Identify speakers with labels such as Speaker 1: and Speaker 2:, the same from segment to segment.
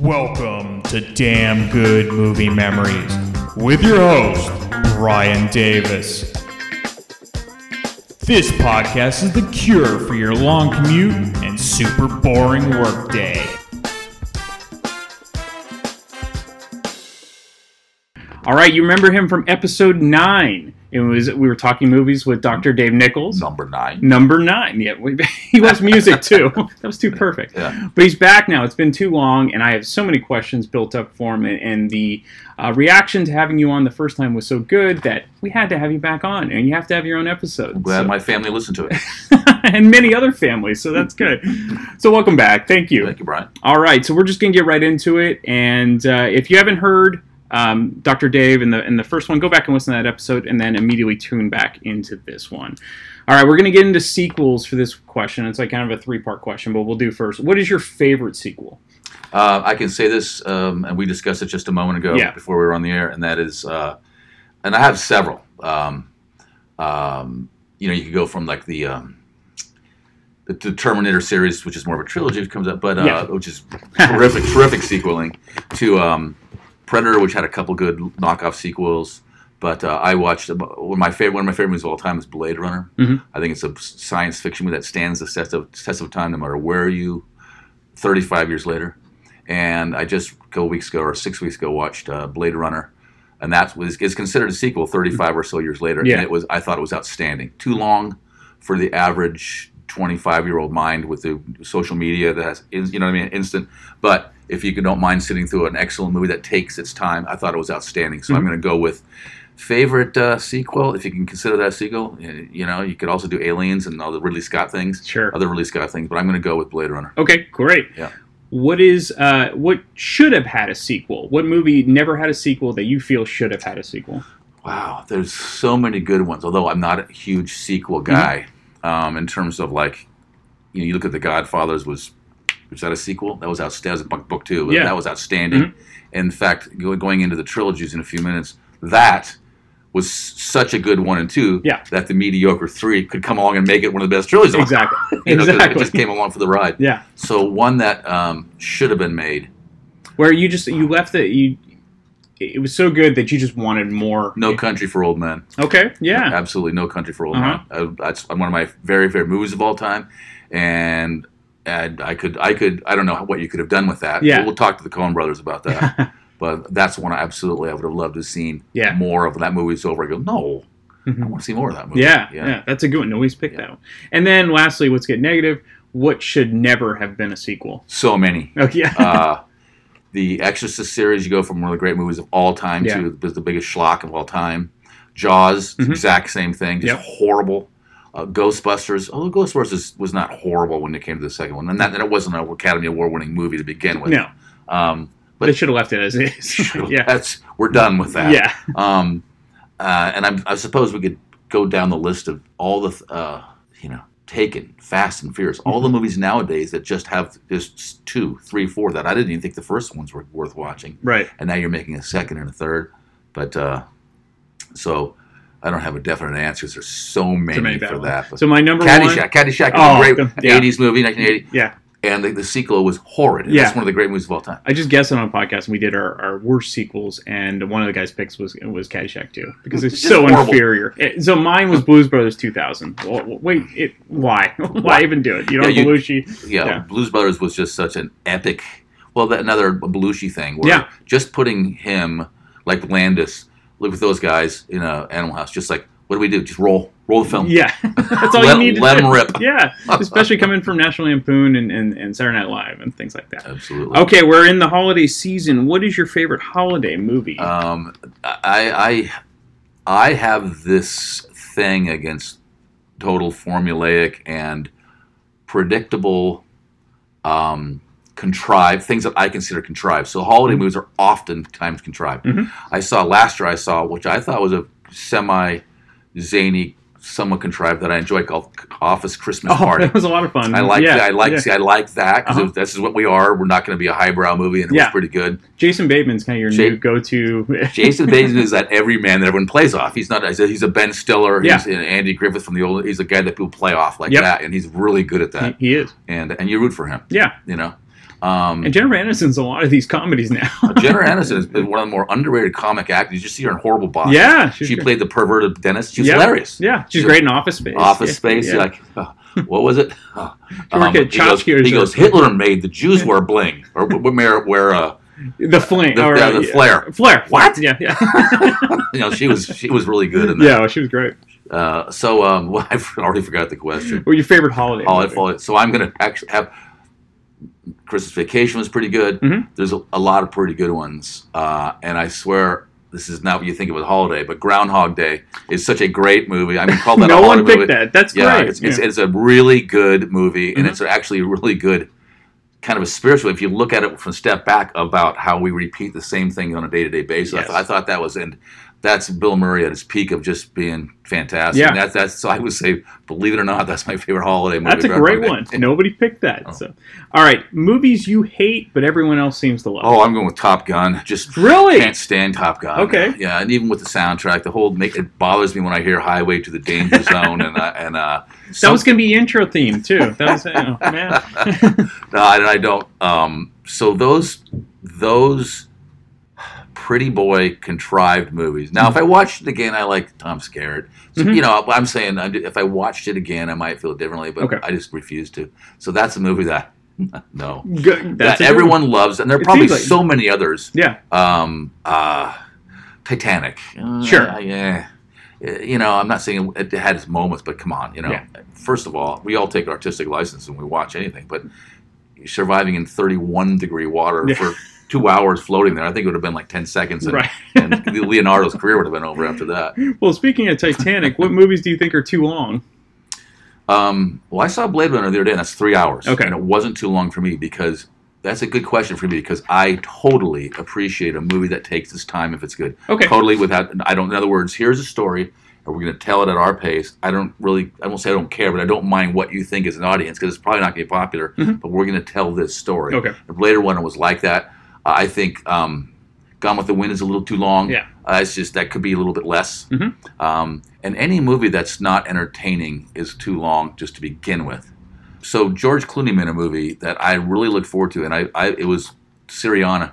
Speaker 1: Welcome to Damn Good Movie Memories with your host, Brian Davis. This podcast is the cure for your long commute and super boring workday. All right, you remember him from episode 9. It was we were talking movies with Dr. Dave Nichols.
Speaker 2: number nine.
Speaker 1: Number nine. Yeah, we, he loves music too. that was too perfect.
Speaker 2: Yeah.
Speaker 1: But he's back now. It's been too long, and I have so many questions built up for him. And, and the uh, reaction to having you on the first time was so good that we had to have you back on, and you have to have your own episode.
Speaker 2: Glad
Speaker 1: So-
Speaker 2: my family listened to it.
Speaker 1: and many other families, so that's good. so welcome back. Thank you.
Speaker 2: Thank you, Brian.
Speaker 1: All right, so we're just gonna get right into it, and uh, if you haven't heard um, Dr. Dave in the in the first one, go back and listen to that episode, and then immediately tune back into this one. All right, we're gonna get into sequels for this question. It's like kind of a three part question, but we'll do first. What is your favorite sequel?
Speaker 2: Uh, I can say this, um, and we discussed it just a moment ago
Speaker 1: Yeah.
Speaker 2: before we were on the air, and that is, uh, and I have several. Um, um, you know, you could go from like the, um, the the Terminator series, which is more of a trilogy, which comes up, but uh,
Speaker 1: Yeah.
Speaker 2: which is terrific, terrific sequeling to um, Predator, which had a couple good knockoff sequels. But uh, I watched ab- one of my favorite one of my favorite movies of all time is Blade Runner.
Speaker 1: Mhm.
Speaker 2: I think it's a science fiction movie that stands the test of test of time, no matter where you. Thirty five years later, and I just a couple weeks ago or six weeks ago watched uh, Blade Runner, and that was is considered a sequel 35 or so years later.
Speaker 1: Yeah.
Speaker 2: And it was I thought it was outstanding. Too long for the average 25 year old mind with the social media that has is- you know what I mean instant. But if you don't mind sitting through an excellent movie that takes its time, I thought it was outstanding. So I'm
Speaker 1: Mm-hmm.
Speaker 2: going to go with favorite uh, sequel if you can consider that a sequel. Y- You know, you could also do Aliens and all the Ridley Scott things,
Speaker 1: Sure.
Speaker 2: other Ridley Scott things. But I'm going to go with Blade Runner.
Speaker 1: Okay, great.
Speaker 2: Yeah.
Speaker 1: What is uh, what should have had a sequel? What movie never had a sequel that you feel should have had a sequel?
Speaker 2: Wow, there's so many good ones. Although I'm not a huge sequel
Speaker 1: Mm-hmm.
Speaker 2: guy, um, in terms of like, you know, you look at The Godfather's was was that a sequel? That was outstanding. That was book, book two. but
Speaker 1: Yeah. Mm-hmm.
Speaker 2: that was outstanding. In fact, go, going into the trilogies in a few minutes, that was such a good one and two
Speaker 1: Yeah.
Speaker 2: that the mediocre three could come along and make it one of the best trilogies. of all time.
Speaker 1: Exactly.
Speaker 2: You know, 'cause
Speaker 1: exactly.
Speaker 2: It just came along for the ride.
Speaker 1: yeah.
Speaker 2: So one that um, should have been made.
Speaker 1: Where you just you left the you. It was so good that you just wanted more.
Speaker 2: No Country for Old Men.
Speaker 1: Okay. Yeah.
Speaker 2: absolutely no country for old
Speaker 1: Uh-huh.
Speaker 2: men. I, that's one of my very favorite movies of all time, and, and I could I could I don't know what you could have done with that.
Speaker 1: Yeah.
Speaker 2: We'll, talk to the Coen Brothers about that. but that's one I absolutely I would have loved to have seen
Speaker 1: Yeah.
Speaker 2: more of. When That movie's over. I go no, I
Speaker 1: Mhm.
Speaker 2: want to see more of that movie.
Speaker 1: Yeah, yeah,
Speaker 2: yeah.
Speaker 1: that's a good one. Always pick
Speaker 2: Yeah.
Speaker 1: that one. And then lastly, let's get negative. What should never have been a sequel?
Speaker 2: So many.
Speaker 1: Okay.
Speaker 2: Uh, the Exorcist series, you go from one of the great movies of all time
Speaker 1: Yeah.
Speaker 2: to the, the biggest schlock of all time. Jaws,
Speaker 1: Mhm.
Speaker 2: exact same thing, just
Speaker 1: Yep.
Speaker 2: horrible. Uh, Ghostbusters, although Ghostbusters was not horrible when it came to the second one, and that, and it wasn't an Academy Award winning movie to begin with.
Speaker 1: no,
Speaker 2: Um,
Speaker 1: but they should have left it as is. yeah.
Speaker 2: that's we're done with that.
Speaker 1: Yeah.
Speaker 2: Um, uh, and I'm, I suppose we could go down the list of all the, th- uh, you know, Taken, Fast and Furious, all
Speaker 1: Mm-hmm.
Speaker 2: the movies nowadays that just have just two, three, four that I didn't even think the first ones were worth watching,
Speaker 1: Right.
Speaker 2: and now you're making a second and a third. But uh, so I don't have a definite answer. 'cause There's so many,
Speaker 1: To make
Speaker 2: for
Speaker 1: one.
Speaker 2: that. But
Speaker 1: So my number one.
Speaker 2: Caddyshack, Caddyshack
Speaker 1: Oh,
Speaker 2: is a great
Speaker 1: the-
Speaker 2: the
Speaker 1: yeah.
Speaker 2: '80s movie, 1980,
Speaker 1: Yeah.
Speaker 2: and the, the sequel was horrid.
Speaker 1: Yeah.
Speaker 2: That's one of the great movies of all time.
Speaker 1: I just guessed it on a podcast, and we did our, our worst sequels, and one of the guys' picks was was Caddyshack Two because it's
Speaker 2: It's just
Speaker 1: so
Speaker 2: horrible.
Speaker 1: inferior. It- so mine was Blues Brothers Two Thousand. Well, wait, it why why even do it? You know,
Speaker 2: Yeah, you-
Speaker 1: Belushi.
Speaker 2: yeah,
Speaker 1: Yeah.
Speaker 2: Blues Brothers was just such an epic. Well, that another Belushi thing. Where
Speaker 1: Yeah.
Speaker 2: Just putting him like Landis, look with those guys in a Animal House. Just like, what do we do? Just roll, roll the film.
Speaker 1: Yeah, that's all
Speaker 2: let,
Speaker 1: you need. To
Speaker 2: Let
Speaker 1: do.
Speaker 2: him rip.
Speaker 1: Yeah, especially coming from National Lampoon and, and, and Saturday Night Live and things like that.
Speaker 2: Absolutely.
Speaker 1: Okay, we're in the holiday season. What is your favorite holiday movie?
Speaker 2: Um, I, I, I have this thing against total formulaic and predictable, um, contrived things that I consider contrived. So holiday
Speaker 1: Mm-hmm.
Speaker 2: movies are oftentimes contrived.
Speaker 1: Mhm.
Speaker 2: I saw last year. I saw which I thought was a semi zany, somewhat contrived that I enjoy called Office Christmas
Speaker 1: oh,
Speaker 2: Party.
Speaker 1: that was a lot of fun.
Speaker 2: I like
Speaker 1: yeah,
Speaker 2: that. I like
Speaker 1: yeah.
Speaker 2: see, I like that because
Speaker 1: Uh-huh.
Speaker 2: this is what we are. We're not going to be a highbrow movie, and it
Speaker 1: Yeah.
Speaker 2: was pretty good.
Speaker 1: Jason Bateman's kind of your
Speaker 2: Ja-
Speaker 1: new go-to.
Speaker 2: Jason Bateman is that every man that everyone plays off. He's not. He's a, he's a Ben Stiller.
Speaker 1: Yeah.
Speaker 2: He's an Andy Griffith from the old. He's a guy that people play off like
Speaker 1: Yep.
Speaker 2: that, and he's really good at
Speaker 1: he,
Speaker 2: that.
Speaker 1: he is.
Speaker 2: And and you root for him.
Speaker 1: Yeah.
Speaker 2: You know. Um,
Speaker 1: And Jennifer Aniston's in a lot of these comedies now.
Speaker 2: Uh, Jennifer Aniston is one of the more underrated comic actors. You see her in Horrible Bosses.
Speaker 1: yeah,
Speaker 2: she,
Speaker 1: she's great.
Speaker 2: played the perverted dentist. She was
Speaker 1: Yeah.
Speaker 2: hilarious.
Speaker 1: Yeah, she's
Speaker 2: she's
Speaker 1: great in Office Space.
Speaker 2: Office
Speaker 1: Yeah,
Speaker 2: Space.
Speaker 1: yeah.
Speaker 2: You're like, oh, what was it? Oh,
Speaker 1: You work at
Speaker 2: he goes,
Speaker 1: Chomsky or
Speaker 2: he goes,
Speaker 1: something.
Speaker 2: Hitler made the Jews wear bling or w- wear wear uh,
Speaker 1: the fling.
Speaker 2: the,
Speaker 1: or,
Speaker 2: uh, the
Speaker 1: yeah.
Speaker 2: flare.
Speaker 1: Flair.
Speaker 2: What?
Speaker 1: Yeah, yeah,
Speaker 2: You know, she was she was really good in that.
Speaker 1: yeah. She was great.
Speaker 2: Uh, so um, well, I already forgot the question.
Speaker 1: Well, your favorite holiday?
Speaker 2: All
Speaker 1: movie?
Speaker 2: it fall- So I'm gonna actually have Christmas Vacation was pretty good.
Speaker 1: Mhm.
Speaker 2: There's a, a lot of pretty good ones, uh, and I swear this is not what you think of with holiday, but Groundhog Day is such a great movie. I mean, call that a
Speaker 1: No
Speaker 2: holiday
Speaker 1: one picked
Speaker 2: movie.
Speaker 1: that. That's
Speaker 2: yeah,
Speaker 1: great.
Speaker 2: it's, it's, it's a really good movie, and
Speaker 1: Mhm.
Speaker 2: it's actually a really good kind of a spiritual. If you look at it from a step back about how we repeat the same thing on a day to day basis, I,
Speaker 1: Yes.
Speaker 2: th- I thought that was and that's Bill Murray at his peak of just being fantastic.
Speaker 1: Yeah.
Speaker 2: And that, that's so I would say, believe it or not, that's my favorite holiday movie.
Speaker 1: That's a
Speaker 2: Groundhog
Speaker 1: great
Speaker 2: Day.
Speaker 1: one. Nobody picked that.
Speaker 2: Oh.
Speaker 1: So, all right, movies you hate, but everyone else seems to love.
Speaker 2: Oh, I'm going with Top Gun. Just
Speaker 1: really?
Speaker 2: can't stand Top Gun.
Speaker 1: Okay.
Speaker 2: Yeah, and even with the soundtrack, the whole make it bothers me when I hear Highway to the Danger Zone and uh, and uh,
Speaker 1: That
Speaker 2: some-
Speaker 1: was going to be your intro theme too. That was oh, man.
Speaker 2: No, I, I don't. Um, so those those pretty boy contrived movies. Now, if I watched it again, I like Tom Skerritt. So,
Speaker 1: Mhm.
Speaker 2: You know, I'm saying I did- if I watched it again, I might feel differently, but
Speaker 1: Okay.
Speaker 2: I just refuse to. So that's a movie that no
Speaker 1: Good. That's a good
Speaker 2: that
Speaker 1: one.
Speaker 2: everyone loves, and there are
Speaker 1: It
Speaker 2: probably
Speaker 1: seems like-
Speaker 2: so many others.
Speaker 1: Yeah.
Speaker 2: Um, uh, Titanic. Uh,
Speaker 1: Sure.
Speaker 2: Yeah. You know, I'm not saying it had its moments, but come on. You know,
Speaker 1: Yeah.
Speaker 2: first of all, we all take artistic license when we watch anything, but surviving in 31 degree water
Speaker 1: Yeah.
Speaker 2: for two hours floating there, I think it would have been like 10 seconds, and,
Speaker 1: Right.
Speaker 2: and Leonardo's career would have been over after that.
Speaker 1: Well, speaking of Titanic, what movies do you think are too long?
Speaker 2: Um, well, I saw Blade Runner the other day, and that's three hours.
Speaker 1: Okay.
Speaker 2: And it wasn't too long for me because that's a good question for me because I totally appreciate a movie that takes its time if it's good.
Speaker 1: Okay.
Speaker 2: Totally without, I don't, in other words, here's a story, and we're going to tell it at our pace. I don't really, I won't say I don't care, but I don't mind what you think as an audience because it's probably not going to be popular,
Speaker 1: Mhm.
Speaker 2: but we're going to tell this story.
Speaker 1: Okay.
Speaker 2: The Blade Runner was like that. uh, I think um, Gone with the Wind is a little too long.
Speaker 1: Yeah.
Speaker 2: Uh, it's just that could be a little bit less.
Speaker 1: Mhm.
Speaker 2: Um, and any movie that's not entertaining is too long just to begin with. So George Clooney made a movie that I really look forward to, and I, I it was Syriana.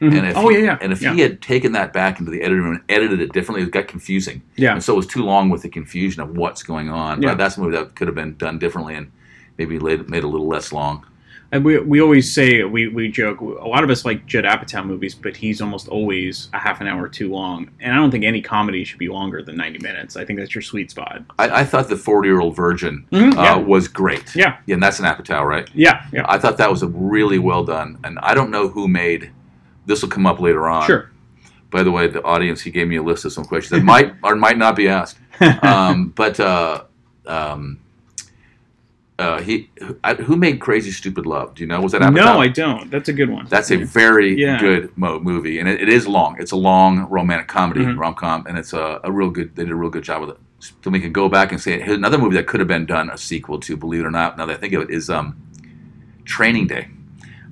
Speaker 2: And if
Speaker 1: oh
Speaker 2: he,
Speaker 1: yeah, yeah.
Speaker 2: And if
Speaker 1: yeah.
Speaker 2: he had taken that back into the editing room and edited it differently, it got confusing.
Speaker 1: Yeah.
Speaker 2: And so it was too long with the confusion of what's going on.
Speaker 1: Yeah.
Speaker 2: But that's a movie that could have been done differently and maybe laid, made a little less long.
Speaker 1: And we, we always say we, we joke a lot of us like Judd Apatow movies, but he's almost always a half an hour too long. And I don't think any comedy should be longer than ninety minutes. I think that's your sweet spot.
Speaker 2: I, I thought the 40 year old virgin
Speaker 1: Mhm,
Speaker 2: uh,
Speaker 1: yeah.
Speaker 2: was great.
Speaker 1: Yeah.
Speaker 2: yeah. And that's an Apatow, right?
Speaker 1: Yeah, yeah,
Speaker 2: I thought that was a really well done. And I don't know who made this will come up later on.
Speaker 1: sure.
Speaker 2: By the way, the audience, he gave me a list of some questions that might or might not be asked. Um, but uh, um, uh, he, I, who made Crazy Stupid Love? Do you know? Was that Apatow?
Speaker 1: no, I don't. That's a good one.
Speaker 2: That's a very
Speaker 1: Yeah.
Speaker 2: good mo- movie, and it, it is long. It's a long romantic comedy
Speaker 1: Mhm.
Speaker 2: rom com, and it's a, a real good. They did a real good job with it. So we can go back and say here's another movie that could have been done a sequel to. Believe it or not, now that I think of it, is um, Training Day.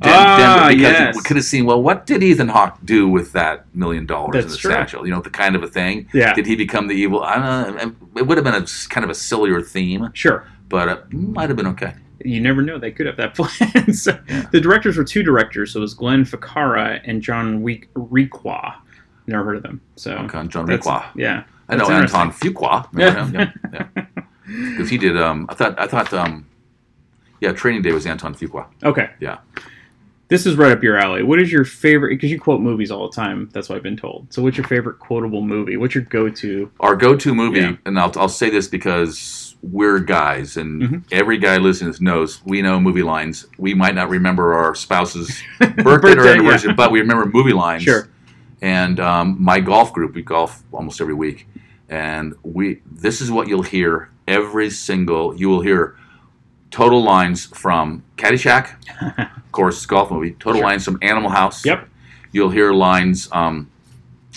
Speaker 1: Ah,
Speaker 2: because
Speaker 1: yes.
Speaker 2: we could have seen well, what did Ethan Hawke do with that million dollars in
Speaker 1: That's
Speaker 2: the
Speaker 1: true.
Speaker 2: satchel? You know, the kind of a thing.
Speaker 1: yeah,
Speaker 2: Did he become the evil? I don't know. It would have been a s- kind of a sillier theme,
Speaker 1: sure.
Speaker 2: but it might have been okay.
Speaker 1: You never know. They could have that plan. so, The directors were two directors. So it was Glenn Ficarra and John Week Requa. Never heard of them. So
Speaker 2: Okay, John
Speaker 1: Hmm. that's-
Speaker 2: Requa.
Speaker 1: yeah,
Speaker 2: I know
Speaker 1: That's
Speaker 2: Anton Fuqua.
Speaker 1: Yeah.
Speaker 2: Remember him? Yeah, yeah. Because he did. Um, I thought. I thought. Um, yeah, Training Day was Anton Fuqua.
Speaker 1: okay,
Speaker 2: Yeah.
Speaker 1: This is right up your alley. What is your favorite? Because you quote movies all the time. That's what I've been told. So what's your favorite quotable movie? What's your go-to?
Speaker 2: Our go-to movie,
Speaker 1: Yeah.
Speaker 2: and I'll, I'll say this because we're guys, and
Speaker 1: Mhm.
Speaker 2: every guy listening to this knows we know movie lines. We might not remember our spouse's birthday, or
Speaker 1: Birthday,
Speaker 2: anniversary,
Speaker 1: yeah.
Speaker 2: but we remember movie lines.
Speaker 1: Sure.
Speaker 2: And um, my golf group, we golf almost every week, and we. This is what you'll hear every single. You will hear total lines from Caddyshack. of course, it's a golf movie. Total
Speaker 1: Sure.
Speaker 2: lines from Animal House.
Speaker 1: Yep.
Speaker 2: You'll hear lines um,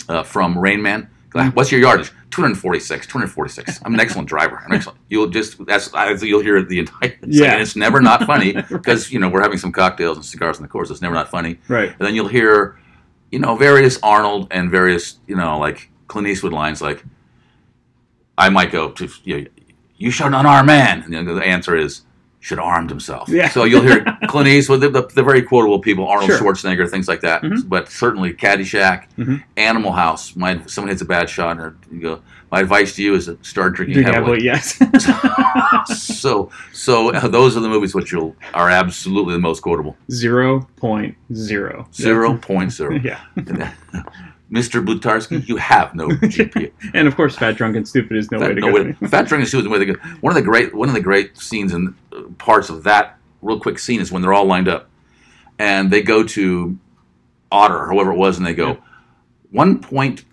Speaker 2: uh, from Rain Man. What's your yardage? 246, 246. I'm an excellent driver. I'm excellent. You'll just that's I- you'll hear it the entire. it's like-
Speaker 1: Yeah.
Speaker 2: and it's never not funny because you know we're having some cocktails and cigars on the course. It's never not funny.
Speaker 1: Right.
Speaker 2: And then you'll hear, you know, various Arnold and various, you know, like Clint Eastwood lines like, I might go to, you, know, you shot an unarmed man. And the answer is, should have armed himself.
Speaker 1: Yeah.
Speaker 2: So you'll hear Clint Eastwood, the, the, the very quotable people, Arnold
Speaker 1: Sure.
Speaker 2: Schwarzenegger, things like that.
Speaker 1: Mhm.
Speaker 2: But certainly Caddyshack,
Speaker 1: Mhm.
Speaker 2: Animal House. My someone hits a bad shot, and you go, my advice to you is to start drinking
Speaker 1: Drink heavily,
Speaker 2: heavily.
Speaker 1: yes.
Speaker 2: so, so uh, those are the movies which you'll are absolutely the most quotable.
Speaker 1: Zero point zero.
Speaker 2: Zero point zero.
Speaker 1: Yeah.
Speaker 2: Mr. Blutarsky, you have no GPA.
Speaker 1: And of course, fat, drunk, and stupid is no way
Speaker 2: Fat,
Speaker 1: to
Speaker 2: no
Speaker 1: go.
Speaker 2: way to- Fat Drunk and Sue is the way they go. One of the great one of the great scenes and uh, parts of that real quick scene is when they're all lined up and they go to Otter or whoever it was and they go
Speaker 1: Yeah.
Speaker 2: one point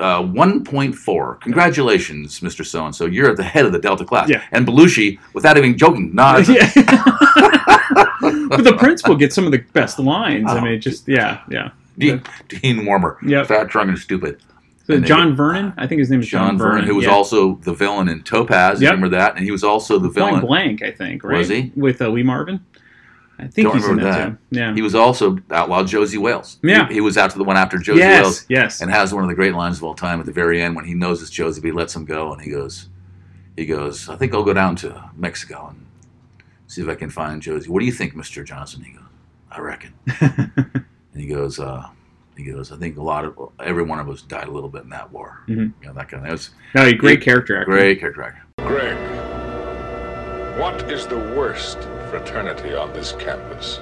Speaker 2: uh, one point four. Congratulations, Mr. So and so. You're at the head of the Delta class.
Speaker 1: Yeah.
Speaker 2: And Belushi, without even joking, nods.
Speaker 1: yeah. but the principal gets some of the best lines. I
Speaker 2: Oh.
Speaker 1: mean, just yeah, yeah.
Speaker 2: Dean, Dean Warmer.
Speaker 1: Yep.
Speaker 2: Fat, drunk, and stupid.
Speaker 1: So
Speaker 2: And they-
Speaker 1: John Vernon, I think his name is John,
Speaker 2: John Vernon, who was
Speaker 1: yeah.
Speaker 2: also the villain in
Speaker 1: Yep.
Speaker 2: Topaz. You remember that? And he was also the
Speaker 1: Point
Speaker 2: villain.
Speaker 1: Blank, I think, right?
Speaker 2: Was he?
Speaker 1: with uh, Lee Marvin? I think
Speaker 2: Don't
Speaker 1: he's in
Speaker 2: remember
Speaker 1: that. Too. Yeah.
Speaker 2: He was also Outlaw Josie Wales.
Speaker 1: Yeah.
Speaker 2: He, he was after the one after Josie
Speaker 1: yes.
Speaker 2: Wales
Speaker 1: Yes.
Speaker 2: and has one of the great lines of all time at the very end when he knows it's Josie, but he lets him go and he goes, he goes, I think I'll go down to Mexico and see if I can find Josie. What do you think, Mr. Johnson? He goes, I reckon. and he goes, uh, he goes, I think a lot of, every one of us died a little bit in that war.
Speaker 1: Mhm.
Speaker 2: You know, that kind of, it was
Speaker 1: no, he- great
Speaker 2: he-
Speaker 1: character actor.
Speaker 2: great character actor.
Speaker 3: Greg, what is the worst fraternity on this campus?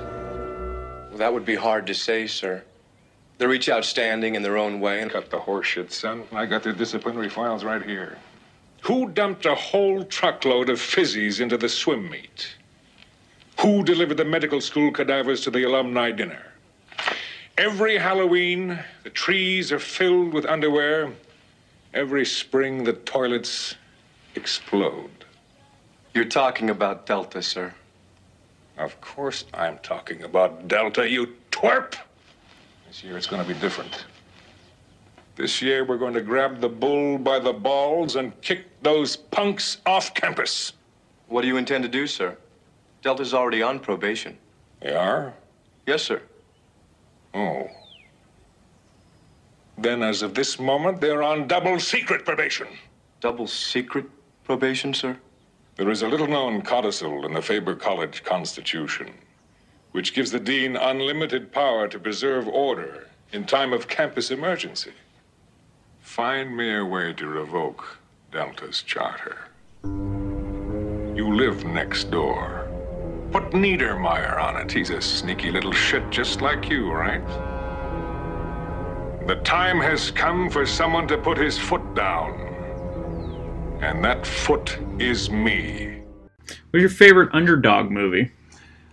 Speaker 4: That would be hard to say, sir. They're each outstanding in their own way. and-
Speaker 3: Cut the horseshit, son. I got their disciplinary files right here. Who dumped a whole truckload of fizzies into the swim meet? Who delivered the medical school cadavers to the alumni dinner? Every Halloween, the trees are filled with underwear. Every spring, the toilets explode.
Speaker 4: You're talking about Delta, sir.
Speaker 3: Of course I'm talking about Delta, you twerp! This year it's going to be different. This year we're going to grab the bull by the balls and kick those punks off campus.
Speaker 4: What do you intend to do, sir? Delta's already on probation.
Speaker 3: They are?
Speaker 4: Yes, sir.
Speaker 3: Oh. Then, as of this moment, they're on double secret probation.
Speaker 4: Double secret probation, sir?
Speaker 3: There is a little known codicil in the Faber College Constitution, which gives the dean unlimited power to preserve order in time of campus emergency. Find me a way to revoke Delta's charter. You live next door. Put Niedermeyer on it. He's a sneaky little shit just like you, right? The time has come for someone to put his foot down. And that foot is me.
Speaker 1: What's your favorite underdog movie?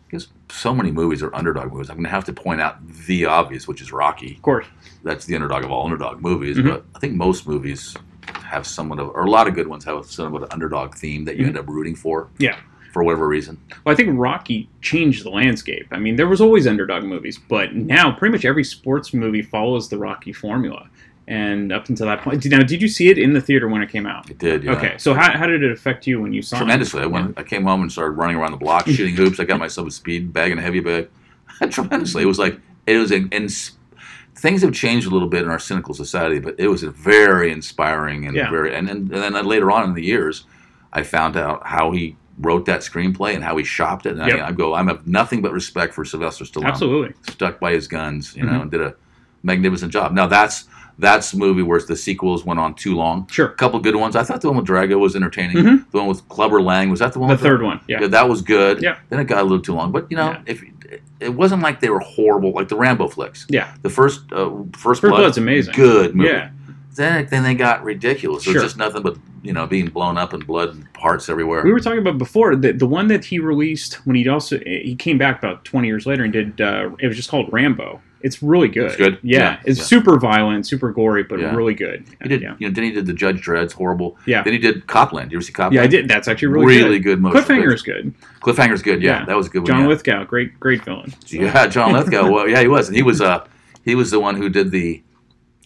Speaker 2: Because so many movies are underdog movies. I'm going to have to point out the obvious, which is Rocky.
Speaker 1: Of course.
Speaker 2: that's the underdog of all underdog movies.
Speaker 1: Mm-hmm.
Speaker 2: But I think most movies have somewhat of, or a lot of good ones have somewhat of an underdog theme that you
Speaker 1: Mm-hmm.
Speaker 2: end up rooting for
Speaker 1: Yeah.
Speaker 2: for whatever reason.
Speaker 1: Well, I think Rocky changed the landscape. I mean, there was always underdog movies, but now pretty much every sports movie follows the Rocky formula. And up until that point, now did you see it in the theater when it came out?
Speaker 2: It did. Yeah.
Speaker 1: Okay, so how, how did it affect you when you saw
Speaker 2: Tremendously. I went. I came home and started running around the block,
Speaker 1: Mm-hmm.
Speaker 2: shooting hoops. I got myself a speed bag and a heavy bag. Tremendously. It was like it was in, in, things have changed a little bit in our cynical society, but it was a very inspiring and
Speaker 1: Yeah.
Speaker 2: very. And, and, and then later on in the years, I found out how he wrote that screenplay and how he shopped it. And
Speaker 1: Yep.
Speaker 2: I, I go, I'm of nothing but respect for Sylvester
Speaker 1: it?
Speaker 2: Stallone.
Speaker 1: Absolutely.
Speaker 2: stuck by his guns, you know,
Speaker 1: Mm-hmm.
Speaker 2: and did a magnificent job. Now that's that's a movie where the sequels went on too long.
Speaker 1: Sure.
Speaker 2: A couple good ones. I thought the one with Drago was entertaining. The one with Clubber Lang was that the one?
Speaker 1: Mm-hmm. The
Speaker 2: with
Speaker 1: third one. Yeah.
Speaker 2: Yeah, that was good.
Speaker 1: Yeah.
Speaker 2: Then it got a little too long, but you know,
Speaker 1: Yeah.
Speaker 2: if it wasn't like they were horrible, like the Rambo flicks.
Speaker 1: Yeah.
Speaker 2: The first uh, first,
Speaker 1: First
Speaker 2: blood,
Speaker 1: Blood's amazing.
Speaker 2: Good movie.
Speaker 1: Yeah.
Speaker 2: Then then they got ridiculous. It
Speaker 1: Sure.
Speaker 2: was just nothing but you know being blown up and blood and parts everywhere.
Speaker 1: We were talking about before that the one that he released when he also he came back about 20 years later and did uh, it was just called Rambo. It's really good.
Speaker 2: It's good?
Speaker 1: Yeah,
Speaker 2: Yeah,
Speaker 1: it's
Speaker 2: yeah.
Speaker 1: super violent, super gory, but
Speaker 2: Yeah.
Speaker 1: really good.
Speaker 2: he did,
Speaker 1: Yeah.
Speaker 2: you know, then he did the Judge Dredd's horrible.
Speaker 1: Yeah.
Speaker 2: Then he did Copland. You ever see Copland?
Speaker 1: Yeah, I did. That's actually really,
Speaker 2: Really good motion
Speaker 1: Cliffhanger's good.
Speaker 2: Cliffhanger's good. Yeah,
Speaker 1: Yeah.
Speaker 2: that was a good. one,
Speaker 1: John
Speaker 2: yeah.
Speaker 1: Lithgow, great great villain.
Speaker 2: Yeah, John Lithgow. Well, yeah, he was, and he was uh he was the one who did the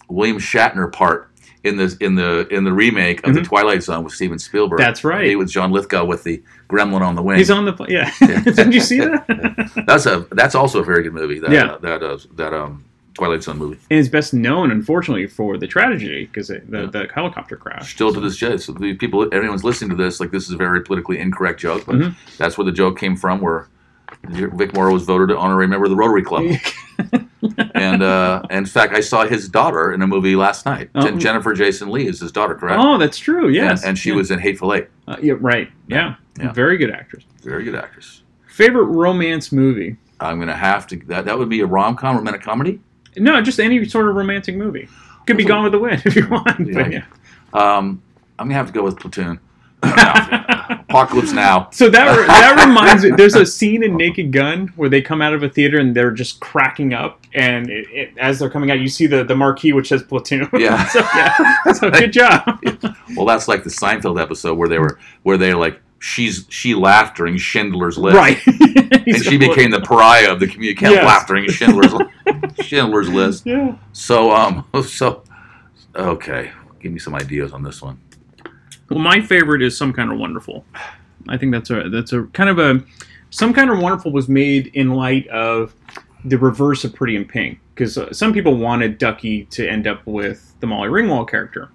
Speaker 2: William Shatner part in the in the in the remake of the Twilight Zone with Steven Spielberg.
Speaker 1: Mm-hmm. That's right.
Speaker 2: He was John Lithgow with the gremlin on the wing.
Speaker 1: He's on the pl- yeah. did you see that?
Speaker 2: that's a that's also a very good movie. That,
Speaker 1: Yeah.
Speaker 2: that uh, that um Twilight Zone movie.
Speaker 1: and is best known, unfortunately, for the tragedy because the,
Speaker 2: Yeah.
Speaker 1: the helicopter crash.
Speaker 2: Still to this day, so the people, everyone's listening to this, like this is a very politically incorrect joke, but
Speaker 1: Mm-hmm.
Speaker 2: that's where the joke came from, where Vic Morrow was voted an honorary member of the Rotary Club. and uh, in fact, I saw his daughter in a movie last night.
Speaker 1: Oh.
Speaker 2: Jen- Jennifer Jason Lee is his daughter, correct?
Speaker 1: Oh, that's true. Yes,
Speaker 2: and, and she
Speaker 1: Yeah.
Speaker 2: was in Hateful Eight.
Speaker 1: Uh, yeah, right. Yeah.
Speaker 2: Yeah.
Speaker 1: very good actress.
Speaker 2: Very good actress.
Speaker 1: Favorite romance movie?
Speaker 2: I'm gonna have to. That that would be a rom com, romantic comedy.
Speaker 1: No, just any sort of romantic movie. Could be
Speaker 2: Also-
Speaker 1: Gone with the Wind if you want.
Speaker 2: Yeah.
Speaker 1: But yeah.
Speaker 2: Um, I'm gonna have to go with Platoon. Apocalypse Now.
Speaker 1: So that re- that reminds me. There's a scene in Naked Gun where they come out of a theater and they're just cracking up, and it, it, as they're coming out, you see the, the marquee which says platoon.
Speaker 2: Yeah.
Speaker 1: so yeah. So good job.
Speaker 2: Well, that's like the Seinfeld episode where they were where they like she's she laughed during Schindler's List,
Speaker 1: right.
Speaker 2: And she became the pariah of the community. Can't
Speaker 1: Yes.
Speaker 2: laugh during Schindler's Schindler's List.
Speaker 1: Yeah.
Speaker 2: So um, so okay, give me some ideas on this one.
Speaker 1: Well, my favorite is some kind of wonderful. I think that's a that's a kind of a some kind of wonderful was made in light of the reverse of Pretty in Pink because uh, some people wanted Ducky to end up with the Molly Ringwald character,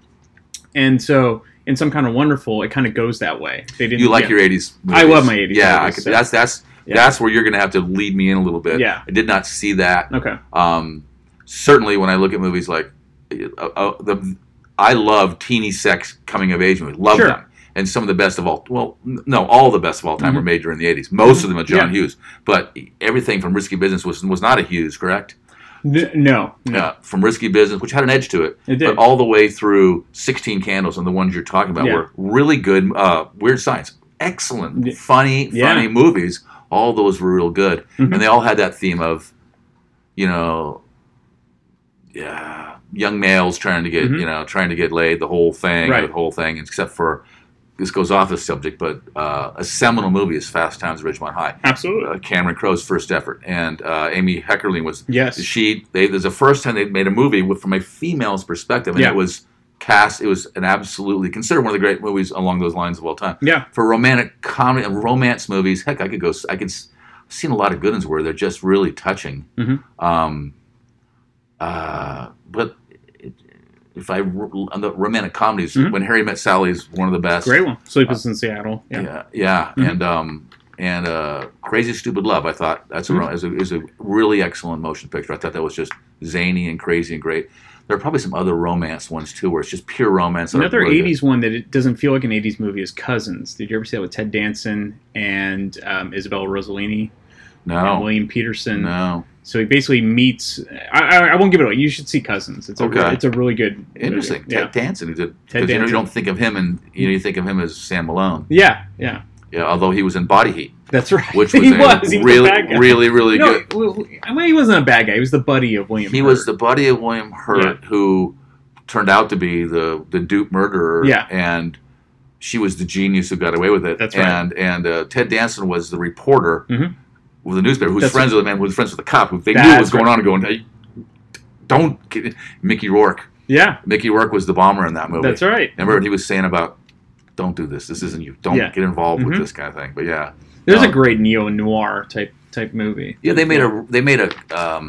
Speaker 1: and so in some kind of wonderful it kind of goes that way. They didn't.
Speaker 2: You like
Speaker 1: yeah.
Speaker 2: your '80s?
Speaker 1: I
Speaker 2: movies.
Speaker 1: love my 80s
Speaker 2: Yeah, I
Speaker 1: movies,
Speaker 2: could,
Speaker 1: so-
Speaker 2: that's that's
Speaker 1: Yeah.
Speaker 2: that's where you're gonna have to lead me in a little bit.
Speaker 1: Yeah.
Speaker 2: I did not see that.
Speaker 1: Okay.
Speaker 2: Um, certainly, when I look at movies like uh, uh, the, I love teeny sex coming of age movies. Love
Speaker 1: Sure.
Speaker 2: them, and some of the best of all. Well, n- no, all the best of all time were made during the '80s. Most of them are John
Speaker 1: Mm-hmm. Yeah.
Speaker 2: Hughes, but everything from Risky Business was was not a Hughes, correct?
Speaker 1: N- no. No.
Speaker 2: Uh, from Risky Business, which had an edge to it,
Speaker 1: It did.
Speaker 2: but all the way through 16 Candles and the ones you're talking about
Speaker 1: Yeah.
Speaker 2: were really good. Uh, Weird Science, excellent,
Speaker 1: Yeah.
Speaker 2: funny,
Speaker 1: Yeah. Mm-hmm.
Speaker 2: funny movies. All those were real good, and they all had that theme of, you know, yeah, young males trying to get
Speaker 1: Mhm.
Speaker 2: you know trying to get laid, the whole thing,
Speaker 1: Right.
Speaker 2: the whole thing, except for. This goes off the subject, but uh, a seminal movie is Fast Times at Ridgemont High,
Speaker 1: Absolutely.
Speaker 2: uh, Cameron Crowe's first effort, and uh, Amy Heckerling was
Speaker 1: Yes.
Speaker 2: she they there's the first time they made a movie with, from a female's perspective and
Speaker 1: Yeah.
Speaker 2: it was cast it was an absolutely considered one of the great movies along those lines of all time
Speaker 1: Yeah.
Speaker 2: for romantic comedy and romance movies heck i could go s- i could s- I've seen a lot of good ones where they're just really touching
Speaker 1: Mhm.
Speaker 2: um uh but it, if i r- on the romantic comedies
Speaker 1: Mhm.
Speaker 2: when harry met sally is one of the best
Speaker 1: Great one. Sleepless in Seattle. Yeah.
Speaker 2: yeah, yeah,
Speaker 1: Mhm.
Speaker 2: and um, and uh, Crazy Stupid Love. I thought that's a
Speaker 1: Mhm.
Speaker 2: is a is a really excellent motion picture. I thought that was just zany and crazy and great. There are probably some other romance ones too, where it's just pure romance. that are
Speaker 1: Another
Speaker 2: really good.
Speaker 1: '80s one that it doesn't feel like an '80s movie is Cousins. Did you ever see that with Ted Danson and um, Isabella Rossellini and
Speaker 2: No,
Speaker 1: William Peterson?
Speaker 2: no,
Speaker 1: So he basically meets. I, I, I won't give it away. You should see Cousins. It's a
Speaker 2: Okay.
Speaker 1: it's a really good. movie.
Speaker 2: interesting.
Speaker 1: Yeah.
Speaker 2: Ted Danson, who did
Speaker 1: Ted
Speaker 2: because you know you
Speaker 1: Danson.
Speaker 2: don't think of him, and you know you think of him as Sam Malone.
Speaker 1: yeah, yeah,
Speaker 2: Yeah, although he was in Body Heat,
Speaker 1: that's right.
Speaker 2: which was,
Speaker 1: he
Speaker 2: a
Speaker 1: was he was
Speaker 2: really,
Speaker 1: the bad guy.
Speaker 2: really, really
Speaker 1: no,
Speaker 2: good.
Speaker 1: well, I mean, he wasn't a bad guy. He was the buddy of William.
Speaker 2: He
Speaker 1: Hurt.
Speaker 2: was the buddy of William Hurt, who turned out to be the the Duke murderer.
Speaker 1: Yeah.
Speaker 2: and she was the genius who got away with it.
Speaker 1: That's right.
Speaker 2: And and uh, Ted Danson was the reporter
Speaker 1: Mhm.
Speaker 2: with the newspaper, who's
Speaker 1: That's
Speaker 2: friends with the man, who was friends with the cop, who they knew what
Speaker 1: That's
Speaker 2: was going on, and going, hey, "Don't get it." Mickey Rourke."
Speaker 1: yeah.
Speaker 2: Mickey Rourke was the bomber in that movie.
Speaker 1: That's right.
Speaker 2: Remember what he was saying about, "Don't do this. This isn't you. Don't
Speaker 1: Yeah.
Speaker 2: get involved
Speaker 1: Mhm.
Speaker 2: with this kind of thing." But yeah,
Speaker 1: There's
Speaker 2: No.
Speaker 1: a great neo noir type type movie.
Speaker 2: yeah, they made a they made a um,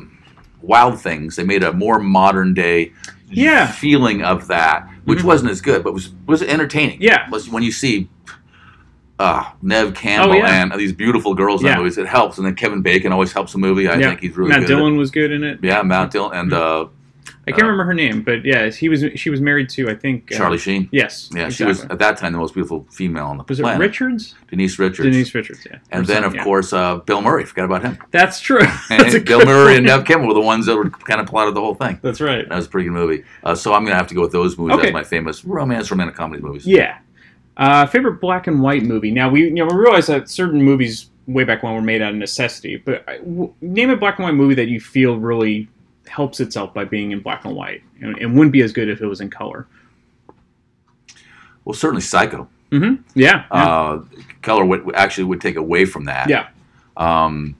Speaker 2: Wild Things. They made a more modern day
Speaker 1: Yeah.
Speaker 2: feeling of that, which
Speaker 1: Mhm.
Speaker 2: wasn't as good, but was was entertaining.
Speaker 1: Yeah.
Speaker 2: was when you see. Uh, Nev Campbell
Speaker 1: Oh, yeah.
Speaker 2: and these beautiful girls in
Speaker 1: Yeah.
Speaker 2: movies. It helps, and then Kevin Bacon always helps a movie. I
Speaker 1: yeah.
Speaker 2: think he's really
Speaker 1: Matt
Speaker 2: good. at it.
Speaker 1: Dillon Mm-hmm. was good in it.
Speaker 2: Yeah, Matt Dillon and uh,
Speaker 1: I can't
Speaker 2: Uh,
Speaker 1: remember her name, but yeah, he was. She was married to I think uh,
Speaker 2: Charlie Sheen.
Speaker 1: Yes.
Speaker 2: Yeah, she
Speaker 1: exactly.
Speaker 2: was at that time the most beautiful female on the
Speaker 1: Was it
Speaker 2: planet.
Speaker 1: Richards?
Speaker 2: Denise Richards.
Speaker 1: Denise Richards. Yeah.
Speaker 2: and
Speaker 1: Or
Speaker 2: then,
Speaker 1: something,
Speaker 2: of
Speaker 1: yeah.
Speaker 2: course, uh, Bill Murray. Forgot about him.
Speaker 1: that's true. that's a
Speaker 2: And Bill
Speaker 1: good
Speaker 2: Murray and
Speaker 1: point.
Speaker 2: Nev Campbell were the ones that were kind of plotted the whole thing.
Speaker 1: That's right.
Speaker 2: That was a pretty good movie. Uh, so I'm gonna have to go with those movies
Speaker 1: Okay.
Speaker 2: as my famous romance, romantic comedy movies.
Speaker 1: Yeah. Uh, favorite black and white movie. Now we you know we realize that certain movies way back when were made out of necessity, but I, w- name a black and white movie that you feel really helps itself by being in black and white, and, and wouldn't be as good if it was in color.
Speaker 2: Well, certainly Psycho.
Speaker 1: hmm Yeah. Yeah.
Speaker 2: Uh, color would actually would take away from that.
Speaker 1: yeah.
Speaker 2: Um,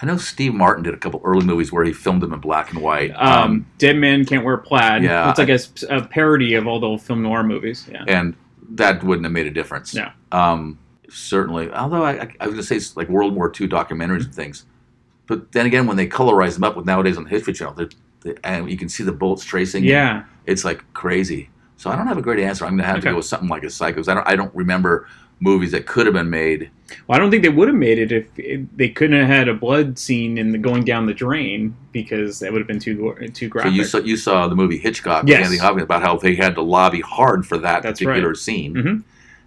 Speaker 2: I know Steve Martin did a couple early movies where he filmed them in black and white.
Speaker 1: Um, Dead Men Can't Wear Plaid.
Speaker 2: yeah,
Speaker 1: It's like a s- a, parody of all the old film noir movies. Yeah.
Speaker 2: and that wouldn't have made a difference.
Speaker 1: No.
Speaker 2: Um, certainly. Although I, I, I was gonna say it's like World War II documentaries and things, but then again, when they colorize them up with nowadays on the History Channel, they're the, and you can see the bullets tracing. it.
Speaker 1: Yeah.
Speaker 2: it's like crazy. So I don't have a great answer. I'm gonna have
Speaker 1: Okay.
Speaker 2: to go with something like a Psychos. I don't I don't remember movies that could have been made.
Speaker 1: Well, I don't think they would have made it if if they couldn't have had a blood scene in the going down the drain because that would have been too gor- too graphic.
Speaker 2: So you saw you saw the movie Hitchcock with
Speaker 1: Yes.
Speaker 2: Anthony Hopkins about how they had to lobby hard for that
Speaker 1: That's
Speaker 2: particular
Speaker 1: right.
Speaker 2: scene.
Speaker 1: Mhm.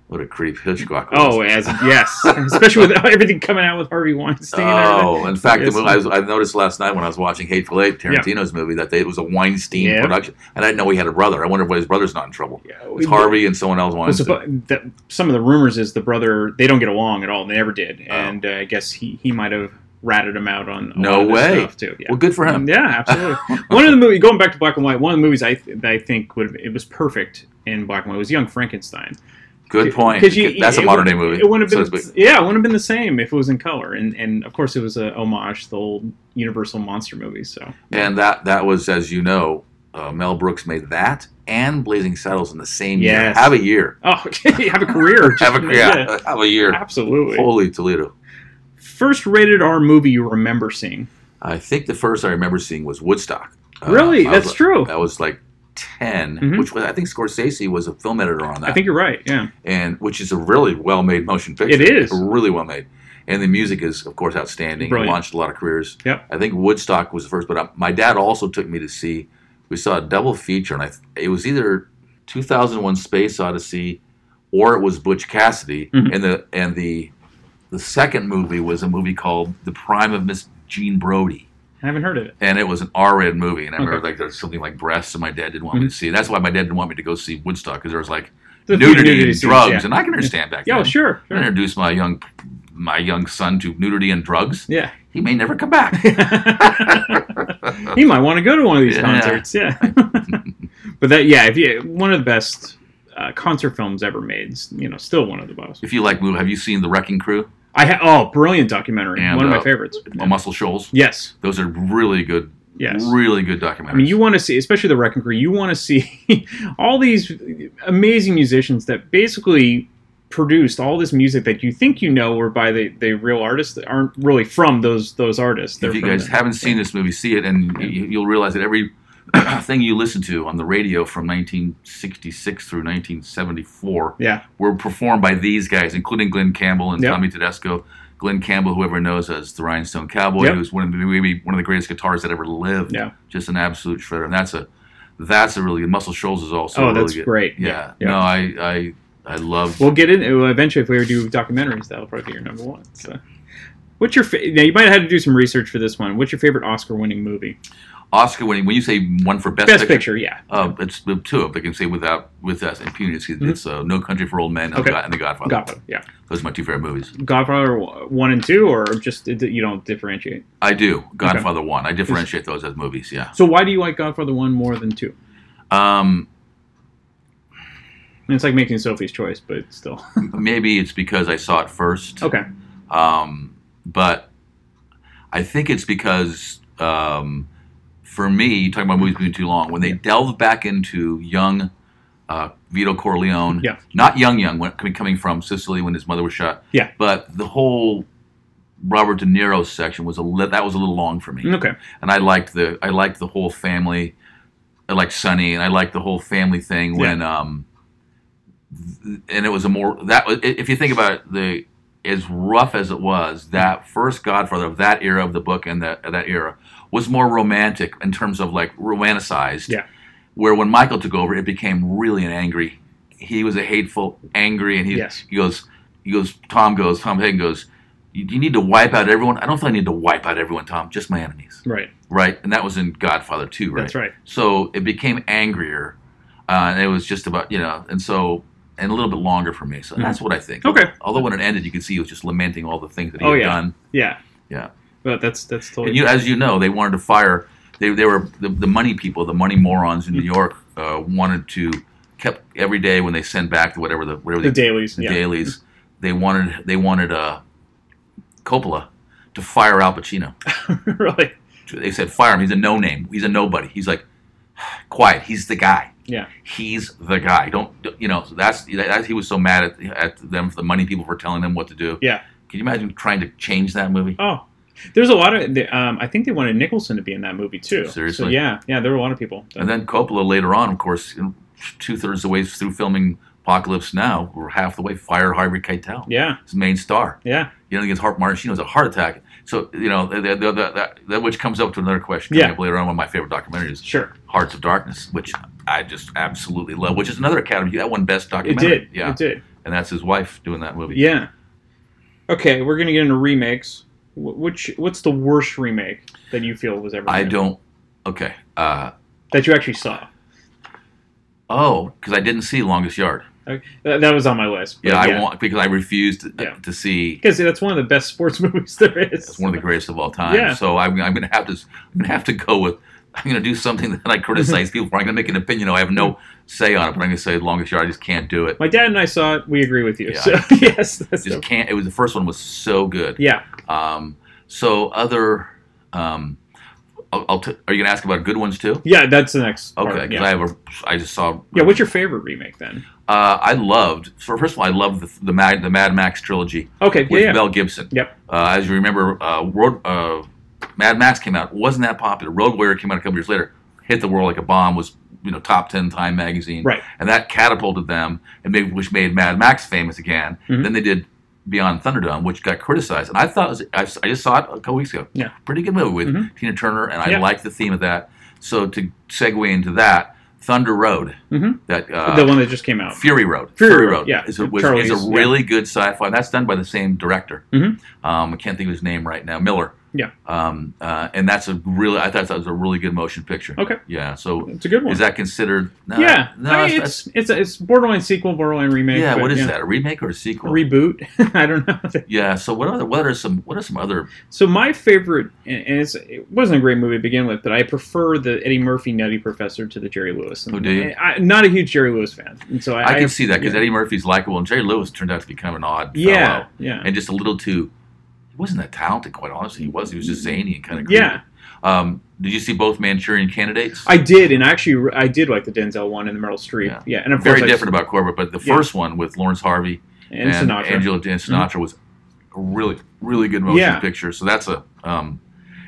Speaker 2: What a creep Hitchcock. Was.
Speaker 1: oh, as yes, especially with everything coming out with Harvey Weinstein. and everything.
Speaker 2: Oh, in fact, the
Speaker 1: Yes.
Speaker 2: movie, I, was, I noticed last night when I was watching Hateful Eight,
Speaker 1: Yeah.
Speaker 2: Tarantino's movie, that they, it was a Weinstein
Speaker 1: Yeah.
Speaker 2: production, and I didn't know he had a brother. I wonder why his brother's not in trouble.
Speaker 1: Yeah,
Speaker 2: It's
Speaker 1: it-
Speaker 2: Harvey and someone else
Speaker 1: Well,
Speaker 2: Weinstein.
Speaker 1: suppo- that- some of the rumors is the brother they don't get along at all. They never did,
Speaker 2: Oh.
Speaker 1: and uh, I guess he, he might have ratted him out on a lot
Speaker 2: No
Speaker 1: of this
Speaker 2: way.
Speaker 1: stuff too. Yeah.
Speaker 2: Well, good for him.
Speaker 1: Yeah, absolutely. one of the movie going back to black and white. One of the movies I th- that I think would have, it was perfect in black and white was Young Frankenstein.
Speaker 2: Good point.
Speaker 1: 'Cause you-
Speaker 2: That's a
Speaker 1: it
Speaker 2: modern
Speaker 1: would-
Speaker 2: day movie.
Speaker 1: It wouldn't
Speaker 2: so
Speaker 1: have
Speaker 2: to
Speaker 1: been
Speaker 2: speak.
Speaker 1: yeah, it wouldn't have been the same if it was in color. And and of course it was a homage to the old Universal monster movies. So
Speaker 2: and that that was, as you know, uh, Mel Brooks made that and Blazing Saddles in the same year.
Speaker 1: Yes.
Speaker 2: Have a year.
Speaker 1: oh, okay, have a career.
Speaker 2: Have a yeah, uh, Have a year.
Speaker 1: absolutely.
Speaker 2: Holy Toledo.
Speaker 1: First rated R movie you remember seeing?
Speaker 2: I think the first I remember seeing was Woodstock. Uh,
Speaker 1: Really?
Speaker 2: I was
Speaker 1: That's
Speaker 2: like-
Speaker 1: true.
Speaker 2: I was like 10
Speaker 1: Mhm.
Speaker 2: which was I think Scorsese was a film editor on that.
Speaker 1: I think you're right. Yeah.
Speaker 2: and which is a really well made motion picture.
Speaker 1: It is.
Speaker 2: really well made, and the music is of course outstanding. It
Speaker 1: Brilliant.
Speaker 2: Launched a lot of careers.
Speaker 1: Yep.
Speaker 2: I think Woodstock was the first, but I, my dad also took me to see. We saw a double feature, and I it was either 2001: Space Odyssey, or it was Butch Cassidy,
Speaker 1: Mhm.
Speaker 2: and the and the the second movie was a movie called The Prime of Miss Jean Brodie
Speaker 1: I haven't heard of it.
Speaker 2: and it was an R-rated movie, and I remember
Speaker 1: Okay. Mm-hmm.
Speaker 2: like there's something like breasts, and my dad didn't want me to see. That's why my dad didn't want me to go see Woodstock because there was like
Speaker 1: The few
Speaker 2: nudity,
Speaker 1: nudity
Speaker 2: and
Speaker 1: scenes,
Speaker 2: drugs,
Speaker 1: yeah.
Speaker 2: and I can understand back
Speaker 1: Yeah,
Speaker 2: then.
Speaker 1: oh, sure.
Speaker 2: I
Speaker 1: sure.
Speaker 2: introduced my young my young son to nudity and drugs.
Speaker 1: Yeah.
Speaker 2: He may never come back.
Speaker 1: you might want to go to one of these
Speaker 2: Yeah.
Speaker 1: concerts. Yeah. but that, yeah, if you, one of the best uh, concert films ever made. s- You know, still one of the best.
Speaker 2: if you like, movie, have you seen The Wrecking Crew?
Speaker 1: I ha- oh, brilliant documentary.
Speaker 2: And,
Speaker 1: one of
Speaker 2: uh,
Speaker 1: my favorites.
Speaker 2: Muscle Shoals.
Speaker 1: Yes.
Speaker 2: Those are really good.
Speaker 1: Yes.
Speaker 2: Really good documentaries.
Speaker 1: I mean, you want to see, especially the Wrecking Crew, you want to see all these amazing musicians that basically produced all this music that you think you know were by the, the real artists that aren't really from those those artists. They're
Speaker 2: if you
Speaker 1: from
Speaker 2: guys
Speaker 1: the-
Speaker 2: haven't seen this movie, see it, and
Speaker 1: Yeah.
Speaker 2: you, you'll realize that every thing you listen to on the radio from 1966 through 1974
Speaker 1: Yeah.
Speaker 2: were performed by these guys, including Glenn Campbell and
Speaker 1: Yep.
Speaker 2: Tommy Tedesco. Glenn Campbell, whoever knows as the Rhinestone Cowboy,
Speaker 1: Yep.
Speaker 2: who's one of the, maybe one of the greatest guitarists that ever lived.
Speaker 1: Yeah.
Speaker 2: just an absolute shredder, and that's a that's a really good. Muscle Shoals is also
Speaker 1: oh,
Speaker 2: really
Speaker 1: that's
Speaker 2: good.
Speaker 1: great.
Speaker 2: Yeah.
Speaker 1: Yeah.
Speaker 2: no, I I I love.
Speaker 1: We'll get in well, eventually if we ever do documentaries. That'll probably be your number one. So. What's your fa- now? You might have had to do some research for this one. What's your favorite Oscar-winning movie?
Speaker 2: Oscar winning. When you say one for best,
Speaker 1: Best, picture, yeah. Mm-hmm.
Speaker 2: Uh, it's the two of them. They can say without with us impunity. It's, it's uh, No Country for Old Men and,
Speaker 1: Okay.
Speaker 2: God, and The Godfather.
Speaker 1: Godfather, yeah.
Speaker 2: Those are my two favorite movies.
Speaker 1: Godfather one and two, or just you don't differentiate.
Speaker 2: I do Godfather one. I differentiate those as movies. Yeah.
Speaker 1: So why do you like Godfather one more than two?
Speaker 2: Um,
Speaker 1: And it's like making Sophie's choice, but still.
Speaker 2: maybe it's because I saw it first.
Speaker 1: okay.
Speaker 2: Um, but I think it's because um, for me, talking about movies being too long, when they
Speaker 1: Yeah.
Speaker 2: delve back into young uh, Vito Corleone,
Speaker 1: Yeah.
Speaker 2: not young, young, when, coming- coming from Sicily when his mother was shot,
Speaker 1: Yeah.
Speaker 2: but the whole Robert De Niro section was a li- that was a little long for me,
Speaker 1: Okay.
Speaker 2: and I liked the I liked the whole family, I liked Sonny, and I liked the whole family thing when um, th- and it was a more that was i- if you think about it, the as rough as it was, that first Godfather of that era of the book and that that era was more romantic in terms of like romanticized.
Speaker 1: Yeah.
Speaker 2: Where when Michael took over, it became really an angry. He was a hateful, angry, and he
Speaker 1: Yes.
Speaker 2: he goes he goes Tom goes Tom Hagen goes. You you need to wipe out everyone. I don't think I need to wipe out everyone, Tom. Just my enemies,
Speaker 1: Right.
Speaker 2: right? And that was in Godfather too, right?
Speaker 1: That's right.
Speaker 2: So it became angrier, uh, and it was just about you know, and so and a little bit longer for me. So
Speaker 1: Mhm.
Speaker 2: that's what I think.
Speaker 1: Okay.
Speaker 2: Although when it ended, you could see he was just lamenting all the things that he
Speaker 1: Oh,
Speaker 2: had
Speaker 1: yeah. Oh,
Speaker 2: done.
Speaker 1: Yeah.
Speaker 2: Yeah.
Speaker 1: But that's that's totally
Speaker 2: And you, as you know, they wanted to fire. They, they were the, the money people, the money morons in New
Speaker 1: Mm-hmm.
Speaker 2: York, uh, wanted to kept every day when they send back whatever the whatever
Speaker 1: the
Speaker 2: they-
Speaker 1: dailies.
Speaker 2: the
Speaker 1: yeah. Mm-hmm.
Speaker 2: dailies. They wanted they wanted uh, Coppola to fire Al Pacino.
Speaker 1: really.
Speaker 2: They said fire him. He's a no name. He's a nobody. He's like quiet. He's the guy.
Speaker 1: Yeah.
Speaker 2: He's the guy. Don't you know? So that's that, he was so mad at, at them for the money people for telling them what to do.
Speaker 1: Yeah.
Speaker 2: Can you imagine trying to change that movie?
Speaker 1: Oh. There's a lot of. the- Um, I think they wanted Nicholson to be in that movie too. So
Speaker 2: Seriously?
Speaker 1: yeah, yeah, there were a lot of people.
Speaker 2: And then Coppola later on, of course, two thirds of the way through filming Apocalypse Now, or half the way, fired Harvey Keitel,
Speaker 1: yeah,
Speaker 2: his main star.
Speaker 1: yeah,
Speaker 2: You know, he gets heart Maracino has a heart attack. So you know that, that, that, that, that which comes up to another question
Speaker 1: Yeah.
Speaker 2: coming up later on. One of my favorite documentaries,
Speaker 1: sure.
Speaker 2: Hearts of Darkness, which I just absolutely love. Which is another Academy that won Best
Speaker 1: It
Speaker 2: Documentary.
Speaker 1: did.
Speaker 2: yeah,
Speaker 1: It did.
Speaker 2: and that's his wife doing that movie.
Speaker 1: Yeah. Okay, we're gonna get into remakes. Wh- Which what's the worst remake that you feel was ever?
Speaker 2: I
Speaker 1: made?
Speaker 2: don't. Okay. Uh,
Speaker 1: that you actually saw.
Speaker 2: oh, because I didn't see Longest Yard.
Speaker 1: Okay, That, that was on my list. but
Speaker 2: Yeah, I want because I refused to,
Speaker 1: Yeah.
Speaker 2: to see.
Speaker 1: because that's one of the best sports movies there is.
Speaker 2: It's one of the greatest of all time.
Speaker 1: Yeah.
Speaker 2: So I'm, I'm gonna have to. I'm gonna have to go with. I'm gonna do something that I criticize people for. I'm gonna make an opinion. I have no say on it, but I'm gonna say Longest Yard. I just can't do it.
Speaker 1: My dad and I saw it. We agree with you.
Speaker 2: Yeah.
Speaker 1: So yes, that's
Speaker 2: just
Speaker 1: the,
Speaker 2: can't. It was the first one was so good.
Speaker 1: yeah.
Speaker 2: Um, so other, um, I'll, I'll t- are you gonna ask about good ones too?
Speaker 1: Yeah, that's the next.
Speaker 2: Okay,
Speaker 1: part,
Speaker 2: because
Speaker 1: yeah.
Speaker 2: I have a, I just saw.
Speaker 1: yeah, what's your favorite remake then?
Speaker 2: Uh, I loved. So first of all, I loved the the Mad, the Mad Max trilogy
Speaker 1: Okay, yeah,
Speaker 2: with
Speaker 1: yeah.
Speaker 2: Mel Gibson.
Speaker 1: Yep.
Speaker 2: Uh, as you remember, uh, World, uh, Mad Max came out. wasn't that popular. Road Warrior came out a couple years later. Hit the world like a bomb. Was you know top ten Time magazine.
Speaker 1: Right.
Speaker 2: And that catapulted them, and made, which made Mad Max famous again.
Speaker 1: Mhm.
Speaker 2: Then they did Beyond Thunderdome, which got criticized. And I thought it was, I, s- I just saw it a couple weeks ago.
Speaker 1: Yeah.
Speaker 2: Pretty good movie with
Speaker 1: Mhm.
Speaker 2: Tina Turner, and I
Speaker 1: Yeah.
Speaker 2: liked the theme of that. So to segue into that, Thunder Road.
Speaker 1: Mhm.
Speaker 2: That uh,
Speaker 1: the one that just came out.
Speaker 2: Fury Road.
Speaker 1: Fury Road, yeah.
Speaker 2: Is a, was,
Speaker 1: Charlie's,
Speaker 2: is a
Speaker 1: yeah.
Speaker 2: really good sci-fi. That's done by the same director.
Speaker 1: Mhm.
Speaker 2: Um, I can't think of his name right now. Miller.
Speaker 1: Yeah.
Speaker 2: Um, uh, and that's a really. I thought that was a really good motion picture.
Speaker 1: Okay.
Speaker 2: Yeah. So
Speaker 1: It's a good one.
Speaker 2: is that considered? No,
Speaker 1: yeah,
Speaker 2: No.
Speaker 1: I mean,
Speaker 2: that's-
Speaker 1: it's it's a- it's borderline sequel, borderline remake.
Speaker 2: yeah.
Speaker 1: but,
Speaker 2: What is
Speaker 1: yeah.
Speaker 2: that? A remake or a sequel?
Speaker 1: Reboot. I don't know.
Speaker 2: yeah. So what are what are some what are some other?
Speaker 1: So my favorite, and and it's, it wasn't a great movie to begin with, but I prefer the Eddie Murphy Nutty Professor to the Jerry Lewis. And
Speaker 2: Oh, do you?
Speaker 1: I, I'm not a huge Jerry Lewis fan, and so I,
Speaker 2: I, can see that because
Speaker 1: yeah.
Speaker 2: Eddie Murphy's likable and Jerry Lewis turned out to be kind of an odd
Speaker 1: yeah,
Speaker 2: fellow
Speaker 1: yeah,
Speaker 2: and just a little too. He wasn't that talented, quite honestly. He was. He was just zany and kind of.
Speaker 1: Mm-hmm. yeah.
Speaker 2: Um, did you see both Manchurian Candidates?
Speaker 1: I did, and actually, I did like the Denzel one and the Meryl Streep. Yeah,
Speaker 2: Yeah.
Speaker 1: and of
Speaker 2: very
Speaker 1: course,
Speaker 2: different about Corbett, but the
Speaker 1: Yeah.
Speaker 2: first one with Lawrence Harvey
Speaker 1: I, and, Sinatra. Mm-hmm.
Speaker 2: Angela and Sinatra was a really, really good motion
Speaker 1: Yeah.
Speaker 2: picture. So that's a um,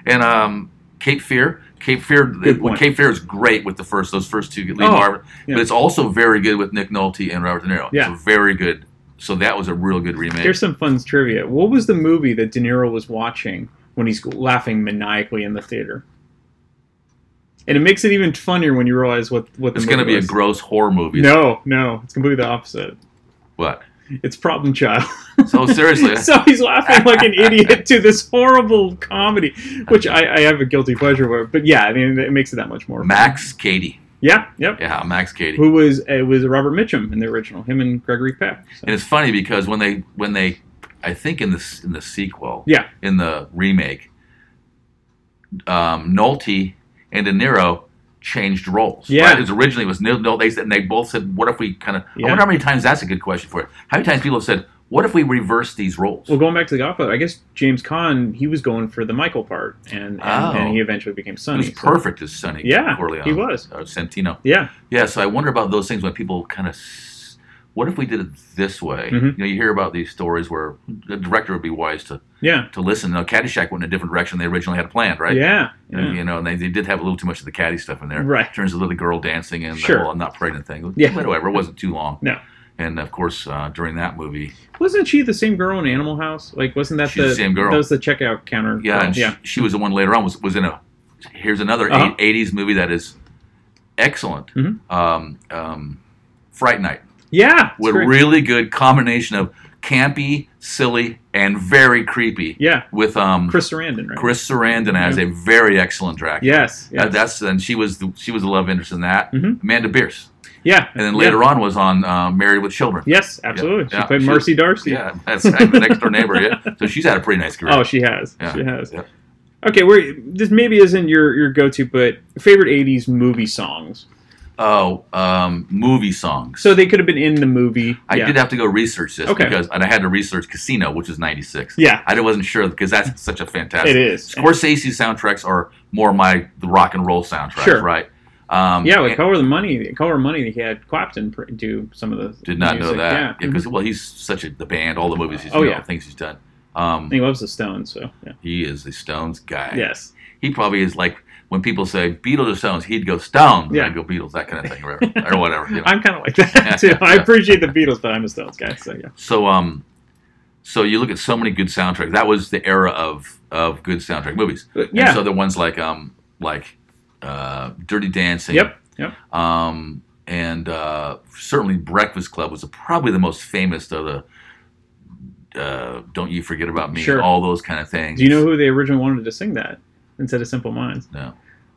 Speaker 2: and um, Cape Fear. Cape Fear.
Speaker 1: Good point.
Speaker 2: Cape Fear is great with the first those first two Lee
Speaker 1: Oh,
Speaker 2: Marvin,
Speaker 1: yeah.
Speaker 2: but it's also very good with Nick Nolte and Robert De Niro.
Speaker 1: Yeah.
Speaker 2: It's a very good. So that was a real good remake.
Speaker 1: Here's some fun trivia. What was the movie that De Niro was watching when he's laughing maniacally in the theater? And it makes it even funnier when you realize what what the
Speaker 2: it's
Speaker 1: movie
Speaker 2: going to be a
Speaker 1: was.
Speaker 2: gross horror movie.
Speaker 1: No, no, it's completely the opposite.
Speaker 2: What?
Speaker 1: It's Problem Child.
Speaker 2: So seriously,
Speaker 1: so he's laughing like an idiot to this horrible comedy, which I, I have a guilty pleasure with. But yeah, I mean, it makes it that much more. fun.
Speaker 2: Max Cady.
Speaker 1: Yeah. Yep.
Speaker 2: Yeah, Max Cady.
Speaker 1: Who was it was Robert Mitchum in the original? Him and Gregory Peck. So-
Speaker 2: And it's funny because when they when they, I think in the in the sequel,
Speaker 1: Yeah.
Speaker 2: in the remake, um, Nolte and De Niro changed roles.
Speaker 1: Yeah.
Speaker 2: right? it was originally it was Nil- Nolte, they said, and they both said, "What if we kind of?"
Speaker 1: Yeah.
Speaker 2: I wonder how many times that's a good question for it. How many times people have said, "What if we reverse these roles?"
Speaker 1: Well, going back to the Godfather, I guess James Caan he was going for the Michael part, and and,
Speaker 2: Oh.
Speaker 1: and he eventually became
Speaker 2: it
Speaker 1: Sonny.
Speaker 2: was
Speaker 1: so-
Speaker 2: perfect as Sonny
Speaker 1: Yeah,
Speaker 2: Corleone.
Speaker 1: he was.
Speaker 2: or Santino.
Speaker 1: Yeah,
Speaker 2: Yeah, so I wonder about those things when people kind of, what if we did it this way?
Speaker 1: Mhm.
Speaker 2: You know, you hear about these stories where the director would be wise to
Speaker 1: yeah,
Speaker 2: to listen. Now, Caddyshack went in a different direction they originally had planned, right?
Speaker 1: yeah,
Speaker 2: You know,
Speaker 1: yeah.
Speaker 2: you know, and they, they did have a little too much of the caddy stuff in there.
Speaker 1: Right.
Speaker 2: In terms of the girl dancing and
Speaker 1: Sure.
Speaker 2: the whole I'm not pregnant thing.
Speaker 1: Yeah.
Speaker 2: But whatever, it wasn't too long.
Speaker 1: No.
Speaker 2: And of course, uh, during that movie,
Speaker 1: Wasn't she the same girl in Animal House? Like, wasn't that
Speaker 2: She's the same girl.
Speaker 1: That was the checkout counter.
Speaker 2: yeah,
Speaker 1: girl.
Speaker 2: and she,
Speaker 1: yeah.
Speaker 2: she was the one later on was, was in a, here's another
Speaker 1: Uh-huh.
Speaker 2: eight, 80s movie that is excellent.
Speaker 1: Mhm.
Speaker 2: Um, um, Fright Night.
Speaker 1: Yeah, it's
Speaker 2: With
Speaker 1: great.
Speaker 2: really good combination of campy, silly, and very creepy.
Speaker 1: yeah,
Speaker 2: With um, Chris,
Speaker 1: Chris Sarandon, right?
Speaker 2: Sarandon as
Speaker 1: Yeah.
Speaker 2: a very excellent Dracula.
Speaker 1: Yes, yes.
Speaker 2: That- that's and she was the, she was the love interest in that.
Speaker 1: Mhm.
Speaker 2: Amanda Bierce,
Speaker 1: yeah,
Speaker 2: and then later on was on uh, Married with Children.
Speaker 1: Yes, absolutely.
Speaker 2: yeah,
Speaker 1: She played
Speaker 2: she-
Speaker 1: Marcy Darcy.
Speaker 2: Yeah, that's like the next door neighbor. Yeah, so she's had a pretty nice career.
Speaker 1: Oh, she has.
Speaker 2: Yeah,
Speaker 1: She has.
Speaker 2: yeah.
Speaker 1: Okay, we're, this maybe isn't your, your go to, but favorite 80s movie songs.
Speaker 2: Oh, um, movie songs.
Speaker 1: So they could have been in the movie.
Speaker 2: I
Speaker 1: yeah.
Speaker 2: did have to go research this
Speaker 1: Okay.
Speaker 2: because, and I had to research Casino, which is '96.
Speaker 1: Yeah,
Speaker 2: I wasn't sure because that's such a
Speaker 1: it
Speaker 2: fantastic.
Speaker 1: is.
Speaker 2: Scorsese soundtracks are more my the rock and roll soundtrack,
Speaker 1: Sure.
Speaker 2: right? Um,
Speaker 1: Yeah, like
Speaker 2: and-
Speaker 1: Color the Money, Color Money, he had Clapton pr- do some of the
Speaker 2: Did not know
Speaker 1: music,
Speaker 2: that. Yeah,
Speaker 1: Yeah.
Speaker 2: because well, he's such a the band, all the movies he's
Speaker 1: Oh,
Speaker 2: you know,
Speaker 1: yeah.
Speaker 2: things he's done. Um,
Speaker 1: And mm-hmm. he loves the Stones, so yeah.
Speaker 2: he is the Stones guy.
Speaker 1: Yes.
Speaker 2: He probably is like when people say Beatles or Stones, he'd go Stones.
Speaker 1: Yeah.
Speaker 2: Yeah. I'd go Beatles, that kind of thing, or, or whatever. You know.
Speaker 1: I'm kind of like that too. I appreciate the Beatles, but I'm a Stones guy. So yeah,
Speaker 2: So um, so you look at so many good soundtracks. That was the era of of good soundtrack movies.
Speaker 1: yeah.
Speaker 2: And so the ones like um like uh, Dirty Dancing.
Speaker 1: yep, yep.
Speaker 2: Um, and uh, certainly Breakfast Club was probably the most famous of the. Uh, don't you forget about me?
Speaker 1: Sure.
Speaker 2: All those kind of things.
Speaker 1: Do you know who they originally wanted to sing that instead of Simple Minds?
Speaker 2: No.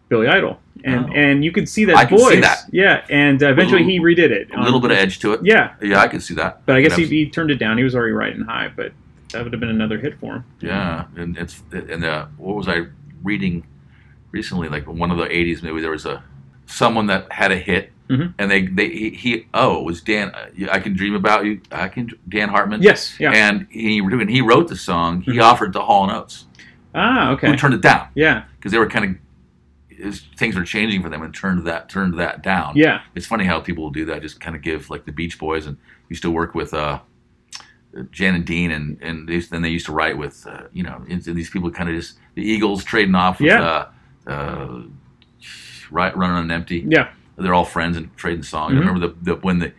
Speaker 1: Billy Idol, and
Speaker 2: Oh.
Speaker 1: and you could see that
Speaker 2: I can
Speaker 1: voice.
Speaker 2: see that.
Speaker 1: Yeah, and uh, eventually he redid it.
Speaker 2: A little
Speaker 1: on-
Speaker 2: bit of edge to it.
Speaker 1: Yeah,
Speaker 2: Yeah, I could see that.
Speaker 1: but I guess
Speaker 2: And
Speaker 1: he,
Speaker 2: I'm-
Speaker 1: he turned it down. He was already riding high, but that would have been another hit for him.
Speaker 2: Yeah, and it's and uh, what was I reading recently? Like one of the '80s movie, there was a someone that had a hit,
Speaker 1: Mhm.
Speaker 2: and they they he, he oh it was Dan. uh, I can dream about you. I can Dan Hartman.
Speaker 1: Yes, yeah.
Speaker 2: And he when he wrote the song, he
Speaker 1: Mhm.
Speaker 2: offered to Hall and Oates,
Speaker 1: ah, okay.
Speaker 2: who turned it down
Speaker 1: Yeah,
Speaker 2: because they were kind of things were changing for them and turned that turned that down.
Speaker 1: yeah.
Speaker 2: It's funny how people will do that. Just kind of give like the Beach Boys and used to work with uh, Jan and Dean, and and they used, then they used to write with uh, you know and these people kind of just the Eagles trading off with
Speaker 1: Yeah.
Speaker 2: uh, uh, right running on empty.
Speaker 1: Yeah,
Speaker 2: They're all friends and trading songs.
Speaker 1: Mhm.
Speaker 2: I remember the, the when the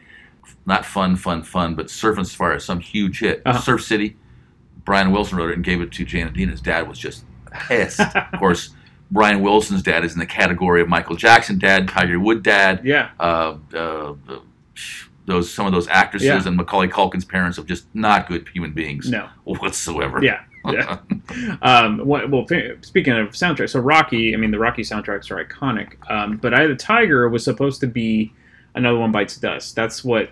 Speaker 2: not fun fun fun, but Surf and Fire, some huge hit.
Speaker 1: Uh-huh.
Speaker 2: Surf City. Brian Wilson wrote it and gave it to Jan and Dean. His dad was just pissed. of course, Brian Wilson's dad is in the category of Michael Jackson dad, Tiger Wood dad
Speaker 1: yeah,
Speaker 2: uh, uh, those some of those actresses
Speaker 1: Yeah.
Speaker 2: and Macaulay Culkin's parents are just not good human beings
Speaker 1: no,
Speaker 2: whatsoever.
Speaker 1: yeah, yeah. um, what, well, fa- speaking of soundtracks, so Rocky, I mean, the Rocky soundtracks are iconic. Um, but Eye of the Tiger was supposed to be another one bites dust. That's what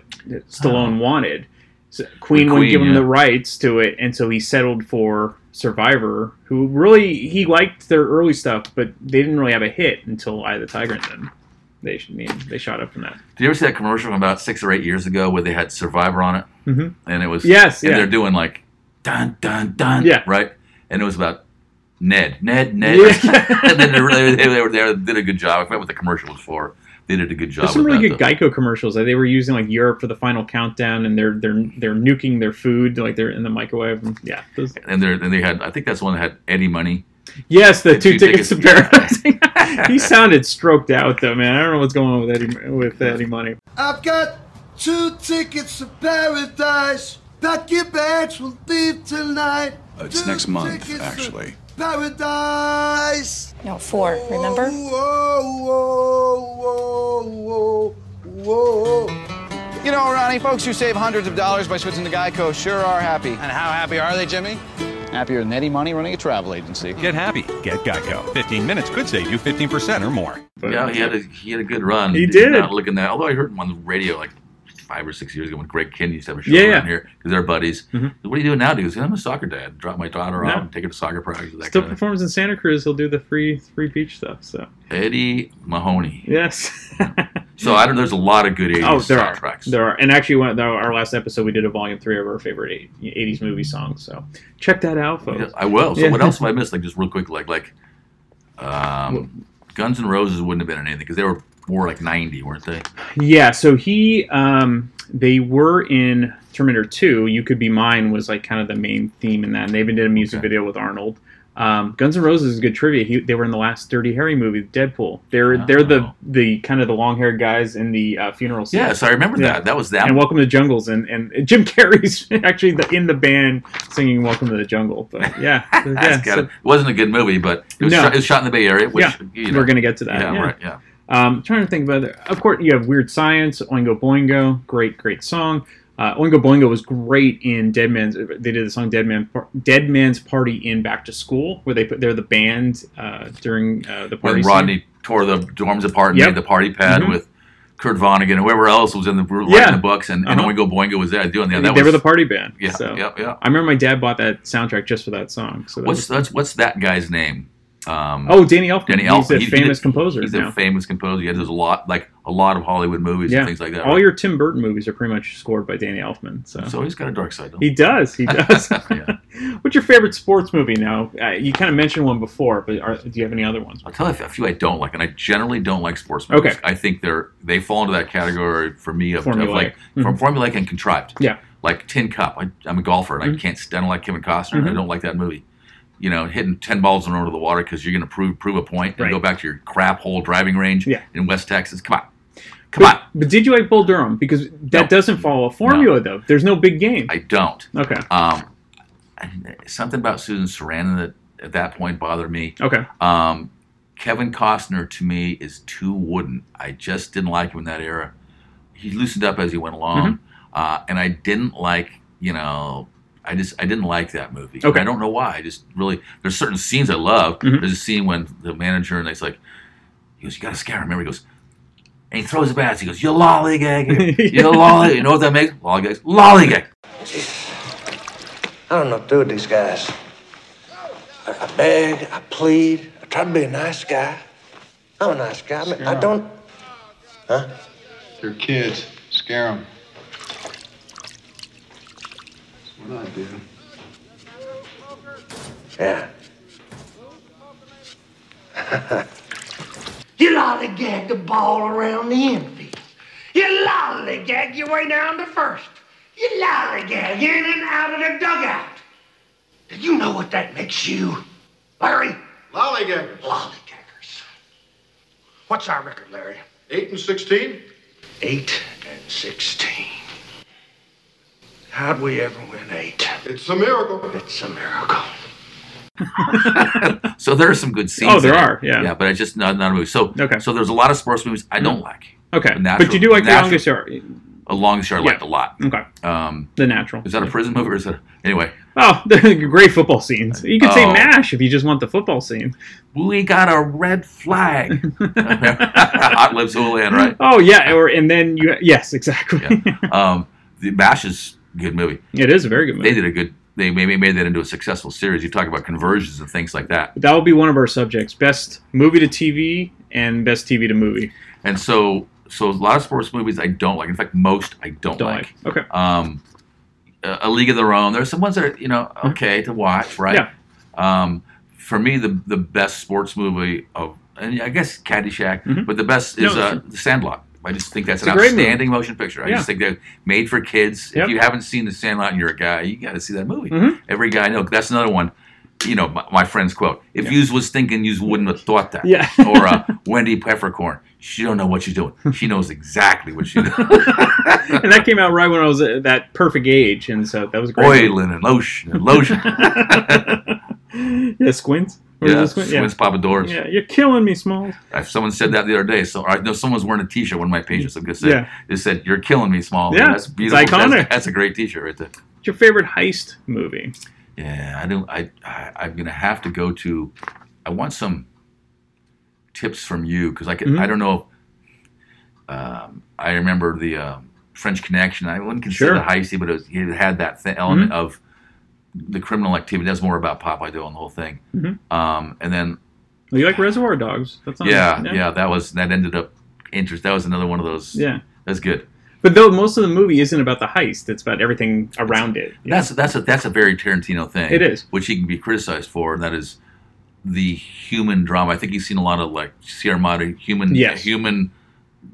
Speaker 1: Stallone wanted. So Queen, wouldn't
Speaker 2: Oh. Queen,
Speaker 1: give him
Speaker 2: yeah.
Speaker 1: the rights to it, and so he settled for Survivor, who really he liked their early stuff, but they didn't really have a hit until Eye of the Tiger, and then they they shot up from that.
Speaker 2: Did you ever see that commercial from about six or eight years ago where they had Survivor on it
Speaker 1: Mhm.
Speaker 2: and it was
Speaker 1: Yes,
Speaker 2: and
Speaker 1: yeah.
Speaker 2: they're doing like dun dun dun
Speaker 1: Yeah.
Speaker 2: right and it was about Ned Ned Ned
Speaker 1: Yeah.
Speaker 2: and then they, were- they, they were there did a good job. I forgot what the commercial was for. They did a good job.
Speaker 1: There's some
Speaker 2: with
Speaker 1: really
Speaker 2: that,
Speaker 1: good Geico commercials. Like they were using like Europe for the final countdown, and they're they're they're nuking their food like they're in the microwave. And, yeah. those-
Speaker 2: though. And, they're, and they had I think that's the one that had Eddie Money.
Speaker 1: yes, the
Speaker 2: The
Speaker 1: two,
Speaker 2: two
Speaker 1: tickets,
Speaker 2: tickets.
Speaker 1: to paradise. he sounded stroked out though, man. I don't know what's going on with Eddie with Eddie Money.
Speaker 5: I've got two tickets to paradise. Pack your bags, we'll leave tonight.
Speaker 6: It's
Speaker 5: Two
Speaker 6: next month,
Speaker 5: tickets to
Speaker 6: actually.
Speaker 5: Paradise.
Speaker 7: No, four, remember?
Speaker 5: Whoa, whoa, whoa, whoa.
Speaker 8: You know, Ronnie, folks who save hundreds of dollars by switching to Geico sure are happy. And how happy are they, Jimmy? Happier than Eddie Money running a travel agency.
Speaker 9: Get happy. Get Geico. 15 minutes could save you 15% or more.
Speaker 1: But,
Speaker 2: yeah, he had a he had a good run.
Speaker 1: He
Speaker 2: He's
Speaker 1: did.
Speaker 2: Not looking that. Although I heard him on the radio like five or six years ago when Greg Kinney used to have a show
Speaker 1: Yeah,
Speaker 2: around
Speaker 1: yeah.
Speaker 2: here because they're buddies.
Speaker 1: Mhm.
Speaker 2: What are you doing now? dude?" He goes, I'm a soccer dad. Drop my daughter
Speaker 1: Yeah.
Speaker 2: off and take her to soccer practice. That
Speaker 1: still
Speaker 2: kind of-
Speaker 1: performs in Santa Cruz. He'll do the free free beach stuff. So
Speaker 2: Eddie Mahoney.
Speaker 1: yes.
Speaker 2: So I don't. There's a lot of good 80s
Speaker 1: oh, there are
Speaker 2: soundtracks.
Speaker 1: there are, and actually, one, though, our last episode we did a volume three of our favorite eight- '80s movie songs. So check that out, folks.
Speaker 2: Yeah, I will. So
Speaker 1: Yeah.
Speaker 2: what else have I missed? Like just real quick, like like um, Guns N' Roses wouldn't have been in anything because they were more like 90, weren't they?
Speaker 1: Yeah, so he um they were in Terminator 2, You Could Be Mine was like kind of the main theme in that. And they even did a music
Speaker 2: Okay.
Speaker 1: video with Arnold. Um, Guns N' Roses is good trivia. He, they were in the last Dirty Harry movie, Deadpool. They're they're the
Speaker 2: Oh.
Speaker 1: the kind of the long-haired guys in the uh, funeral scene.
Speaker 2: Yeah. So I remember
Speaker 1: Yeah.
Speaker 2: that. That was that.
Speaker 1: And Welcome to the Jungles and and Jim Carrey's actually the, in the band singing Welcome to the Jungle. But yeah, yeah.
Speaker 2: That's
Speaker 1: so
Speaker 2: gotta- it wasn't a good movie, but it was,
Speaker 1: No.
Speaker 2: shot, it was shot in the Bay Area, which
Speaker 1: Yeah,
Speaker 2: you know,
Speaker 1: we're gonna get to that.
Speaker 2: yeah,
Speaker 1: yeah.
Speaker 2: right, yeah.
Speaker 1: Um, trying to think about it. Of course, you have Weird Science, Oingo Boingo, great, great song. Uh, Oingo Boingo was great in Dead Man's. They did the song Dead Man Par- Dead Man's Party in Back to School, where they put they're the band uh, during uh, the party.
Speaker 2: when
Speaker 1: scene.
Speaker 2: Rodney tore the dorms apart and
Speaker 1: Yep.
Speaker 2: made the party pad
Speaker 1: Mhm.
Speaker 2: with Kurt Vonnegut and whoever else was in the writing
Speaker 1: Yeah.
Speaker 2: the books, and, and
Speaker 1: Uh-huh.
Speaker 2: Oingo Boingo was there doing that. that
Speaker 1: they
Speaker 2: was,
Speaker 1: were the party band.
Speaker 2: yeah,
Speaker 1: so.
Speaker 2: yeah, yeah.
Speaker 1: I remember my dad bought that soundtrack just for that song. So that
Speaker 2: What's
Speaker 1: was-
Speaker 2: that's what's that guy's name? Um,
Speaker 1: oh Danny Elfman?
Speaker 2: Danny
Speaker 1: He's
Speaker 2: Elfman.
Speaker 1: a
Speaker 2: He's-
Speaker 1: famous
Speaker 2: he's-
Speaker 1: composer
Speaker 2: he's
Speaker 1: now.
Speaker 2: a famous composer. Yeah, there's a lot like a lot of Hollywood movies
Speaker 1: Yeah.
Speaker 2: and things like that.
Speaker 1: All
Speaker 2: right?
Speaker 1: your Tim Burton movies are pretty much scored by Danny Elfman.
Speaker 2: so he's got a dark side. Don't
Speaker 1: He does. He does.
Speaker 2: Yeah.
Speaker 1: What's your favorite sports movie? Now uh, you kind of mentioned one before, but are, do you have any other ones?
Speaker 2: I'll tell you a few I don't like, and I generally don't like sports
Speaker 1: Okay.
Speaker 2: movies. I think they're they fall into that category for me of, of
Speaker 1: Formulaic.
Speaker 2: like
Speaker 1: Mhm.
Speaker 2: from formulaic and contrived.
Speaker 1: Yeah.
Speaker 2: like Tin Cup. I, I'm a golfer, and
Speaker 1: Mm-hmm.
Speaker 2: I can't. st- I don't like Kevin Costner. I don't like that movie. You know, hitting ten balls in a row to the water because you're going to prove prove a point and
Speaker 1: Right.
Speaker 2: go back to your crap hole driving range
Speaker 1: Yeah.
Speaker 2: in West Texas. Come on, come
Speaker 1: But,
Speaker 2: on.
Speaker 1: but did you like Bull Durham? Because that
Speaker 2: No.
Speaker 1: doesn't follow a formula, though. There's no big game.
Speaker 2: I don't.
Speaker 1: okay.
Speaker 2: Um, I- something about Susan Sarandon that at that point bothered me.
Speaker 1: okay.
Speaker 2: Um, Kevin Costner to me is too wooden. I just didn't like him in that era. He loosened up as he went along,
Speaker 1: Mm-hmm.
Speaker 2: uh, and I didn't like you know. I just I didn't like that movie.
Speaker 1: Okay.
Speaker 2: I don't know why. I just really there's certain scenes I love.
Speaker 1: Mhm.
Speaker 2: There's a scene when the manager and he's like, he goes, you gotta scare him. Remember, he goes, and he throws the bats. He goes, you lollygag, you lolly. You know what that makes? Lollygags, lollygag.
Speaker 5: I don't know what to do with these guys. I, I beg, I plead, I try to be a nice guy. I'm a nice guy. I, mean, I don't.
Speaker 6: They're kids. Scare them. That's what I do.
Speaker 5: Yeah.
Speaker 7: You lollygag the ball around the infield. You lollygag your way down to first. You lollygag in and out of the dugout. Do you know what that makes you, Larry?
Speaker 6: Lollygaggers.
Speaker 7: Lollygaggers. What's our record, Larry?
Speaker 6: 8 and 16?
Speaker 7: Eight and sixteen. How'd we ever win eight?
Speaker 6: It's a miracle.
Speaker 7: It's a miracle.
Speaker 2: So there are some good scenes.
Speaker 1: Oh, there
Speaker 2: in it.
Speaker 1: are, yeah.
Speaker 2: Yeah, but it's just not, not a movie. So
Speaker 1: Okay. Mm-hmm.
Speaker 2: so there's a lot of sports movies I don't like.
Speaker 1: Okay.
Speaker 2: Natural-
Speaker 1: but you do like
Speaker 2: natural-
Speaker 1: the longest yard.
Speaker 2: A longest yard I
Speaker 1: Yeah.
Speaker 2: liked a lot.
Speaker 1: Okay.
Speaker 2: Um,
Speaker 1: The natural.
Speaker 2: is that a prison movie or is that anyway?
Speaker 1: Oh, they're great football scenes. You could say
Speaker 2: Oh.
Speaker 1: MASH if you just want the football scene.
Speaker 2: We got a red flag. Hot Lips Houlihan, right?
Speaker 1: Oh yeah, or and then you yes, exactly.
Speaker 2: Yeah. Um, the Bash is a good movie.
Speaker 1: it is a very good
Speaker 2: They
Speaker 1: movie.
Speaker 2: did a good. They maybe made that into a successful series. You talk about conversions and things like that.
Speaker 1: That will be one of our subjects: best movie to TV and best TV to movie.
Speaker 2: And so so a lot of sports movies I don't like. In fact, most I don't,
Speaker 1: Don't
Speaker 2: like.
Speaker 1: like. Okay.
Speaker 2: um, a a League of Their Own. There's some ones that are you know okay to watch, right?
Speaker 1: Mm-hmm. Yeah.
Speaker 2: Um, for me, the the best sports movie of and I guess Caddyshack, but the best is
Speaker 1: Mm-hmm. No,
Speaker 2: uh,
Speaker 1: sure.
Speaker 2: The Sandlot. I just think that's
Speaker 1: It's
Speaker 2: an
Speaker 1: a great movie.
Speaker 2: outstanding motion picture. I
Speaker 1: Yeah.
Speaker 2: just think they're made for kids.
Speaker 1: Yep.
Speaker 2: If you haven't seen The Sandlot and you're a guy, you got to see that movie.
Speaker 1: Mhm.
Speaker 2: Every guy I know. That's another one. You know, my, my friend's quote: "If yous was thinking, yous wouldn't have thought that."
Speaker 1: Yeah.
Speaker 2: or uh, Wendy Peppercorn. She don't know what she's doing. She knows exactly what she's doing.
Speaker 1: and that came out right when I was at that perfect age, and so that was a great.
Speaker 2: oil and lotion and lotion.
Speaker 1: movie. Yeah, squints. Or
Speaker 2: yeah,
Speaker 1: is it Squint?
Speaker 2: Swiss Papadores.
Speaker 1: yeah, yeah, you're killing me, Smalls.
Speaker 2: If someone said that the other day, so I know someone's wearing a T-shirt. One of my patients, I'm gonna say,
Speaker 1: Yeah.
Speaker 2: they said, "You're killing me, small."
Speaker 1: Yeah,
Speaker 2: that's
Speaker 1: it's
Speaker 2: beautiful. That's-
Speaker 1: iconic.
Speaker 2: That's, a great T-shirt right there.
Speaker 1: What's your favorite heist movie?
Speaker 2: Yeah, I don't. I, I I'm gonna have to go to. I want some tips from you because I can.
Speaker 1: Mhm.
Speaker 2: I don't know. Um, I remember the um, French Connection. I wouldn't
Speaker 1: Sure.
Speaker 2: consider
Speaker 1: Mm-hmm.
Speaker 2: it heisty, but it, was, it had that th- element of the criminal activity. That's more about Popeye Doe and the whole thing.
Speaker 1: Mhm.
Speaker 2: Um, and then
Speaker 1: Well, you like Reservoir Dogs? That's not
Speaker 2: yeah, yeah, that was that ended up interest. That was another one of those.
Speaker 1: yeah.
Speaker 2: that's good.
Speaker 1: But though most of the movie isn't about the heist, it's about everything around it. Yeah.
Speaker 2: That's that's a that's a very Tarantino thing.
Speaker 1: It is.
Speaker 2: which he can be criticized for, and that is the human drama. I think he's seen a lot of like Sierra Madre human,
Speaker 1: Yes. Mm-hmm.
Speaker 2: human.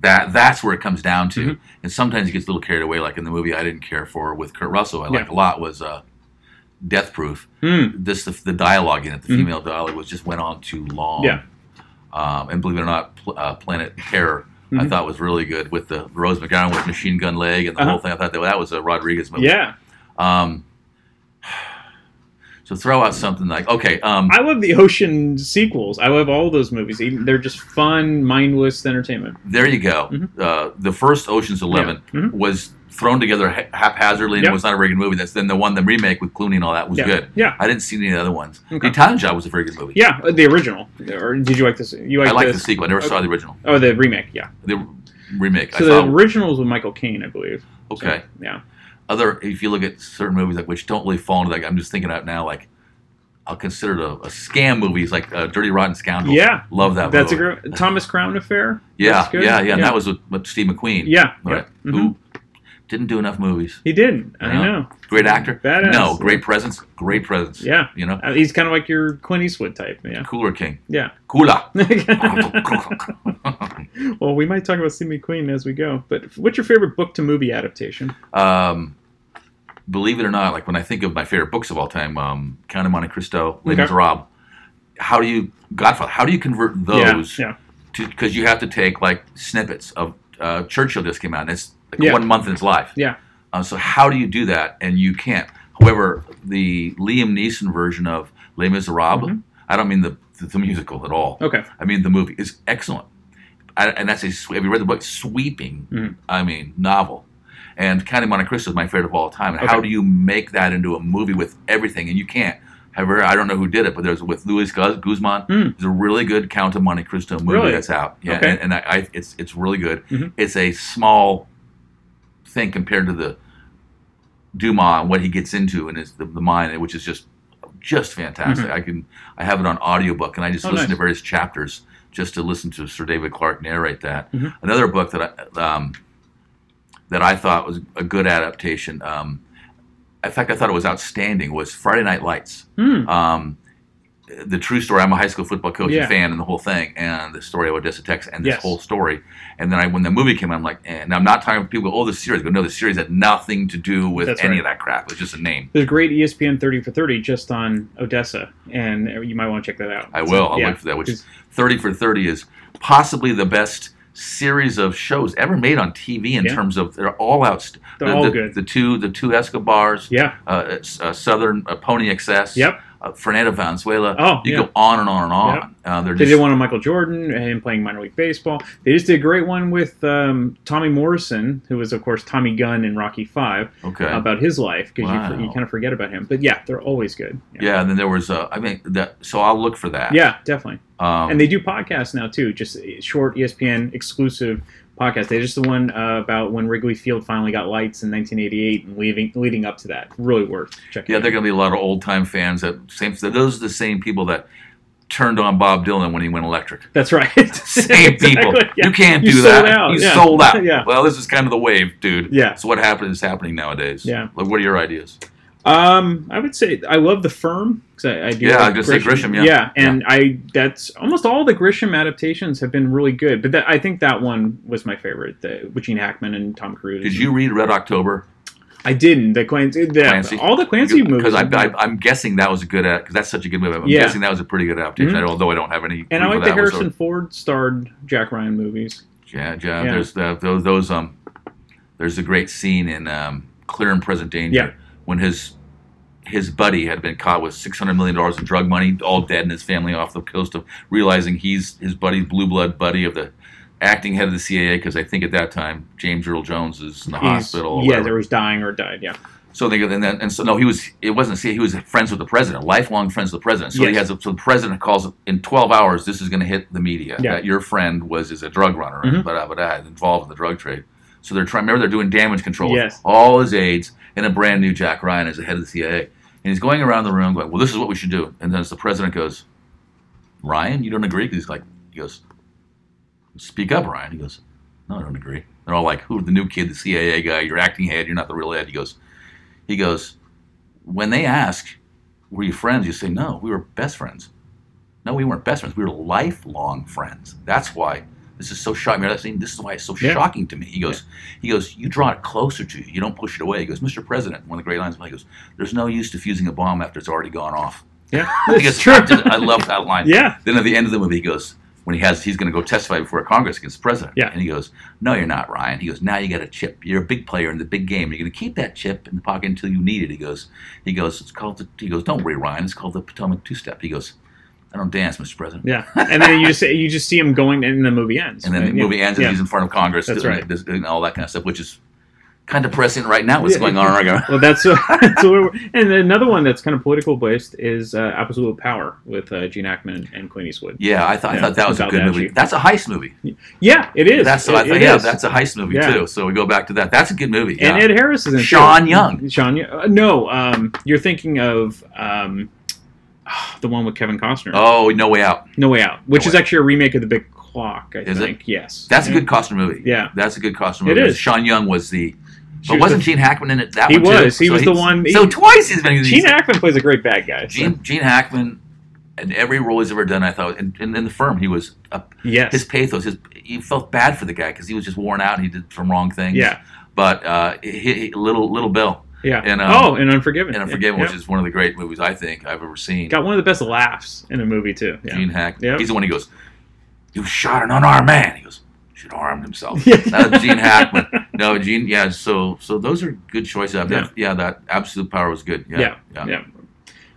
Speaker 2: That that's where it comes down to, and sometimes he gets a little carried away. Like in the movie I didn't care for with Kurt Russell, I
Speaker 1: Yeah.
Speaker 2: liked a lot was uh, Death Proof.
Speaker 1: Hmm. Mm-hmm.
Speaker 2: This the, the dialogue in it, the female dialogue was just went on too long.
Speaker 1: Yeah.
Speaker 2: um, and believe it or not, pl- uh, Planet Terror.
Speaker 1: Mm-hmm.
Speaker 2: I thought was really good with the Rose McGowan with Machine Gun Leg and the whole
Speaker 1: Uh-huh.
Speaker 2: thing. I thought that, that was a Rodriguez movie.
Speaker 1: Yeah.
Speaker 2: Um, so throw out something like okay, um,
Speaker 1: I love the Ocean sequels. I love all those movies. Even- They're just fun, mindless entertainment.
Speaker 2: there you go. Uh, the first Ocean's Eleven
Speaker 1: Mm-hmm. Yeah. Mhm.
Speaker 2: was thrown together ha- haphazardly and
Speaker 1: Yep.
Speaker 2: was not a very good movie. That's then the one the remake with Clooney and all that was
Speaker 1: Yeah.
Speaker 2: good.
Speaker 1: Yeah.
Speaker 2: I didn't see any of the other ones. The
Speaker 1: Okay.
Speaker 2: Italian Job was a very good movie.
Speaker 1: Yeah, uh, the original. Or did you like this? You like
Speaker 2: I like the
Speaker 1: this?
Speaker 2: sequel. I never saw the original.
Speaker 1: Oh, the remake. Yeah.
Speaker 2: The r- remake.
Speaker 1: So
Speaker 2: I
Speaker 1: the
Speaker 2: saw
Speaker 1: originals with Michael Caine, I believe. So,
Speaker 2: okay.
Speaker 1: yeah.
Speaker 2: Other if you look at certain movies like which don't really fall into like I'm just thinking out now like. I'll consider it a, a scam movie. It's like uh, Dirty Rotten Scoundrels.
Speaker 1: Yeah.
Speaker 2: love that.
Speaker 1: That's a
Speaker 2: movie.
Speaker 1: great Thomas Crown affair.
Speaker 2: Yeah,
Speaker 1: That's
Speaker 2: yeah,
Speaker 1: good.
Speaker 2: yeah, And that was with, with Steve McQueen.
Speaker 1: Yeah,
Speaker 2: Right.
Speaker 1: yeah.
Speaker 2: Who didn't do enough movies.
Speaker 1: He didn't.
Speaker 2: you
Speaker 1: I know.
Speaker 2: Great actor.
Speaker 1: Badass.
Speaker 2: No, great presence. Great presence.
Speaker 1: Yeah.
Speaker 2: You know,
Speaker 1: Uh, He's kind of like your Clint Eastwood type. Yeah.
Speaker 2: Cooler King.
Speaker 1: Yeah.
Speaker 2: Cooler.
Speaker 1: well, we might talk about Steve McQueen as we go. But what's your favorite book to movie adaptation?
Speaker 2: um, believe it or not, like when I think of my favorite books of all time, um, Count of Monte Cristo, Les
Speaker 1: Okay.
Speaker 2: Miserables, how do you Godfather? How do you convert those?
Speaker 1: Yeah, yeah.
Speaker 2: Because you have to take like snippets of uh, Churchill just came out, and it's like
Speaker 1: Yeah.
Speaker 2: one month in his life.
Speaker 1: Yeah.
Speaker 2: Uh, so how do you do that? And you can't. However, the Liam Neeson version of Les Miserables,
Speaker 1: Mm-hmm.
Speaker 2: I don't mean the, the musical at all.
Speaker 1: Okay.
Speaker 2: I mean the movie is excellent, I, and that's a swe- have you read the book? Sweeping.
Speaker 1: Mm-hmm.
Speaker 2: I mean novel, and Count of Monte Cristo is my favorite of all time. And how
Speaker 1: Okay.
Speaker 2: do you make that into a movie with everything? And you can't. However, I don't know who did it, but there's with Luis Guz- Guzman. There's a really good Count of Monte Cristo movie
Speaker 1: Mm. Really?
Speaker 2: that's out. Yeah,
Speaker 1: Okay.
Speaker 2: and, and I, I, it's it's really good.
Speaker 1: Mhm.
Speaker 2: It's a small thing compared to the Dumas and what he gets into and his the, the mind, which is just just fantastic. I can I have it on audiobook and I just
Speaker 1: Mm-hmm. Oh,
Speaker 2: listen to
Speaker 1: nice.
Speaker 2: various chapters just to listen to Sir David Clark narrate that.
Speaker 1: Mhm.
Speaker 2: Another book that I um, that I thought was a good adaptation. Um, in fact, I thought it was outstanding. Was Friday Night Lights.
Speaker 1: Hmm.
Speaker 2: Um, the true story. I'm a high school football coach
Speaker 1: Yeah.
Speaker 2: and fan, and the whole thing, and the story of Odessa, Texas, and this
Speaker 1: Yes.
Speaker 2: whole story. And then I, when the movie came, out, I'm like, eh. and I'm not talking about people. Go, oh, the series. Go, no, the series had nothing to do with
Speaker 1: That's
Speaker 2: any
Speaker 1: right.
Speaker 2: of that crap. It was just a name.
Speaker 1: There's a great E ESPN 30 for 30 just on Odessa, and you might want to check that out.
Speaker 2: I will. I'll
Speaker 1: Yeah.
Speaker 2: look for that. Which
Speaker 1: It's-
Speaker 2: 30 for 30 is possibly the best series of shows ever made on TV in
Speaker 1: Yeah.
Speaker 2: terms of they're all out.
Speaker 1: They're
Speaker 2: the,
Speaker 1: all
Speaker 2: the,
Speaker 1: good.
Speaker 2: The two the two Escobars.
Speaker 1: Yeah.
Speaker 2: Uh, s- uh, Southern uh, Pony Excess.
Speaker 1: Yep.
Speaker 2: Uh, Fernando Valenzuela.
Speaker 1: Oh,
Speaker 2: you
Speaker 1: yeah.
Speaker 2: go on and on and on. Uh, they're
Speaker 1: They
Speaker 2: just,
Speaker 1: did one on Michael Jordan and him playing minor league baseball. They just did a great one with um, Tommy Morrison, who was, of course, Tommy Gunn in Rocky Five,
Speaker 2: Okay.
Speaker 1: about his life because
Speaker 2: Wow.
Speaker 1: you, you kind of forget about him. But yeah, they're always good.
Speaker 2: yeah, and then there was uh, I mean that. So I'll look for that.
Speaker 1: Yeah, definitely.
Speaker 2: Um,
Speaker 1: and they do podcasts now too, just uh, short E ESPN exclusive podcasts. They just the one uh, about when Wrigley Field finally got lights in 1988 and leaving leading up to that. Really worth checking.
Speaker 2: Yeah,
Speaker 1: out.
Speaker 2: they're going to be a lot of old time fans. That same. Those are the same people that turned on Bob Dylan when he went electric.
Speaker 1: That's right.
Speaker 2: same people.
Speaker 1: Exactly, yeah.
Speaker 2: You can't do
Speaker 1: sold
Speaker 2: that.
Speaker 1: out,
Speaker 2: You
Speaker 1: yeah.
Speaker 2: sold out.
Speaker 1: yeah.
Speaker 2: Well, this is kind of the wave, dude.
Speaker 1: Yeah.
Speaker 2: So what happened is happening nowadays.
Speaker 1: Yeah.
Speaker 2: Like, what are your ideas?
Speaker 1: Um, I would say I love the firm because I, I do.
Speaker 2: Yeah,
Speaker 1: love
Speaker 2: I was gonna say Grisham, yeah.
Speaker 1: and I that's almost all the Grisham adaptations have been really good, but that, I think that one was my favorite, the, with Gene Hackman and Tom Cruise.
Speaker 2: Did you read Red October?
Speaker 1: I didn't. The Clancy, the,
Speaker 2: Clancy?
Speaker 1: all the Clancy movies.
Speaker 2: Because I,
Speaker 1: have been-
Speaker 2: I, I'm guessing that was a good because that's such a good movie. I'm
Speaker 1: Yeah.
Speaker 2: guessing that was a pretty good adaptation.
Speaker 1: Mhm.
Speaker 2: Although I don't have any.
Speaker 1: and I
Speaker 2: proof
Speaker 1: like
Speaker 2: of
Speaker 1: the
Speaker 2: that
Speaker 1: Harrison
Speaker 2: whatsoever.
Speaker 1: Ford starred Jack Ryan movies.
Speaker 2: Yeah, yeah.
Speaker 1: Yeah.
Speaker 2: There's the, those those um. There's a great scene in um, Clear and Present Danger
Speaker 1: Yeah.
Speaker 2: when his his buddy had been caught with six hundred million dollars in drug money, all dead, and his family off the coast of realizing he's his buddy, blue blood buddy of the acting head of the CIA, because I think at that time James Earl Jones is in the
Speaker 1: He's-
Speaker 2: hospital. Or
Speaker 1: yeah,
Speaker 2: whatever.
Speaker 1: there was dying or died. Yeah,
Speaker 2: So they go, and then, and so no, he was. It wasn't. See, he was friends with the president, lifelong friends with the president. So he
Speaker 1: Yes.
Speaker 2: has. A, so the president calls him, in twelve hours. This is going to hit the media.
Speaker 1: Yeah.
Speaker 2: That your friend was is a drug runner and
Speaker 1: Mhm.
Speaker 2: blah blah blah, involved in the drug trade. So they're trying. Remember, they're doing damage control.
Speaker 1: Yes.
Speaker 2: All his aides and a brand new Jack Ryan as the head of the CIA, and he's going around the room going, "Well, this is what we should do." And then as the president goes, "Ryan, you don't agree?" 'Cause he's like, he goes, "Speak up, Ryan." He goes, "No, I don't agree." They're all like, "Who? The new kid, the CIA guy? You're acting head. You're not the real head." He goes, he goes, when they ask, were you friends? You say, no, we were best friends. No, we weren't best friends. We were lifelong friends. That's why this is so shocking. Remember that scene? This is why it's so
Speaker 1: Yeah.
Speaker 2: shocking to me. He goes, he goes, you draw it closer to you. You don't push it away. He goes, Mr. President, one of the great lines. He goes, there's no use defusing a bomb after it's already gone off.
Speaker 1: yeah,
Speaker 2: He
Speaker 1: that's
Speaker 2: goes,
Speaker 1: true.
Speaker 2: I, just- I love that line.
Speaker 1: Yeah.
Speaker 2: Then at the end of the movie, he goes, when he has, he's going to go testify before Congress against the president.
Speaker 1: Yeah.
Speaker 2: And he goes, no, you're not, Ryan. He goes, now you got a chip. You're a big player in the big game. You're going to keep that chip in the pocket until you need it. He goes, he goes, it's called the, he goes, don't worry, Ryan. It's called the Potomac two-step. He goes, I don't dance, Mr. President.
Speaker 1: yeah, and then you just you just see him going, and the movie ends.
Speaker 2: And then the
Speaker 1: Yeah.
Speaker 2: movie ends and
Speaker 1: Yeah.
Speaker 2: he's in front of Congress
Speaker 1: That's
Speaker 2: doing
Speaker 1: right.
Speaker 2: this- and all that kind of stuff, which is kind of depressing right now what's going on right now.
Speaker 1: Well, that's, uh, that's what we're- and another one that's kind of political based is uh, Absolute Power with uh, Gene Hackman and Clint Eastwood.
Speaker 2: Yeah, I thought I
Speaker 1: Yeah,
Speaker 2: thought that was a
Speaker 1: about
Speaker 2: good
Speaker 1: that
Speaker 2: movie.
Speaker 1: issue.
Speaker 2: That's a heist movie.
Speaker 1: Yeah, it is.
Speaker 2: That's
Speaker 1: it,
Speaker 2: what I thought,
Speaker 1: it
Speaker 2: yeah,
Speaker 1: is.
Speaker 2: that's a heist movie
Speaker 1: Yeah.
Speaker 2: too. So we go back to that. That's a good movie.
Speaker 1: and
Speaker 2: yeah.
Speaker 1: Ed Harris is in it,
Speaker 2: Sean
Speaker 1: too.
Speaker 2: Young.
Speaker 1: Sean Young. Uh, no, um, you're thinking of um, ah, the one with Kevin Costner.
Speaker 2: Oh, No Way Out.
Speaker 1: no Way Out, which
Speaker 2: No
Speaker 1: is
Speaker 2: Way
Speaker 1: actually a remake of The Big Clock. I
Speaker 2: Is it?
Speaker 1: think. Yes.
Speaker 2: That's a
Speaker 1: Yeah.
Speaker 2: good costume movie.
Speaker 1: Mm-hmm. Yeah.
Speaker 2: that's a good costume
Speaker 1: It
Speaker 2: movie.
Speaker 1: is.
Speaker 2: Sean Young was the,
Speaker 1: She
Speaker 2: but
Speaker 1: was
Speaker 2: wasn't
Speaker 1: the-
Speaker 2: Gene Hackman in it? That
Speaker 1: He
Speaker 2: one too?
Speaker 1: was. He was the one-
Speaker 2: So
Speaker 1: he-
Speaker 2: twice he's been.
Speaker 1: Gene Hackman plays a great bad guy. so-
Speaker 2: Gene, Gene Hackman, in every role he's ever done, I thought, and in, in the firm, he was a,
Speaker 1: Yes.
Speaker 2: his pathos. His you felt bad for the guy because he was just worn out. and He did some wrong things.
Speaker 1: Yeah.
Speaker 2: but uh, he, he- little little Bill.
Speaker 1: Yeah.
Speaker 2: And, um,
Speaker 1: oh, and Unforgiven.
Speaker 2: and Unforgiven,
Speaker 1: Yeah.
Speaker 2: which is one of the great movies I think I've ever seen.
Speaker 1: got one of the best laughs in a movie too. Yeah.
Speaker 2: Gene Hack.
Speaker 1: Yep.
Speaker 2: He's the one who goes, "You shot an unarmed man." He goes, "Should armed himself." that was Gene Hackman. No, Gene. Yeah. So, so those are good choices. Yeah. That, yeah, that absolute power was good. Yeah.
Speaker 1: yeah. Yeah.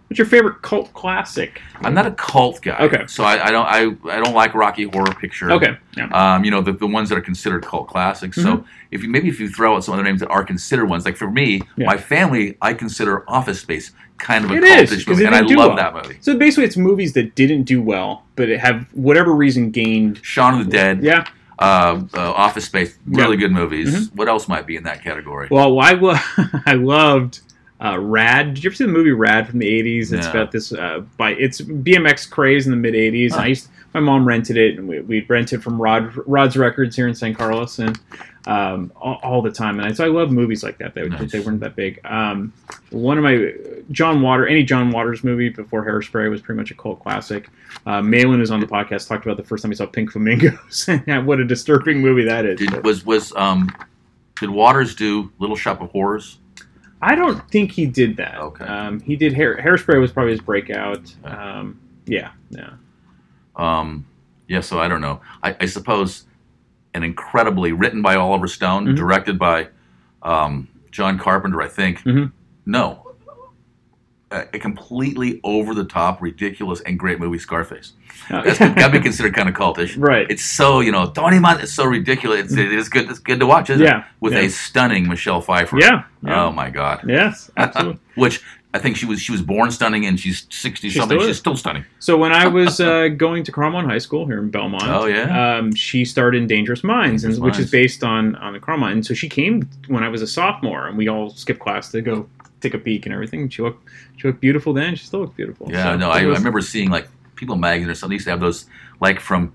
Speaker 1: What's your favorite cult classic?
Speaker 2: I'm not a cult guy.
Speaker 1: Okay.
Speaker 2: So I, I don't I, I don't like Rocky Horror Picture.
Speaker 1: Okay. Mm-hmm. Yeah.
Speaker 2: Um, you know the, the ones that are considered cult classics. So if you maybe if you throw out some other names that are considered ones, like for me,
Speaker 1: Yeah.
Speaker 2: my family, I consider Office Space kind of a
Speaker 1: It
Speaker 2: cultish
Speaker 1: is because
Speaker 2: movie,
Speaker 1: it
Speaker 2: and I
Speaker 1: didn't do
Speaker 2: love
Speaker 1: well.
Speaker 2: that movie.
Speaker 1: So basically, it's movies that didn't do well, but it have whatever reason gained.
Speaker 2: Shaun of the Dead.
Speaker 1: Yeah.
Speaker 2: uh, uh, Office Space, really
Speaker 1: Yeah. Mm-hmm.
Speaker 2: good movies. What else might be in that category?
Speaker 1: Well, I lo- I loved uh, Rad. Did you ever see the movie Rad from the '80s? It's
Speaker 2: No.
Speaker 1: about this uh, by it's BMX craze in the mid '80s. And I used my mom rented it, and we we'd rent it from Rod Rod's Records here in San Carlos, and um, all, all the time. And I, so I love movies like that. They,
Speaker 2: Nice.
Speaker 1: they weren't that big. Um, one of my John Water, any John Waters movie before Hairspray was pretty much a cult classic. Uh, Malin was on the podcast talked about the first time he saw Pink Flamingos. and what a disturbing movie that is.
Speaker 2: did was was um, did Waters do Little Shop of Horrors?
Speaker 1: I don't think he did that.
Speaker 2: Okay.
Speaker 1: Um, he did hair hairspray was probably his breakout. Um, yeah, yeah.
Speaker 2: Um, yeah, so I don't know. I, I suppose an incredibly written by Oliver
Speaker 1: Mm-hmm.
Speaker 2: Stone, directed by um, John Carpenter. I think
Speaker 1: Mhm.
Speaker 2: no, a, a completely over the top, ridiculous, and great movie, Scarface. That's
Speaker 1: Uh,
Speaker 2: got to be considered kind of cultish,
Speaker 1: Right.
Speaker 2: It's so you know, Tony Mon. It's so ridiculous. It's, it is good. It's good to watch, isn't
Speaker 1: Yeah,
Speaker 2: it? With
Speaker 1: yeah.
Speaker 2: a stunning Michelle Pfeiffer.
Speaker 1: Yeah, yeah.
Speaker 2: Oh my God.
Speaker 1: yes, absolutely.
Speaker 2: Which I think she was. She was born stunning, and she's sixty something.
Speaker 1: still
Speaker 2: she's
Speaker 1: is.
Speaker 2: still stunning.
Speaker 1: So when I was uh, going to Cromwell High School here in Belmont,
Speaker 2: Oh, yeah.
Speaker 1: um, she starred in Dangerous Minds,
Speaker 2: Dangerous
Speaker 1: and, which
Speaker 2: Minds.
Speaker 1: is based on on the Cromwell. And so she came when I was a sophomore, and we all skipped class to go take a peek and everything. And she looked she looked beautiful then. She still looked beautiful.
Speaker 2: Yeah.
Speaker 1: So
Speaker 2: no,
Speaker 1: it
Speaker 2: I, I
Speaker 1: was-
Speaker 2: remember seeing like People magazine or something. They used to have those like from.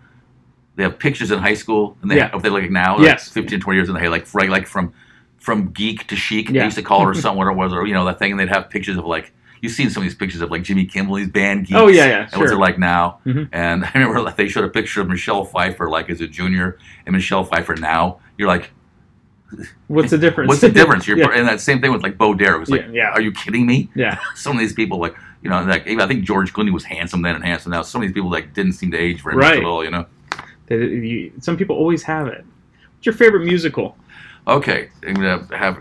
Speaker 2: They have pictures in high school, and they
Speaker 1: Yeah.
Speaker 2: if they look like now, like
Speaker 1: Yes.
Speaker 2: 15, 20 years in the hey, like right, like from from geek to chic. They
Speaker 1: Yeah.
Speaker 2: used to call it or something, or was or you know that thing, and they'd have pictures of like. You've seen some of these pictures of like Jimmy Kimmel, these band geeks.
Speaker 1: Oh, yeah, yeah,
Speaker 2: And what's it
Speaker 1: sure.
Speaker 2: like now?
Speaker 1: Mhm.
Speaker 2: And I remember like, they showed a picture of Michelle Pfeiffer like as a junior, and Michelle Pfeiffer now. You're like,
Speaker 1: What's the difference?
Speaker 2: what's the difference? You're,
Speaker 1: yeah.
Speaker 2: And that same thing with like Bo Derek. It was like,
Speaker 1: Yeah, yeah.
Speaker 2: are you kidding me?
Speaker 1: yeah.
Speaker 2: some of these people like you know like even I think George Clooney was handsome then and handsome now. Some of these people like didn't seem to age very much
Speaker 1: Right.
Speaker 2: at all. You know.
Speaker 1: That it- you- some people always have it. What's your favorite musical?
Speaker 2: Okay, I'm gonna have.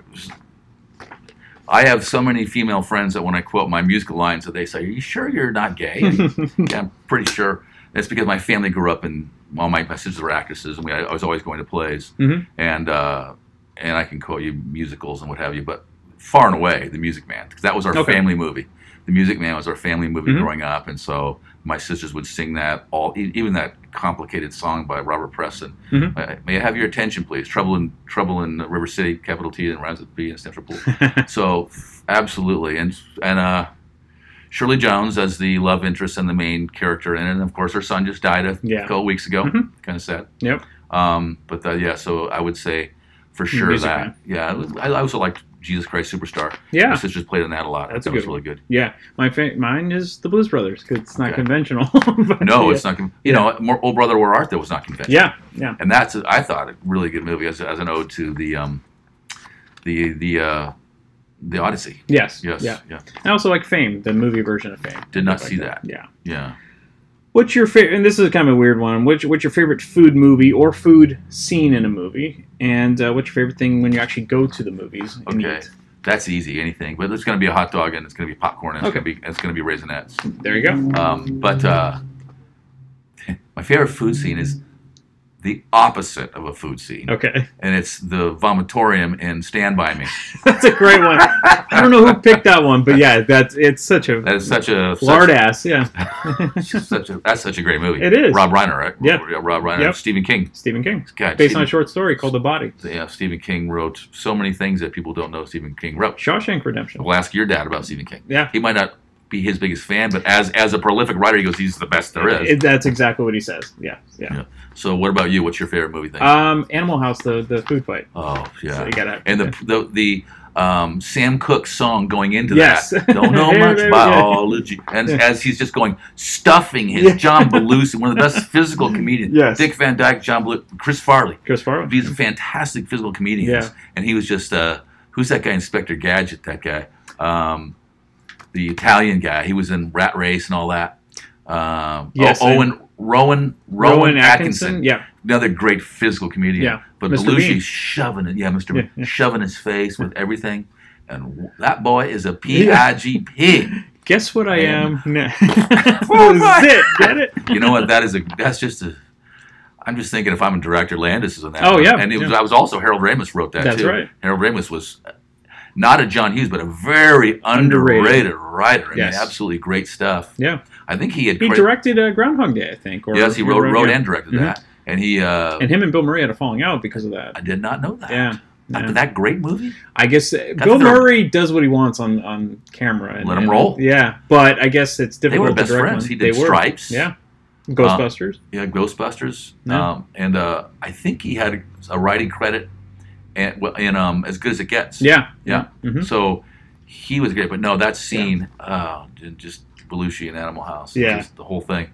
Speaker 2: I have so many female friends that when I quote my musical lines, that they say, "Are you sure you're not gay?" yeah, I'm pretty sure. That's because my family grew up in. Well, my, my sisters were actresses, and we, I was always going to plays,
Speaker 1: Mhm.
Speaker 2: and uh, and I can quote you musicals and what have you, but far and away, The Music Man, because that was our
Speaker 1: Okay.
Speaker 2: family movie. The Music Man was our family movie
Speaker 1: Mhm.
Speaker 2: growing up, and so my sisters would sing that all, e- even that complicated song by Robert Preston.
Speaker 1: Mhm.
Speaker 2: Uh, may I have your attention, please? Trouble in Trouble in River City, capital T, and rhymes with B, and stands for pool. so, f- absolutely, and and uh, Shirley Jones as the love interest and the main character in it, and of course her son just died a
Speaker 1: Yeah. Mm-hmm.
Speaker 2: couple weeks ago. Kind of sad.
Speaker 1: Yep.
Speaker 2: Um, but uh, yeah, so I would say for sure
Speaker 1: Music
Speaker 2: that
Speaker 1: Man.
Speaker 2: yeah, I, I also liked Jesus Christ Superstar.
Speaker 1: Yeah.
Speaker 2: my sisters played in that a lot.
Speaker 1: That's
Speaker 2: that
Speaker 1: a
Speaker 2: was
Speaker 1: good
Speaker 2: really
Speaker 1: one.
Speaker 2: good.
Speaker 1: Yeah, my fa- mine is the Blues Brothers because it's not
Speaker 2: Okay.
Speaker 1: conventional.
Speaker 2: No, it's not. con- You know, more Old Brother Where Art Thou was not conventional.
Speaker 1: Yeah, yeah,
Speaker 2: and that's I thought a really good movie as, as an ode to the um, the the uh, the Odyssey.
Speaker 1: yes,
Speaker 2: Yes,
Speaker 1: yeah.
Speaker 2: yeah,
Speaker 1: I also like Fame, the movie version of Fame.
Speaker 2: Did not
Speaker 1: Like
Speaker 2: see that.
Speaker 1: Yeah.
Speaker 2: Yeah,
Speaker 1: What's your favorite? And this is kind of a weird one. What's what's your favorite food movie or food scene in a movie? And uh, what's your favorite thing when you actually go to the movies? And
Speaker 2: okay,
Speaker 1: eat?
Speaker 2: that's easy. Anything, but it's going to be a hot dog and it's going to be popcorn and it's
Speaker 1: Okay.
Speaker 2: going to be it's going to be raisinets.
Speaker 1: There you go.
Speaker 2: Um, but uh, my favorite food scene is the opposite of a food scene,
Speaker 1: Okay,
Speaker 2: and it's the vomitorium in Stand by Me.
Speaker 1: that's a great one. I don't know who picked that one, but yeah, that's it's such a
Speaker 2: That is such a
Speaker 1: lard ass. Yeah,
Speaker 2: such, such a that's such a great movie.
Speaker 1: It is.
Speaker 2: Rob Reiner, right?
Speaker 1: Yeah.
Speaker 2: Rob Reiner,
Speaker 1: Yep.
Speaker 2: Stephen King.
Speaker 1: Stephen King,
Speaker 2: God,
Speaker 1: based on
Speaker 2: Stephen-
Speaker 1: a short story called The Body.
Speaker 2: Yeah, Stephen King wrote so many things that people don't know Stephen King wrote.
Speaker 1: Shawshank Redemption.
Speaker 2: We'll ask your dad about Stephen King.
Speaker 1: Yeah.
Speaker 2: He might not be his biggest fan, but as as a prolific writer, he goes, he's the best there is.
Speaker 1: It- that's exactly what he says. Yeah, yeah.
Speaker 2: Yeah. So, what about you? What's your favorite movie thing?
Speaker 1: Um, Animal House, the the food fight.
Speaker 2: oh, yeah.
Speaker 1: so you gotta-
Speaker 2: and the the, the um, Sam Cooke song going into
Speaker 1: Yes.
Speaker 2: that. Don't know
Speaker 1: Hey,
Speaker 2: much
Speaker 1: baby,
Speaker 2: biology. And
Speaker 1: Yeah.
Speaker 2: as he's just going, stuffing his
Speaker 1: Yeah.
Speaker 2: John Belushi, one of the best physical comedians.
Speaker 1: Yes.
Speaker 2: Dick Van Dyke, John Belushi, Chris Farley.
Speaker 1: Chris Farley.
Speaker 2: These fantastic physical comedians,
Speaker 1: Mm-hmm. Yeah.
Speaker 2: and he was just uh, who's that guy, Inspector Gadget? That guy, um, the Italian guy. He was in Rat Race and all that. Um,
Speaker 1: Yes,
Speaker 2: oh,
Speaker 1: and-
Speaker 2: Owen Rowan Rowan,
Speaker 1: Rowan
Speaker 2: Atkinson.
Speaker 1: Atkinson, yeah.
Speaker 2: another great physical comedian.
Speaker 1: Yeah,
Speaker 2: but
Speaker 1: Mr.
Speaker 2: Belushi's
Speaker 1: Bean.
Speaker 2: shoving it. Yeah, Mr.
Speaker 1: Yeah,
Speaker 2: Bean,
Speaker 1: yeah.
Speaker 2: shoving his face with everything, and w- that boy is a pig.
Speaker 1: Guess what I
Speaker 2: Man.
Speaker 1: am? No. this is it. Get it?
Speaker 2: you know what? That is a. That's just a. I'm just thinking if I'm a director, Landis is on that.
Speaker 1: Oh,
Speaker 2: one.
Speaker 1: yeah,
Speaker 2: and it was,
Speaker 1: yeah.
Speaker 2: I was also Harold Ramis wrote that
Speaker 1: That's
Speaker 2: too.
Speaker 1: right.
Speaker 2: Harold Ramis was uh, not a John Hughes, but a very underrated,
Speaker 1: Underrated.
Speaker 2: writer. I mean,
Speaker 1: Yes.
Speaker 2: absolutely great stuff.
Speaker 1: Yeah.
Speaker 2: I think he had.
Speaker 1: He
Speaker 2: cra-
Speaker 1: directed uh, Groundhog Day, I think. Or
Speaker 2: yes, he wrote, wrote
Speaker 1: yeah.
Speaker 2: and directed
Speaker 1: Mhm.
Speaker 2: that, and he. Uh,
Speaker 1: And him and Bill Murray had a falling out because of that.
Speaker 2: I did not know that.
Speaker 1: Yeah.
Speaker 2: Not
Speaker 1: yeah.
Speaker 2: that great movie.
Speaker 1: I guess uh, Bill
Speaker 2: their-
Speaker 1: Murray does what he wants on, on camera.
Speaker 2: Let him roll.
Speaker 1: Yeah, but I guess it's
Speaker 2: were
Speaker 1: difficult.
Speaker 2: best
Speaker 1: to direct
Speaker 2: friends.
Speaker 1: one.
Speaker 2: He did
Speaker 1: They were.
Speaker 2: Stripes.
Speaker 1: Yeah, Ghostbusters.
Speaker 2: Yeah, Ghostbusters.
Speaker 1: Yeah.
Speaker 2: Um, and uh, I think he had a, a writing credit, and well, in um, as good as it gets.
Speaker 1: yeah,
Speaker 2: Yeah.
Speaker 1: Mhm.
Speaker 2: So he was great, but no, that scene, uh, j- just Belushi and Animal House,
Speaker 1: Yeah.
Speaker 2: just the whole thing.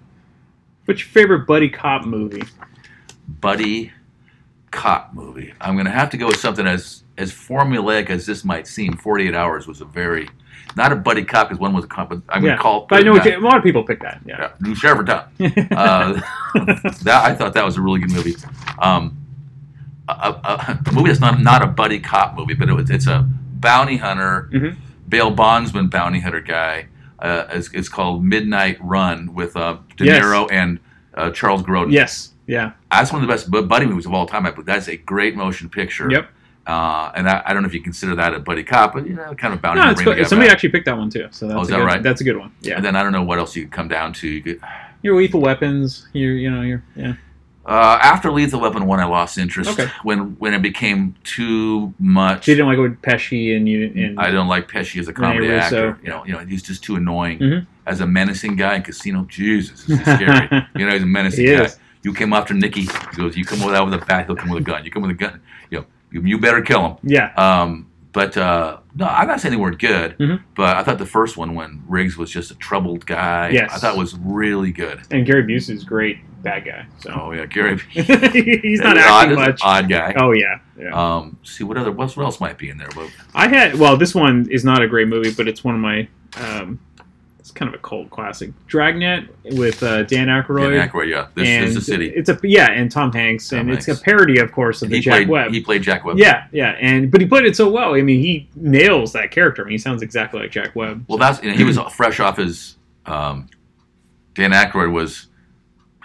Speaker 1: What's your favorite buddy cop movie?
Speaker 2: Buddy cop movie. I'm gonna have to go with something as as formulaic as this might seem. 48 Hours was a very not a buddy cop because one was a cop, but I'm
Speaker 1: yeah,
Speaker 2: gonna call.
Speaker 1: But I know
Speaker 2: put
Speaker 1: what
Speaker 2: it
Speaker 1: you, a
Speaker 2: back.
Speaker 1: lot of people pick that. Yeah,
Speaker 2: Yeah, New Sheriff of Town. uh, that I thought that was a really good movie. Um, a, a, a movie that's not not a buddy cop movie, but it was, it's a bounty hunter,
Speaker 1: Mhm.
Speaker 2: bail bondsman, bounty hunter guy. Uh, it's, it's called Midnight Run with uh, De
Speaker 1: Yes.
Speaker 2: Niro and uh, Charles Grodin.
Speaker 1: yes, yeah,
Speaker 2: that's one of the best bu- buddy movies of all time. I believe that's a great motion picture.
Speaker 1: yep.
Speaker 2: Uh, and I, I don't know if you consider that a buddy cop, but you know, kind of bounty
Speaker 1: No, it's
Speaker 2: hunter.
Speaker 1: good.
Speaker 2: together.
Speaker 1: Somebody actually picked that one too. So that's
Speaker 2: Oh, is
Speaker 1: a
Speaker 2: that
Speaker 1: good,
Speaker 2: right?
Speaker 1: That's a good one. Yeah,
Speaker 2: And then I don't know what else you could come down to. You could,
Speaker 1: your lethal weapons. Your you know your yeah.
Speaker 2: Uh, after Lethal Weapon one, I lost interest
Speaker 1: Okay.
Speaker 2: when when it became too much.
Speaker 1: She didn't like what Pesci and you and
Speaker 2: I don't like Pesci as a comedy
Speaker 1: Rene Russo.
Speaker 2: actor. You know, you know, he's just too annoying.
Speaker 1: Mhm.
Speaker 2: As a menacing guy in Casino, Jesus, this is scary. you know, he's a menacing
Speaker 1: He
Speaker 2: guy.
Speaker 1: is.
Speaker 2: You came after Nicky. He goes, you come with that with a bat, he'll come with a gun. You come with a gun, you know, you, you better kill him.
Speaker 1: yeah.
Speaker 2: Um, but uh, no, I'm not saying they weren't good.
Speaker 1: Mhm.
Speaker 2: But I thought the first one, when Riggs was just a troubled guy,
Speaker 1: Yes.
Speaker 2: I thought was really good.
Speaker 1: And Gary Busey's great bad guy. So
Speaker 2: Oh yeah, Gary.
Speaker 1: he's not
Speaker 2: odd,
Speaker 1: acting
Speaker 2: is an
Speaker 1: much.
Speaker 2: Odd guy.
Speaker 1: Oh yeah. yeah.
Speaker 2: Um, see what other what else might be in there. Well,
Speaker 1: I had well, this one is not a great movie, but it's one of my. Um, it's kind of a cult classic. Dragnet with uh, Dan Aykroyd.
Speaker 2: Dan Aykroyd, yeah, this,
Speaker 1: and
Speaker 2: this is the city.
Speaker 1: It's a yeah, and Tom Hanks,
Speaker 2: Tom
Speaker 1: and it's
Speaker 2: Hanks.
Speaker 1: a parody, of course, of
Speaker 2: He
Speaker 1: the Jack
Speaker 2: played
Speaker 1: Webb.
Speaker 2: he played Jack Webb.
Speaker 1: yeah, yeah, and but he played it so well. I mean, he nails that character. I mean, he sounds exactly like Jack Webb.
Speaker 2: Well, that's you know, he was fresh off his. Um, Dan Aykroyd was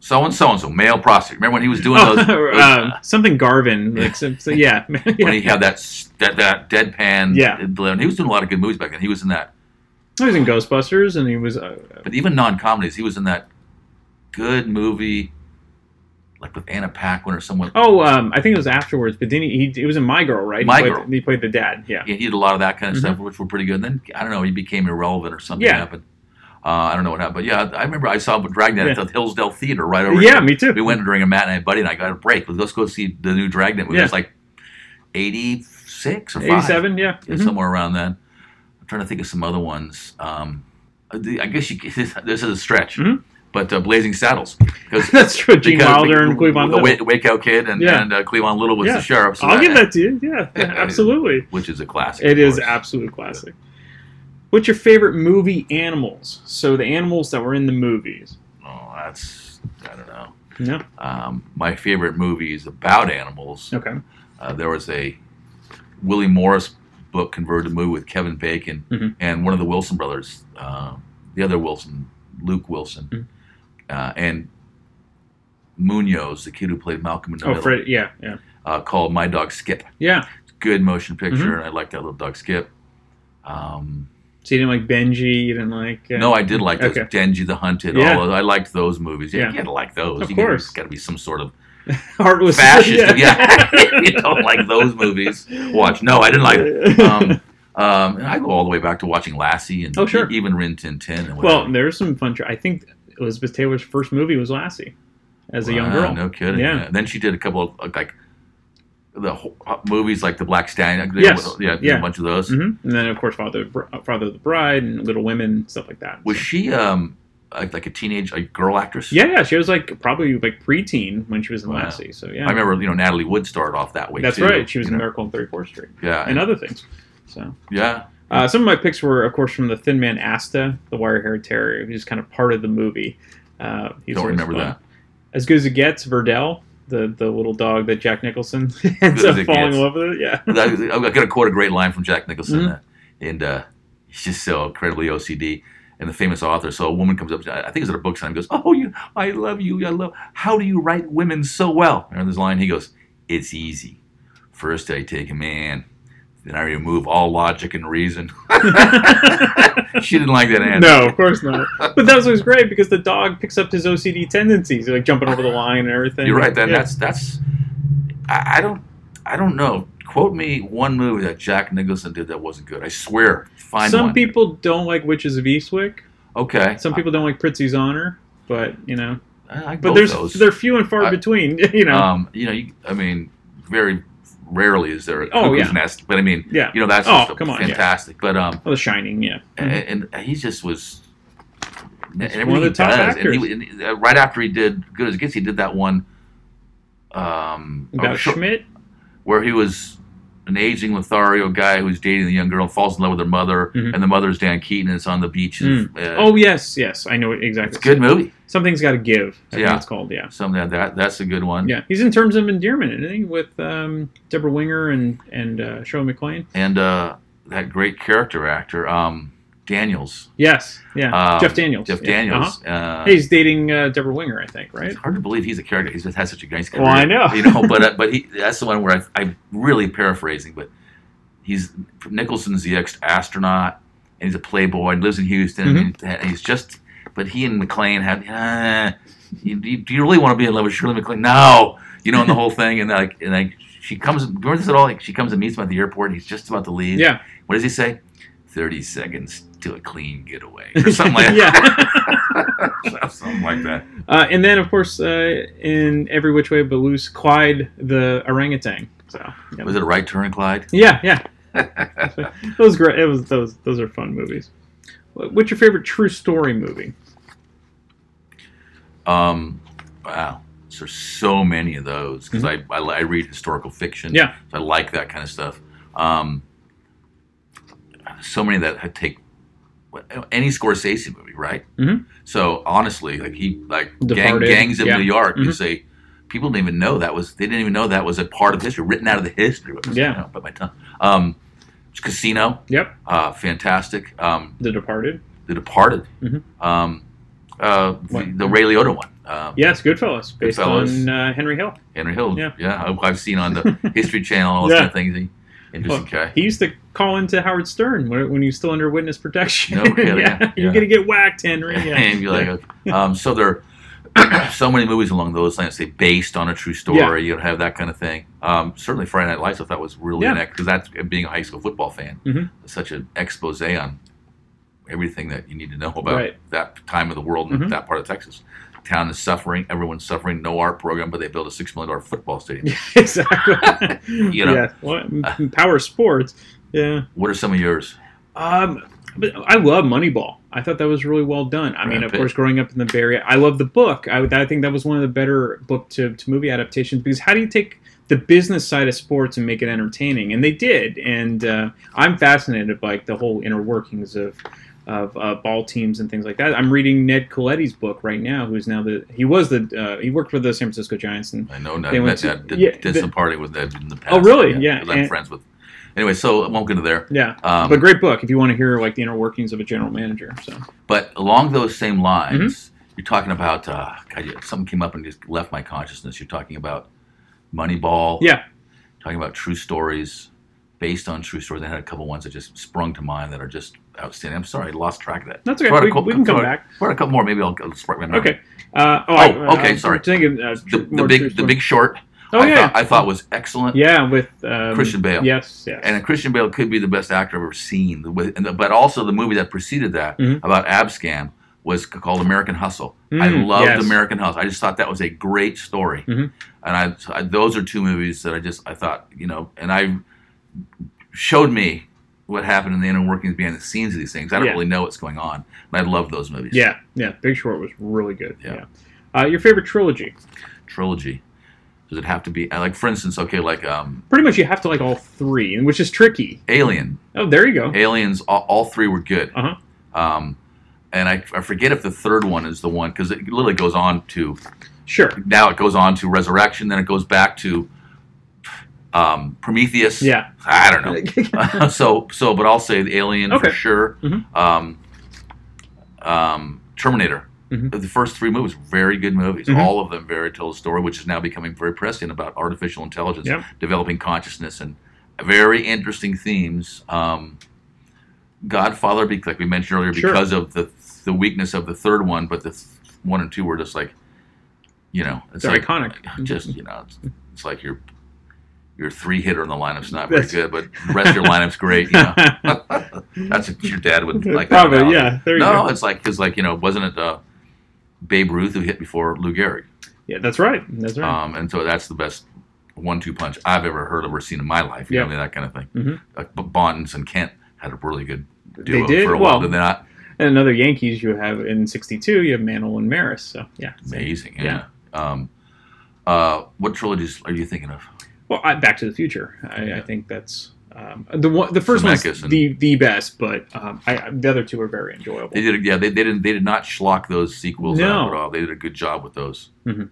Speaker 2: so and so and so male prostitute. Remember when he was doing
Speaker 1: Oh,
Speaker 2: those?
Speaker 1: um, something Garvin, like some, so, yeah,
Speaker 2: when
Speaker 1: yeah.
Speaker 2: he had that s- that that deadpan.
Speaker 1: Yeah.
Speaker 2: He was doing a lot of good movies back then. He was in that,
Speaker 1: He was in Ghostbusters, and he was uh,
Speaker 2: but even non comedies, he was in that good movie, like with Anna Paquin or someone.
Speaker 1: oh, um, I think it was afterwards, but then he, he, he was in My Girl, right? He
Speaker 2: My
Speaker 1: played-
Speaker 2: Girl.
Speaker 1: He played the dad. Yeah,
Speaker 2: Yeah, he did a lot of that kind of stuff, which were pretty good. Then I don't know, he became irrelevant or something
Speaker 1: Mm-hmm. Yeah.
Speaker 2: happened. Uh, I don't know what happened, but yeah, I remember I saw Dragnet at
Speaker 1: Yeah.
Speaker 2: the Hillsdale Theater right over.
Speaker 1: Yeah,
Speaker 2: here.
Speaker 1: me too.
Speaker 2: We went during a matinee, buddy, and I got a break. Let's go see the new Dragnet movie.
Speaker 1: Yeah.
Speaker 2: It's like eighty six or 5.
Speaker 1: eighty-seven. Yeah,
Speaker 2: yeah,
Speaker 1: mhm.
Speaker 2: somewhere around then. I'm trying to think of some other ones. Um, the- I guess you this, this is a stretch,
Speaker 1: Mhm.
Speaker 2: but uh, Blazing Saddles because
Speaker 1: That's true. Gene Wilder and Cleavon
Speaker 2: the,
Speaker 1: Little.
Speaker 2: Wa- Waco Kid and,
Speaker 1: Yeah.
Speaker 2: and uh, Cleavon Little was
Speaker 1: Yeah.
Speaker 2: the sheriff. so
Speaker 1: I'll give that to you. Yeah,
Speaker 2: Yeah, I mean,
Speaker 1: absolutely.
Speaker 2: which is a classic.
Speaker 1: It
Speaker 2: of
Speaker 1: is
Speaker 2: course.
Speaker 1: absolute classic. What's your favorite movie animals? So the animals that were in the movies.
Speaker 2: Oh, that's I don't know.
Speaker 1: No.
Speaker 2: Um, my favorite movie is about animals.
Speaker 1: Okay.
Speaker 2: Uh, there was a Willie Morris book converted to movie with Kevin Bacon
Speaker 1: Mhm.
Speaker 2: and one of the Wilson brothers, uh, the other Wilson, Luke Wilson,
Speaker 1: Mhm.
Speaker 2: uh, and Munoz, the kid who played Malcolm in the
Speaker 1: Oh,
Speaker 2: Middle,
Speaker 1: Fred. Yeah. Yeah.
Speaker 2: uh, called My Dog Skip.
Speaker 1: Yeah.
Speaker 2: Good motion
Speaker 1: Mm-hmm.
Speaker 2: picture, and I like that little dog Skip. Um,
Speaker 1: So you didn't like Benji. You didn't like. Uh,
Speaker 2: No, I did like those.
Speaker 1: Okay.
Speaker 2: Denji the Hunted.
Speaker 1: Yeah.
Speaker 2: All those, I liked those movies. Yeah,
Speaker 1: Yeah.
Speaker 2: you gotta like those.
Speaker 1: Of
Speaker 2: you gotta-
Speaker 1: course.
Speaker 2: gotta be some sort of
Speaker 1: Heartless.
Speaker 2: fascist. Yeah, if you don't like those movies, watch. No, I didn't like it. Um, um, and I go all the way back to watching Lassie and
Speaker 1: Oh, sure.
Speaker 2: e- even Rin Tin Tin. And
Speaker 1: Well,
Speaker 2: whatever.
Speaker 1: there's some fun. Tra- I think Elizabeth Taylor's first movie was Lassie, as a young
Speaker 2: Wow,
Speaker 1: girl.
Speaker 2: no kidding.
Speaker 1: Yeah.
Speaker 2: Yeah. Then she did a couple of uh, like, like the whole, movies like The Black Stallion.
Speaker 1: Yes.
Speaker 2: yeah, did
Speaker 1: Yeah. Mm-hmm.
Speaker 2: a bunch of those.
Speaker 1: hmm And then of course Father Br- Father of the Bride and Little Women stuff like that.
Speaker 2: Was she um, like, like a teenage a girl actress.
Speaker 1: Yeah, yeah, she was like probably like preteen when she was in
Speaker 2: Wow.
Speaker 1: Lassie. So yeah,
Speaker 2: I remember you know Natalie Wood started off that way.
Speaker 1: That's
Speaker 2: too,
Speaker 1: right. She was
Speaker 2: you
Speaker 1: in
Speaker 2: know?
Speaker 1: Miracle on 34th Street
Speaker 2: Yeah,
Speaker 1: and other things. So
Speaker 2: yeah.
Speaker 1: uh, some of my picks were, of course, from the Thin Man Asta, the wire-haired terrier, who's kind of part of the movie. Uh, he's
Speaker 2: Don't
Speaker 1: always
Speaker 2: remember
Speaker 1: fun.
Speaker 2: that.
Speaker 1: As good as it gets, Verdell, the the little dog that Jack Nicholson ends
Speaker 2: Good
Speaker 1: up
Speaker 2: as it
Speaker 1: falling
Speaker 2: gets.
Speaker 1: in love with. Yeah.
Speaker 2: that is- I'm going to quote a great line from Jack Nicholson,
Speaker 1: Mhm.
Speaker 2: uh, and uh, he's just so incredibly OCD. And the famous author, so a woman comes up. to- I think it's at a book signing. Goes, oh, you, I love you. I love. How do you write women so well? And this line, he goes, it's easy. First, I take a man, then I remove all logic and reason. she didn't like that answer.
Speaker 1: No, of course not. But that was always great because the dog picks up his OCD tendencies, like jumping over the line and everything.
Speaker 2: You're right. That,
Speaker 1: Yeah.
Speaker 2: That's that's. I, I don't. I don't know. Quote me one movie that Jack Nicholson did that wasn't good. I swear. Find
Speaker 1: Some
Speaker 2: one.
Speaker 1: people don't like Witches of Eastwick.
Speaker 2: Okay.
Speaker 1: Some people don't like Pritzi's Honor, but you know,
Speaker 2: I, I like
Speaker 1: but
Speaker 2: both
Speaker 1: there's
Speaker 2: those.
Speaker 1: they're few and far
Speaker 2: I-
Speaker 1: between. You know,
Speaker 2: Um, you know, you, I mean, very rarely is there a
Speaker 1: Oh,
Speaker 2: cuckoo's
Speaker 1: yeah.
Speaker 2: nest, but I mean,
Speaker 1: Yeah.
Speaker 2: you know, that's
Speaker 1: Oh,
Speaker 2: just a-
Speaker 1: come on, yeah.
Speaker 2: fantastic. But um,
Speaker 1: oh, The Shining, yeah.
Speaker 2: and, and he just was. and everything
Speaker 1: one of the
Speaker 2: he
Speaker 1: top
Speaker 2: does, and he-
Speaker 1: actors.
Speaker 2: and he- uh, right after he did Good as It Gets, he did that one um,
Speaker 1: About
Speaker 2: oh, sure,
Speaker 1: Schmidt.
Speaker 2: where he was an aging Lothario guy who's dating a young girl and falls in love with her mother,
Speaker 1: Mhm.
Speaker 2: and the mother's Dan Keaton, and it's on the beach. and, uh,
Speaker 1: Oh yes, yes, I know it
Speaker 2: it's
Speaker 1: exactly.
Speaker 2: a good movie.
Speaker 1: Something's got to give. I
Speaker 2: Yeah.
Speaker 1: think it's called. Yeah,
Speaker 2: Something like that. That's a good one.
Speaker 1: yeah. He's in terms of endearment, isn't he? With um, Deborah Winger and and uh, Cheryl McLean.
Speaker 2: And uh, that great character actor, um, Daniels.
Speaker 1: Yes, yeah.
Speaker 2: Um,
Speaker 1: Jeff Daniels.
Speaker 2: Jeff
Speaker 1: yeah.
Speaker 2: Daniels. uh
Speaker 1: Uh-huh. Hey, he's dating uh, Deborah Winger, I think, right?
Speaker 2: It's hard to believe he's a character. He's just had such a nice career.
Speaker 1: Well, I know.
Speaker 2: You know, but uh, but he, that's the one where I, I'm really paraphrasing, but he's Nicholson's the ex astronaut, and he's a playboy, and lives in Houston,
Speaker 1: Mm-hmm.
Speaker 2: and he's just. But he and McLean had. Uh, you, you- do you really want to be in love with Shirley MacLaine? No, you know, and the whole thing, and like, and like, she comes. Remember this at all? Like, she comes and meets him at the airport. And he's just about to leave.
Speaker 1: Yeah.
Speaker 2: What does he say? Thirty seconds to a clean getaway, or something like that. something like that.
Speaker 1: Uh, and then, of course, uh, in Every Which Way But Loose, Clyde the orangutan. So yeah,
Speaker 2: Was it a right turn, Clyde?
Speaker 1: yeah, yeah. those great. It was those. Those are fun movies. What- What's your favorite true story movie?
Speaker 2: Um, wow, so there's so many of those because I, I li- I read historical fiction.
Speaker 1: Mm-hmm. Yeah.
Speaker 2: so I like that kind of stuff. Um, so many that I take what- any Scorsese movie, right?
Speaker 1: Mhm.
Speaker 2: So honestly, like he like gang,
Speaker 1: Departed,
Speaker 2: gangs of
Speaker 1: yeah.
Speaker 2: New York, you
Speaker 1: Mhm.
Speaker 2: say people didn't even know that was they didn't even know that was a part of history written out of the history. What was-
Speaker 1: Yeah.
Speaker 2: I don't bite my tongue. Um, Casino,
Speaker 1: Yep,
Speaker 2: uh, fantastic. Um,
Speaker 1: The Departed.
Speaker 2: The Departed.
Speaker 1: Mhm.
Speaker 2: Um, uh, the,
Speaker 1: What-
Speaker 2: the Ray Liotta one. Uh,
Speaker 1: Yes, Goodfellas, based
Speaker 2: Goodfellas.
Speaker 1: on uh, Henry Hill.
Speaker 2: Henry Hill.
Speaker 1: Yeah.
Speaker 2: I've- I've seen on the History Channel all those
Speaker 1: Yeah.
Speaker 2: kind of things. He- Interesting guy.
Speaker 1: He used to call into Howard Stern when, when he was still under witness protection.
Speaker 2: No kidding,
Speaker 1: yeah,
Speaker 2: yeah.
Speaker 1: you're
Speaker 2: Yeah.
Speaker 1: gonna get whacked, Henry. Yeah.
Speaker 2: and you're like, okay. um, so there, are so many movies along those lines. They based on a true story.
Speaker 1: Yeah.
Speaker 2: You don't have that kind of thing. Um, certainly, Friday Night Lights. I thought was really
Speaker 1: Yeah.
Speaker 2: an because that's being a high school football fan.
Speaker 1: Mhm.
Speaker 2: Such an expose on everything that you need to know about
Speaker 1: Right.
Speaker 2: that time of the world and
Speaker 1: Mhm.
Speaker 2: that part of Texas. Town is suffering. Everyone's suffering. No art program, but they built a six million dollar football stadium.
Speaker 1: exactly.
Speaker 2: You know.
Speaker 1: yeah. Well, m- power sports. Yeah.
Speaker 2: What are some of yours?
Speaker 1: Um, but I love Moneyball. I thought that was really well done. I mean,
Speaker 2: Brad
Speaker 1: of
Speaker 2: Pitt.
Speaker 1: course, growing up in the Bay Area, I love the book. I, would- I think that was one of the better book to, to movie adaptations because how do you take the business side of sports and make it entertaining? And they did. And uh, I'm fascinated by like, the whole inner workings of of uh, ball teams and things like that. I'm reading Ned Coletti's book right now, who's now the he was the uh, he worked for the San Francisco Giants and
Speaker 2: I know that,
Speaker 1: They went
Speaker 2: that,
Speaker 1: to-
Speaker 2: that did,
Speaker 1: yeah,
Speaker 2: did
Speaker 1: the-
Speaker 2: some party with that in the past.
Speaker 1: Oh, really? Yeah,
Speaker 2: 'cause I'm
Speaker 1: and-
Speaker 2: friends with. Anyway, so I won't get into there.
Speaker 1: yeah,
Speaker 2: Um,
Speaker 1: but great book if you want to hear like the inner workings of a general manager. So
Speaker 2: But along those
Speaker 1: Mm-hmm.
Speaker 2: same lines, you're talking about uh, God, yeah, something came up and just left my consciousness. You're talking about Moneyball.
Speaker 1: yeah,
Speaker 2: Talking about true stories based on true stories. I had a couple ones that just sprung to mind that are just outstanding. I'm sorry, I lost track of that.
Speaker 1: That's okay.
Speaker 2: Throw out a
Speaker 1: We-
Speaker 2: cou-
Speaker 1: we can come
Speaker 2: throw out-
Speaker 1: back.
Speaker 2: throw out a couple more. Maybe I'll, I'll spark my memory.
Speaker 1: Okay. Uh, oh, I-
Speaker 2: Oh, okay,
Speaker 1: I'm
Speaker 2: sorry.
Speaker 1: Thinking, uh,
Speaker 2: The,
Speaker 1: tr-
Speaker 2: the
Speaker 1: more true
Speaker 2: big, the
Speaker 1: story.
Speaker 2: big short.
Speaker 1: Oh,
Speaker 2: I
Speaker 1: yeah.
Speaker 2: Thought, I thought was excellent.
Speaker 1: Yeah, with um,
Speaker 2: Christian Bale.
Speaker 1: Yes, yes.
Speaker 2: And Christian Bale could be the best actor I've ever seen. The way- and the- But also the movie that preceded that
Speaker 1: Mhm.
Speaker 2: about Abscam was c- called American Hustle. I
Speaker 1: Mm,
Speaker 2: loved
Speaker 1: yes.
Speaker 2: American Hustle. I just thought that was a great story.
Speaker 1: Mhm.
Speaker 2: And I, so I- those are two movies that I just I thought you know, and I showed me what happened in the inner workings behind the scenes of these things. I don't
Speaker 1: Yeah.
Speaker 2: really know what's going on. And I love those movies.
Speaker 1: Yeah, yeah. Big Short was really good.
Speaker 2: Yeah.
Speaker 1: Uh, your favorite trilogy?
Speaker 2: Trilogy. Does it have to be I like for instance, okay, like um
Speaker 1: Pretty much, you have to like all three, which is tricky.
Speaker 2: Alien.
Speaker 1: Oh, there you go.
Speaker 2: Aliens all, all three were good.
Speaker 1: Uh huh.
Speaker 2: Um and I, I forget if the third one is the one because it literally goes on to
Speaker 1: Sure.
Speaker 2: now it goes on to resurrection then it goes back to um, prometheus
Speaker 1: Yeah.
Speaker 2: i don't know so so but I'll say the Alien
Speaker 1: Okay.
Speaker 2: for sure.
Speaker 1: Mhm.
Speaker 2: Um, um, Terminator.
Speaker 1: Mhm.
Speaker 2: The first three movies, very good movies.
Speaker 1: Mhm.
Speaker 2: All of them very tell a story, which is now becoming very prescient about artificial intelligence,
Speaker 1: Yep.
Speaker 2: developing consciousness, and very interesting themes. Um, Godfather, be- like we mentioned earlier,
Speaker 1: Sure.
Speaker 2: because of the the weakness of the third one, but the th- one and two were just like, you know, it's
Speaker 1: They're
Speaker 2: like
Speaker 1: iconic.
Speaker 2: Just you know, it's, it's like your your three hitter in the lineup's not very
Speaker 1: That's-
Speaker 2: good, but the rest of your lineup's great. You know? That's what your dad would like. that
Speaker 1: Probably,
Speaker 2: analogy.
Speaker 1: yeah. There you
Speaker 2: no,
Speaker 1: go.
Speaker 2: it's like because like you know, wasn't it uh, Babe Ruth who hit before Lou Gehrig?
Speaker 1: Yeah, that's right. That's right.
Speaker 2: Um, and so that's the best one-two punch I've ever heard of or seen in my life. You
Speaker 1: Yeah.
Speaker 2: know, I mean, that kind of thing.
Speaker 1: Mhm.
Speaker 2: Like, but Bonds and Kent had a really good duo
Speaker 1: did?
Speaker 2: for a
Speaker 1: Well,
Speaker 2: while. Did they not?
Speaker 1: and another Yankees you have in '62. You have Mantle and Maris. So yeah.
Speaker 2: Amazing. Yeah. Um, uh, what trilogies are you thinking of?
Speaker 1: Well, I, Back to the Future. I, I think that's um, the one. The first one's
Speaker 2: Zemeckis and-
Speaker 1: the the best, but um, I, I- the other two are very enjoyable.
Speaker 2: They did. Yeah, they, they didn't. They did not schlock those sequels
Speaker 1: No.
Speaker 2: out at all. They did a good job with those.
Speaker 1: Mhm.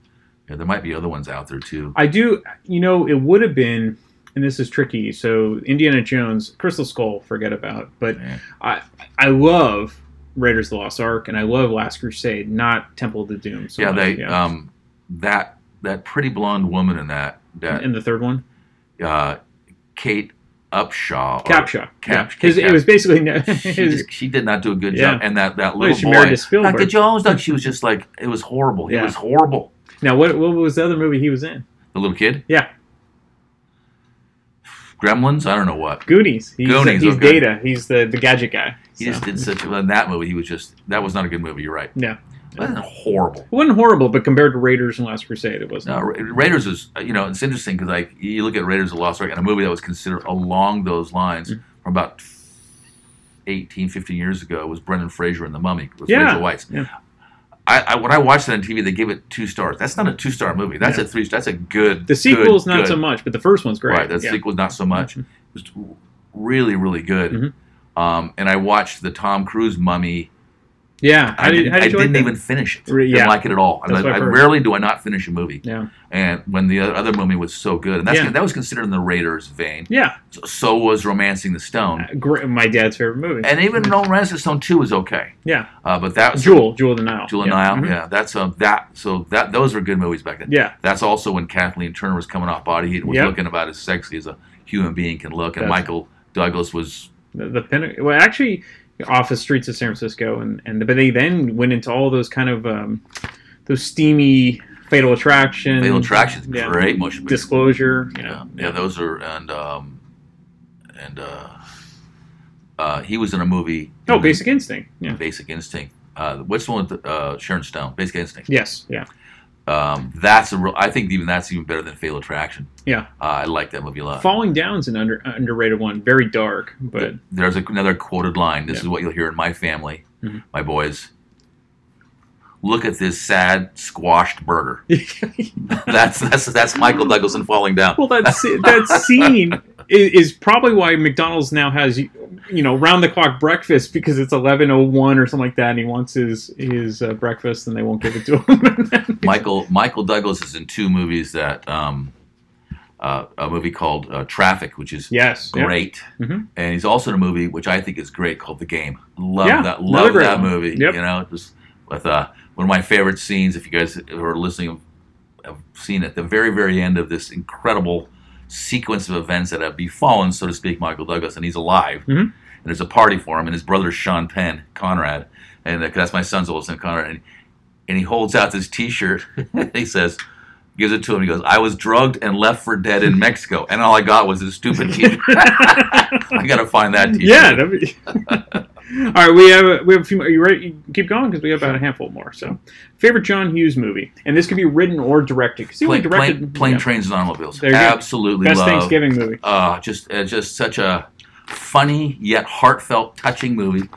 Speaker 2: Yeah, there might be other ones out there too.
Speaker 1: I do, you know, it would have been, and this is tricky. So Indiana Jones, Crystal Skull, forget about. But
Speaker 2: Yeah.
Speaker 1: I, I love Raiders of the Lost Ark, and I love Last Crusade, not Temple of the Doom. So
Speaker 2: yeah,
Speaker 1: much,
Speaker 2: they um that that pretty blonde woman in that that
Speaker 1: and the third one,
Speaker 2: uh Kate Upshaw or-
Speaker 1: Capshaw.
Speaker 2: Cap-
Speaker 1: yeah. His-
Speaker 2: Cap-
Speaker 1: It was basically
Speaker 2: she,
Speaker 1: his,
Speaker 2: just- she did not do a good
Speaker 1: Yeah.
Speaker 2: job, and that that
Speaker 1: Well,
Speaker 2: little
Speaker 1: she married to
Speaker 2: boy,
Speaker 1: Spielberg.
Speaker 2: Dr. Jones, like she was just like it was horrible. It
Speaker 1: Yeah.
Speaker 2: was horrible.
Speaker 1: now. What what was the other movie he was in?
Speaker 2: The little kid,
Speaker 1: Yeah,
Speaker 2: Gremlins, I don't know what.
Speaker 1: Goonies. He's,
Speaker 2: Goonies,
Speaker 1: He's
Speaker 2: okay.
Speaker 1: Data. He's the the gadget guy.
Speaker 2: He
Speaker 1: So,
Speaker 2: just did such well in that movie. He was just that was not a good movie. You're right.
Speaker 1: yeah.
Speaker 2: Wasn't horrible.
Speaker 1: It wasn't horrible, but compared to Raiders and Last Crusade, it wasn't.
Speaker 2: No, Uh, Ra- Raiders is you know it's interesting because like you look at Raiders of the Lost Ark and a movie that was considered along those lines
Speaker 1: Mm.
Speaker 2: from about 18, 15 years ago was Brendan Fraser in The Mummy with
Speaker 1: Yeah.
Speaker 2: Rachel Weisz.
Speaker 1: Yeah.
Speaker 2: I, I when I watched that on TV, they give it two stars. That's not a two star movie. That's a three. That's a good.
Speaker 1: The sequel's
Speaker 2: good,
Speaker 1: not
Speaker 2: good.
Speaker 1: so much, but the first one's great.
Speaker 2: Right, that
Speaker 1: Yeah. Mm-hmm.
Speaker 2: sequel's not so much. It was really, really good. Um, and I watched the Tom Cruise Mummy.
Speaker 1: Yeah, how
Speaker 2: I
Speaker 1: did,
Speaker 2: didn't,
Speaker 1: how did
Speaker 2: I
Speaker 1: you like
Speaker 2: didn't
Speaker 1: that?
Speaker 2: even finish it.
Speaker 1: Re- yeah.
Speaker 2: Didn't like it at all. I,
Speaker 1: That's what
Speaker 2: I
Speaker 1: I've heard.
Speaker 2: rarely do I not finish a movie.
Speaker 1: Yeah,
Speaker 2: and when the other movie was so good, and that's
Speaker 1: Yeah.
Speaker 2: that was considered in the Raiders vein.
Speaker 1: yeah.
Speaker 2: So, so was Romancing the Stone,
Speaker 1: Great, my dad's favorite movie.
Speaker 2: and even Romancing the Stone Two was okay.
Speaker 1: yeah,
Speaker 2: Uh, but that
Speaker 1: Jewel, Jewel of the Nile.
Speaker 2: Jewel and
Speaker 1: yeah.
Speaker 2: Nile,
Speaker 1: Mhm.
Speaker 2: yeah, that's um that so that those were good movies back then.
Speaker 1: Yeah.
Speaker 2: that's also when Kathleen Turner was coming off Body Heat and was
Speaker 1: Yep.
Speaker 2: looking about as sexy as a human being can look, and
Speaker 1: That's-
Speaker 2: Michael Douglas was
Speaker 1: The, the pin- well, actually, off the streets of San Francisco, and and but they then went into all those kind of um, those steamy Fatal Attraction,
Speaker 2: Fatal Attraction,
Speaker 1: Mm-hmm. yeah.
Speaker 2: great motion picture.
Speaker 1: Disclosure. You
Speaker 2: Yeah,
Speaker 1: know,
Speaker 2: yeah, those are and um, and uh, uh, he was in a movie.
Speaker 1: Oh, Basic Instinct. Yeah.
Speaker 2: Basic Instinct. Uh, what's the one with uh, Sharon Stone? Basic Instinct.
Speaker 1: Yes. Yeah.
Speaker 2: Um, that's a real. I think even that's even better than Fatal Attraction.
Speaker 1: Yeah.
Speaker 2: Uh, I like that movie a lot.
Speaker 1: Falling Down's an under, underrated one. Very dark, but
Speaker 2: There's a, another quoted line. This
Speaker 1: Yeah.
Speaker 2: is what you'll hear in my family,
Speaker 1: Mhm.
Speaker 2: my boys. Look at this sad squashed burger. that's that's that's Michael Douglas in Falling Down.
Speaker 1: Well, that se- that scene is, is probably why McDonald's now has you know round the clock breakfast because it's eleven oh one or something like that, and he wants his his uh, breakfast, and they won't give it to him.
Speaker 2: Michael Michael Douglas is in two movies that um, uh, a movie called uh, Traffic, which is
Speaker 1: yes, yeah.
Speaker 2: great.
Speaker 1: Mhm.
Speaker 2: And he's also in a movie which I think is great called The Game. Love
Speaker 1: Yeah,
Speaker 2: that.
Speaker 1: another
Speaker 2: Love
Speaker 1: great
Speaker 2: that
Speaker 1: one.
Speaker 2: movie.
Speaker 1: Yep.
Speaker 2: You know, just with uh, one of my favorite scenes. If you guys who are listening have seen at the very very end of this incredible sequence of events that have befallen, so to speak, Michael Douglas, and he's alive.
Speaker 1: Mhm.
Speaker 2: And there's a party for him, and his brother Sean Penn, Conrad, and uh, 'cause that's my son's oldest son, Conrad, and, and he holds out this T-shirt. he says. Gives it to him. He goes, "I was drugged and left for dead in Mexico, and all I got was this stupid T-shirt." I gotta find that T-shirt.
Speaker 1: Yeah. That'd be... All right, we have a, we have a few. More. Are you ready? Keep going because we have about a handful more. So, favorite John Hughes movie, and this could be written or directed. 'cause he only
Speaker 2: Plane,
Speaker 1: directed
Speaker 2: plane, plane
Speaker 1: yeah.
Speaker 2: trains and automobiles.
Speaker 1: There you go.
Speaker 2: Absolutely
Speaker 1: Best
Speaker 2: love.
Speaker 1: Thanksgiving movie.
Speaker 2: Uh, just uh, just such a funny yet heartfelt, touching movie.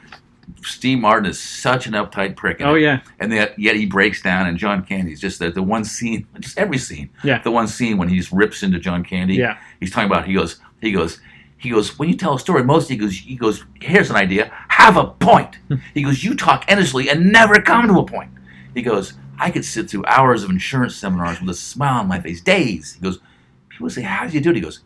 Speaker 2: Steve Martin is such an uptight prick. in
Speaker 1: Oh,
Speaker 2: it.
Speaker 1: yeah.
Speaker 2: and yet yet he breaks down. And John Candy's just the, the one scene, just every scene.
Speaker 1: Yeah.
Speaker 2: the one scene when he just rips into John Candy.
Speaker 1: Yeah.
Speaker 2: he's talking about. He goes, he goes, he goes. When you tell a story, most he goes, he goes. Here's an idea. Have a point.
Speaker 1: Hmm.
Speaker 2: he goes. You talk endlessly and never come to a point. He goes. I could sit through hours of insurance seminars with a smile on my face, days. He goes. People say, "How do you do it?" He goes,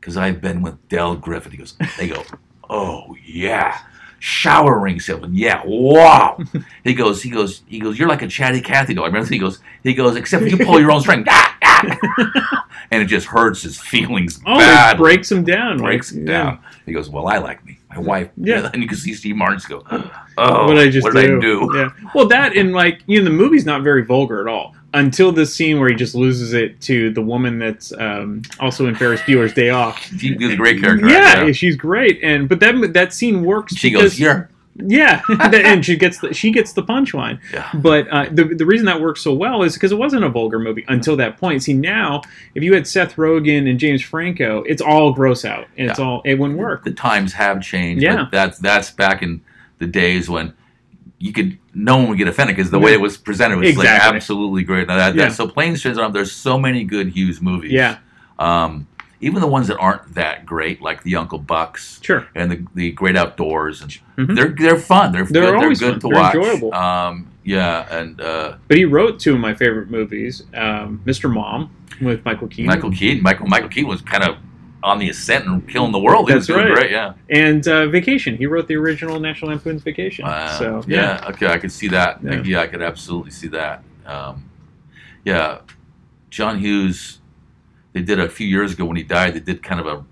Speaker 2: because I've been with Dell Griffin. He goes, they go, oh yeah, showering salesman, yeah, wow. He goes, he goes, he goes. You're like a chatty Cathy doll. I remember he goes, he goes, except you pull your own string, ah, ah. and it just hurts his feelings
Speaker 1: Oh, it
Speaker 2: bad.
Speaker 1: breaks him down. like,
Speaker 2: breaks him
Speaker 1: yeah.
Speaker 2: down. He goes, well, I like me, my wife.
Speaker 1: Yeah.
Speaker 2: and you can see Steve Martin's go, oh,
Speaker 1: what did I just do?
Speaker 2: I do?
Speaker 1: Yeah. Well, that and like you know, the movie's not very vulgar at all until this scene where he just loses it to the woman that's um, also in Ferris Bueller's Day Off.
Speaker 2: She- He's a great character.
Speaker 1: Yeah,
Speaker 2: actor.
Speaker 1: she's great, and but that that scene works.
Speaker 2: She
Speaker 1: because-
Speaker 2: goes, you're
Speaker 1: yeah, and she gets the she gets the punchline.
Speaker 2: Yeah.
Speaker 1: But uh, the the reason that works so well is because it wasn't a vulgar movie until that point. See now, if you had Seth Rogen and James Franco, it's all gross out, and it's
Speaker 2: Yeah.
Speaker 1: all it wouldn't work.
Speaker 2: the times have changed.
Speaker 1: Yeah.
Speaker 2: But that's that's back in the days when you could no one would get offended because the way it was presented was like
Speaker 1: Exactly.
Speaker 2: absolutely great. Now that, that-
Speaker 1: Yeah.
Speaker 2: so planes, trains, and automobiles, There's so many good Hughes movies.
Speaker 1: Yeah.
Speaker 2: Um, even the ones that aren't that great, like the Uncle Bucks.
Speaker 1: Sure.
Speaker 2: And the, the Great Outdoors, and
Speaker 1: Mhm.
Speaker 2: they're they're fun. They're
Speaker 1: They're
Speaker 2: good.
Speaker 1: always
Speaker 2: they're
Speaker 1: fun.
Speaker 2: good to
Speaker 1: They're
Speaker 2: watch.
Speaker 1: enjoyable.
Speaker 2: Um, yeah, and uh,
Speaker 1: But he wrote two of my favorite movies, um, Mr. Mom with Michael Keaton,
Speaker 2: Michael Keaton. Michael Michael Keaton was kind of on the ascent and killing the world. He was
Speaker 1: That's
Speaker 2: doing
Speaker 1: right.
Speaker 2: great. Yeah.
Speaker 1: and uh, Vacation. He wrote the original National Lampoon's Vacation.
Speaker 2: Wow.
Speaker 1: so yeah.
Speaker 2: yeah. okay, I could see that.
Speaker 1: Yeah.
Speaker 2: Like, Yeah, I could absolutely see that. Um, yeah, John Hughes. They did a few years ago when he died. They did kind of a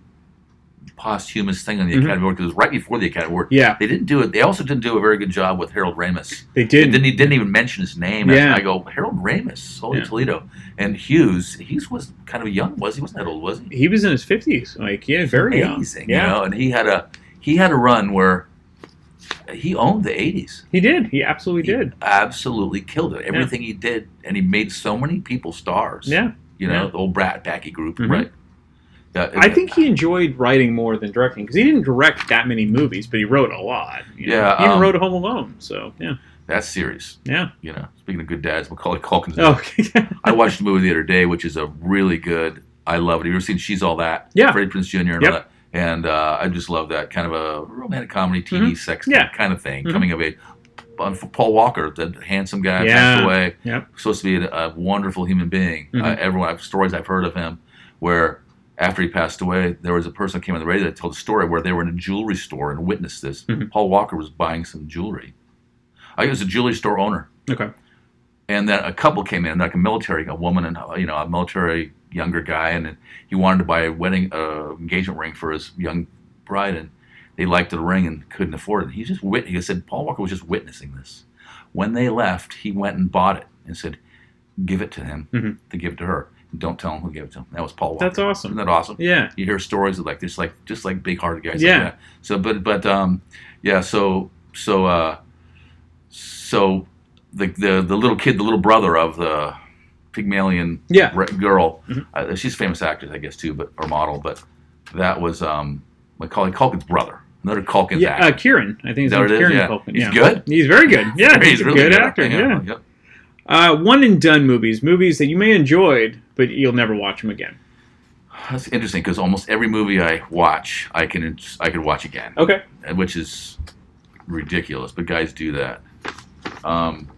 Speaker 2: posthumous thing on the
Speaker 1: Mhm.
Speaker 2: Academy Award 'cause it was right before the Academy Award.
Speaker 1: Yeah.
Speaker 2: they didn't do it. They also didn't do a very good job with Harold Ramis.
Speaker 1: they
Speaker 2: They
Speaker 1: did.
Speaker 2: didn't. He didn't even mention his name.
Speaker 1: Yeah.
Speaker 2: I go Harold Ramis, Holy
Speaker 1: Yeah.
Speaker 2: Toledo, and Hughes. Hughes was kind of young, was he? Wasn't that old, was he?
Speaker 1: He was in his fifties, like yeah, very young.
Speaker 2: Amazing,
Speaker 1: Yeah,
Speaker 2: you know. And he had a he had a run where he owned the '80s.
Speaker 1: he did. He absolutely did.
Speaker 2: absolutely killed it. Everything he did, and he made so many people stars.
Speaker 1: Yeah.
Speaker 2: you know
Speaker 1: yeah.
Speaker 2: the old Brat Packy group,
Speaker 1: Mhm.
Speaker 2: right? Yeah,
Speaker 1: I think he enjoyed writing more than directing because he didn't direct that many movies, but he wrote a lot. you know.
Speaker 2: Yeah,
Speaker 1: he even
Speaker 2: um,
Speaker 1: wrote Home Alone. So yeah,
Speaker 2: that series.
Speaker 1: yeah.
Speaker 2: You know, speaking of good dads, Macaulay Culkin's.
Speaker 1: Oh,
Speaker 2: I watched a movie the other day, which is a really good. I love it. Have you ever seen She's All That?
Speaker 1: Yeah.
Speaker 2: Freddie Prince Jr. and all
Speaker 1: Yep.
Speaker 2: that. And uh, I just love that kind of a romantic comedy, TV sex
Speaker 1: Mm-hmm. Yeah.
Speaker 2: kind of thing,
Speaker 1: Mhm.
Speaker 2: coming of age. Um, for Paul Walker, the handsome guy,
Speaker 1: Yeah.
Speaker 2: passed away.
Speaker 1: Yep.
Speaker 2: Supposed to be a, a wonderful human being. Uh,
Speaker 1: Mhm.
Speaker 2: everyone, I've, stories I've heard of him, where after he passed away, there was a person who came on the radio that told a story where they were in a jewelry store and witnessed this.
Speaker 1: Mhm.
Speaker 2: Paul Walker was buying some jewelry. I think it was a jewelry store owner
Speaker 1: okay.
Speaker 2: and then a couple came in, like a military, a woman and uh, you know a military younger guy, and he wanted to buy a wedding uh, engagement ring for his young bride, and they liked the ring and couldn't afford it. And he just wit- he said Paul Walker was just witnessing this. When they left, he went and bought it and said, "Give it to him
Speaker 1: Mhm.
Speaker 2: to give it to her. Don't tell him who gave it to him." That was Paul Walker.
Speaker 1: That's awesome.
Speaker 2: Isn't that awesome?
Speaker 1: Yeah.
Speaker 2: you hear stories of like just like just like big hearted guys
Speaker 1: Yeah.
Speaker 2: like that. So but but um yeah, so so uh so the the the little kid, the little brother of the Pygmalion
Speaker 1: Yeah. Mm-hmm.
Speaker 2: re- girl, uh, she's a famous actress I guess too, but or model, but that was um Macaulay Culkin's brother. Another Culkin's
Speaker 1: Yeah, uh,
Speaker 2: actor.
Speaker 1: Kieran. I think his
Speaker 2: Is that
Speaker 1: name's
Speaker 2: what it is?
Speaker 1: Kieran
Speaker 2: Yeah.
Speaker 1: Culkin.
Speaker 2: He's
Speaker 1: yeah.
Speaker 2: good?
Speaker 1: He's very good. Yeah, uh, he's, a good, actor. Yeah.
Speaker 2: Yep.
Speaker 1: Uh, one and done movies, movies that you may enjoyed, but you'll never watch them again.
Speaker 2: That's interesting because almost every movie I watch, I can I can watch again.
Speaker 1: Okay.
Speaker 2: and- which is ridiculous, but guys do that. Um,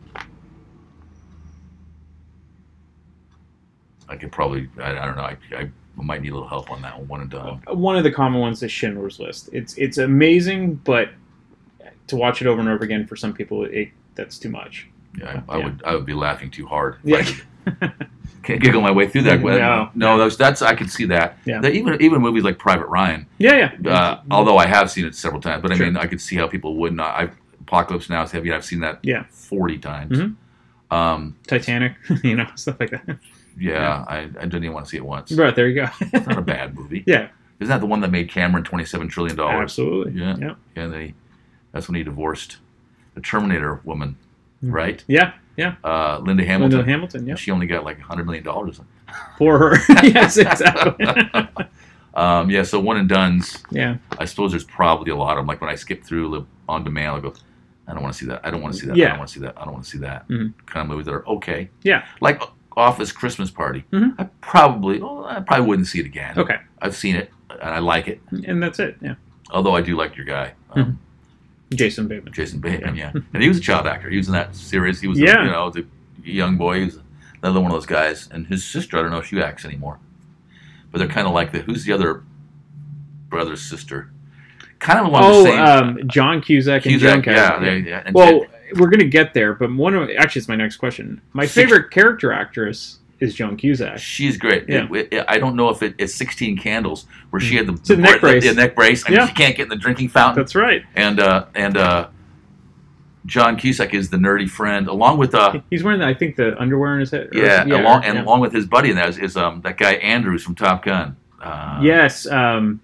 Speaker 2: I could probably, I, I don't know, I, I might need a little help on that one, one and done.
Speaker 1: One of the common ones is Schindler's List. It's it's amazing, but to watch it over and over again for some people, it that's too much.
Speaker 2: Yeah, I, I
Speaker 1: Yeah.
Speaker 2: would, I would be laughing too hard. if I
Speaker 1: Yeah.
Speaker 2: did Can't giggle my way through that.
Speaker 1: No.
Speaker 2: no, that's that's I could see that.
Speaker 1: Yeah.
Speaker 2: That even even movies like Private Ryan,
Speaker 1: yeah, yeah.
Speaker 2: uh, although I have seen it several times, but I
Speaker 1: Sure.
Speaker 2: mean, I could see how people would not. I Apocalypse Now is heavy. I've seen that
Speaker 1: Yeah.
Speaker 2: forty times.
Speaker 1: Mhm.
Speaker 2: Um,
Speaker 1: Titanic, you know, stuff like that.
Speaker 2: yeah,
Speaker 1: Yeah.
Speaker 2: I, I didn't even want to see it once.
Speaker 1: Right, there you
Speaker 2: It's
Speaker 1: go.
Speaker 2: not a bad movie.
Speaker 1: yeah,
Speaker 2: Isn't that the one that made Cameron twenty-seven trillion dollars?
Speaker 1: absolutely.
Speaker 2: Oh, Yeah.
Speaker 1: Yeah.
Speaker 2: Yeah, they, that's when he divorced the Terminator woman, right?
Speaker 1: Yeah, yeah.
Speaker 2: Uh, Linda Hamilton.
Speaker 1: Linda Hamilton, yeah.
Speaker 2: She only got like hundred million dollars.
Speaker 1: For her. yes, exactly.
Speaker 2: Um, yeah, so one and done's.
Speaker 1: Yeah.
Speaker 2: I suppose there's probably a lot of them. Like when I skip through li- on demand, I go, I don't want to see that. I don't want to see that. I
Speaker 1: Yeah.
Speaker 2: don't want to see that. I don't want to see that.
Speaker 1: Mhm.
Speaker 2: Kind of movies that are okay.
Speaker 1: Yeah.
Speaker 2: Like Office Christmas Party.
Speaker 1: Mhm.
Speaker 2: I probably, oh, I probably wouldn't see it again.
Speaker 1: Okay.
Speaker 2: I've seen it and I like it.
Speaker 1: And that's it. Yeah.
Speaker 2: Although I do like your guy, um,
Speaker 1: Mm-hmm. Jason Bateman.
Speaker 2: Jason Bateman. Yeah. and he was a child actor. He was in that series. He was,
Speaker 1: Yeah.
Speaker 2: a, you know, the young boy. He was another one of those guys. And his sister, I don't know if she acts anymore, but they're kind of like the who's the other brother sister, kind of along the
Speaker 1: Oh,
Speaker 2: same.
Speaker 1: um, John Cusack and
Speaker 2: Cusack,
Speaker 1: John
Speaker 2: yeah, they- yeah, and-
Speaker 1: well, we're gonna get there, but one of actually, it's my next question. My
Speaker 2: Six-
Speaker 1: favorite character actress is Joan Cusack.
Speaker 2: She's great.
Speaker 1: Yeah. Mm.
Speaker 2: It- it- I don't know if it, it's 16 candles where she had the,
Speaker 1: a neck
Speaker 2: the-
Speaker 1: brace.
Speaker 2: the neck brace, and
Speaker 1: Yeah.
Speaker 2: she can't get in the drinking fountain.
Speaker 1: That's right.
Speaker 2: and uh, and uh, John Cusack is the nerdy friend, along with uh,
Speaker 1: He's wearing, I think, the underwear in his head. or-
Speaker 2: yeah, along and
Speaker 1: yeah.
Speaker 2: along with his buddy in that is, is um that guy Andrews from Top Gun. Uh,
Speaker 1: yes, um,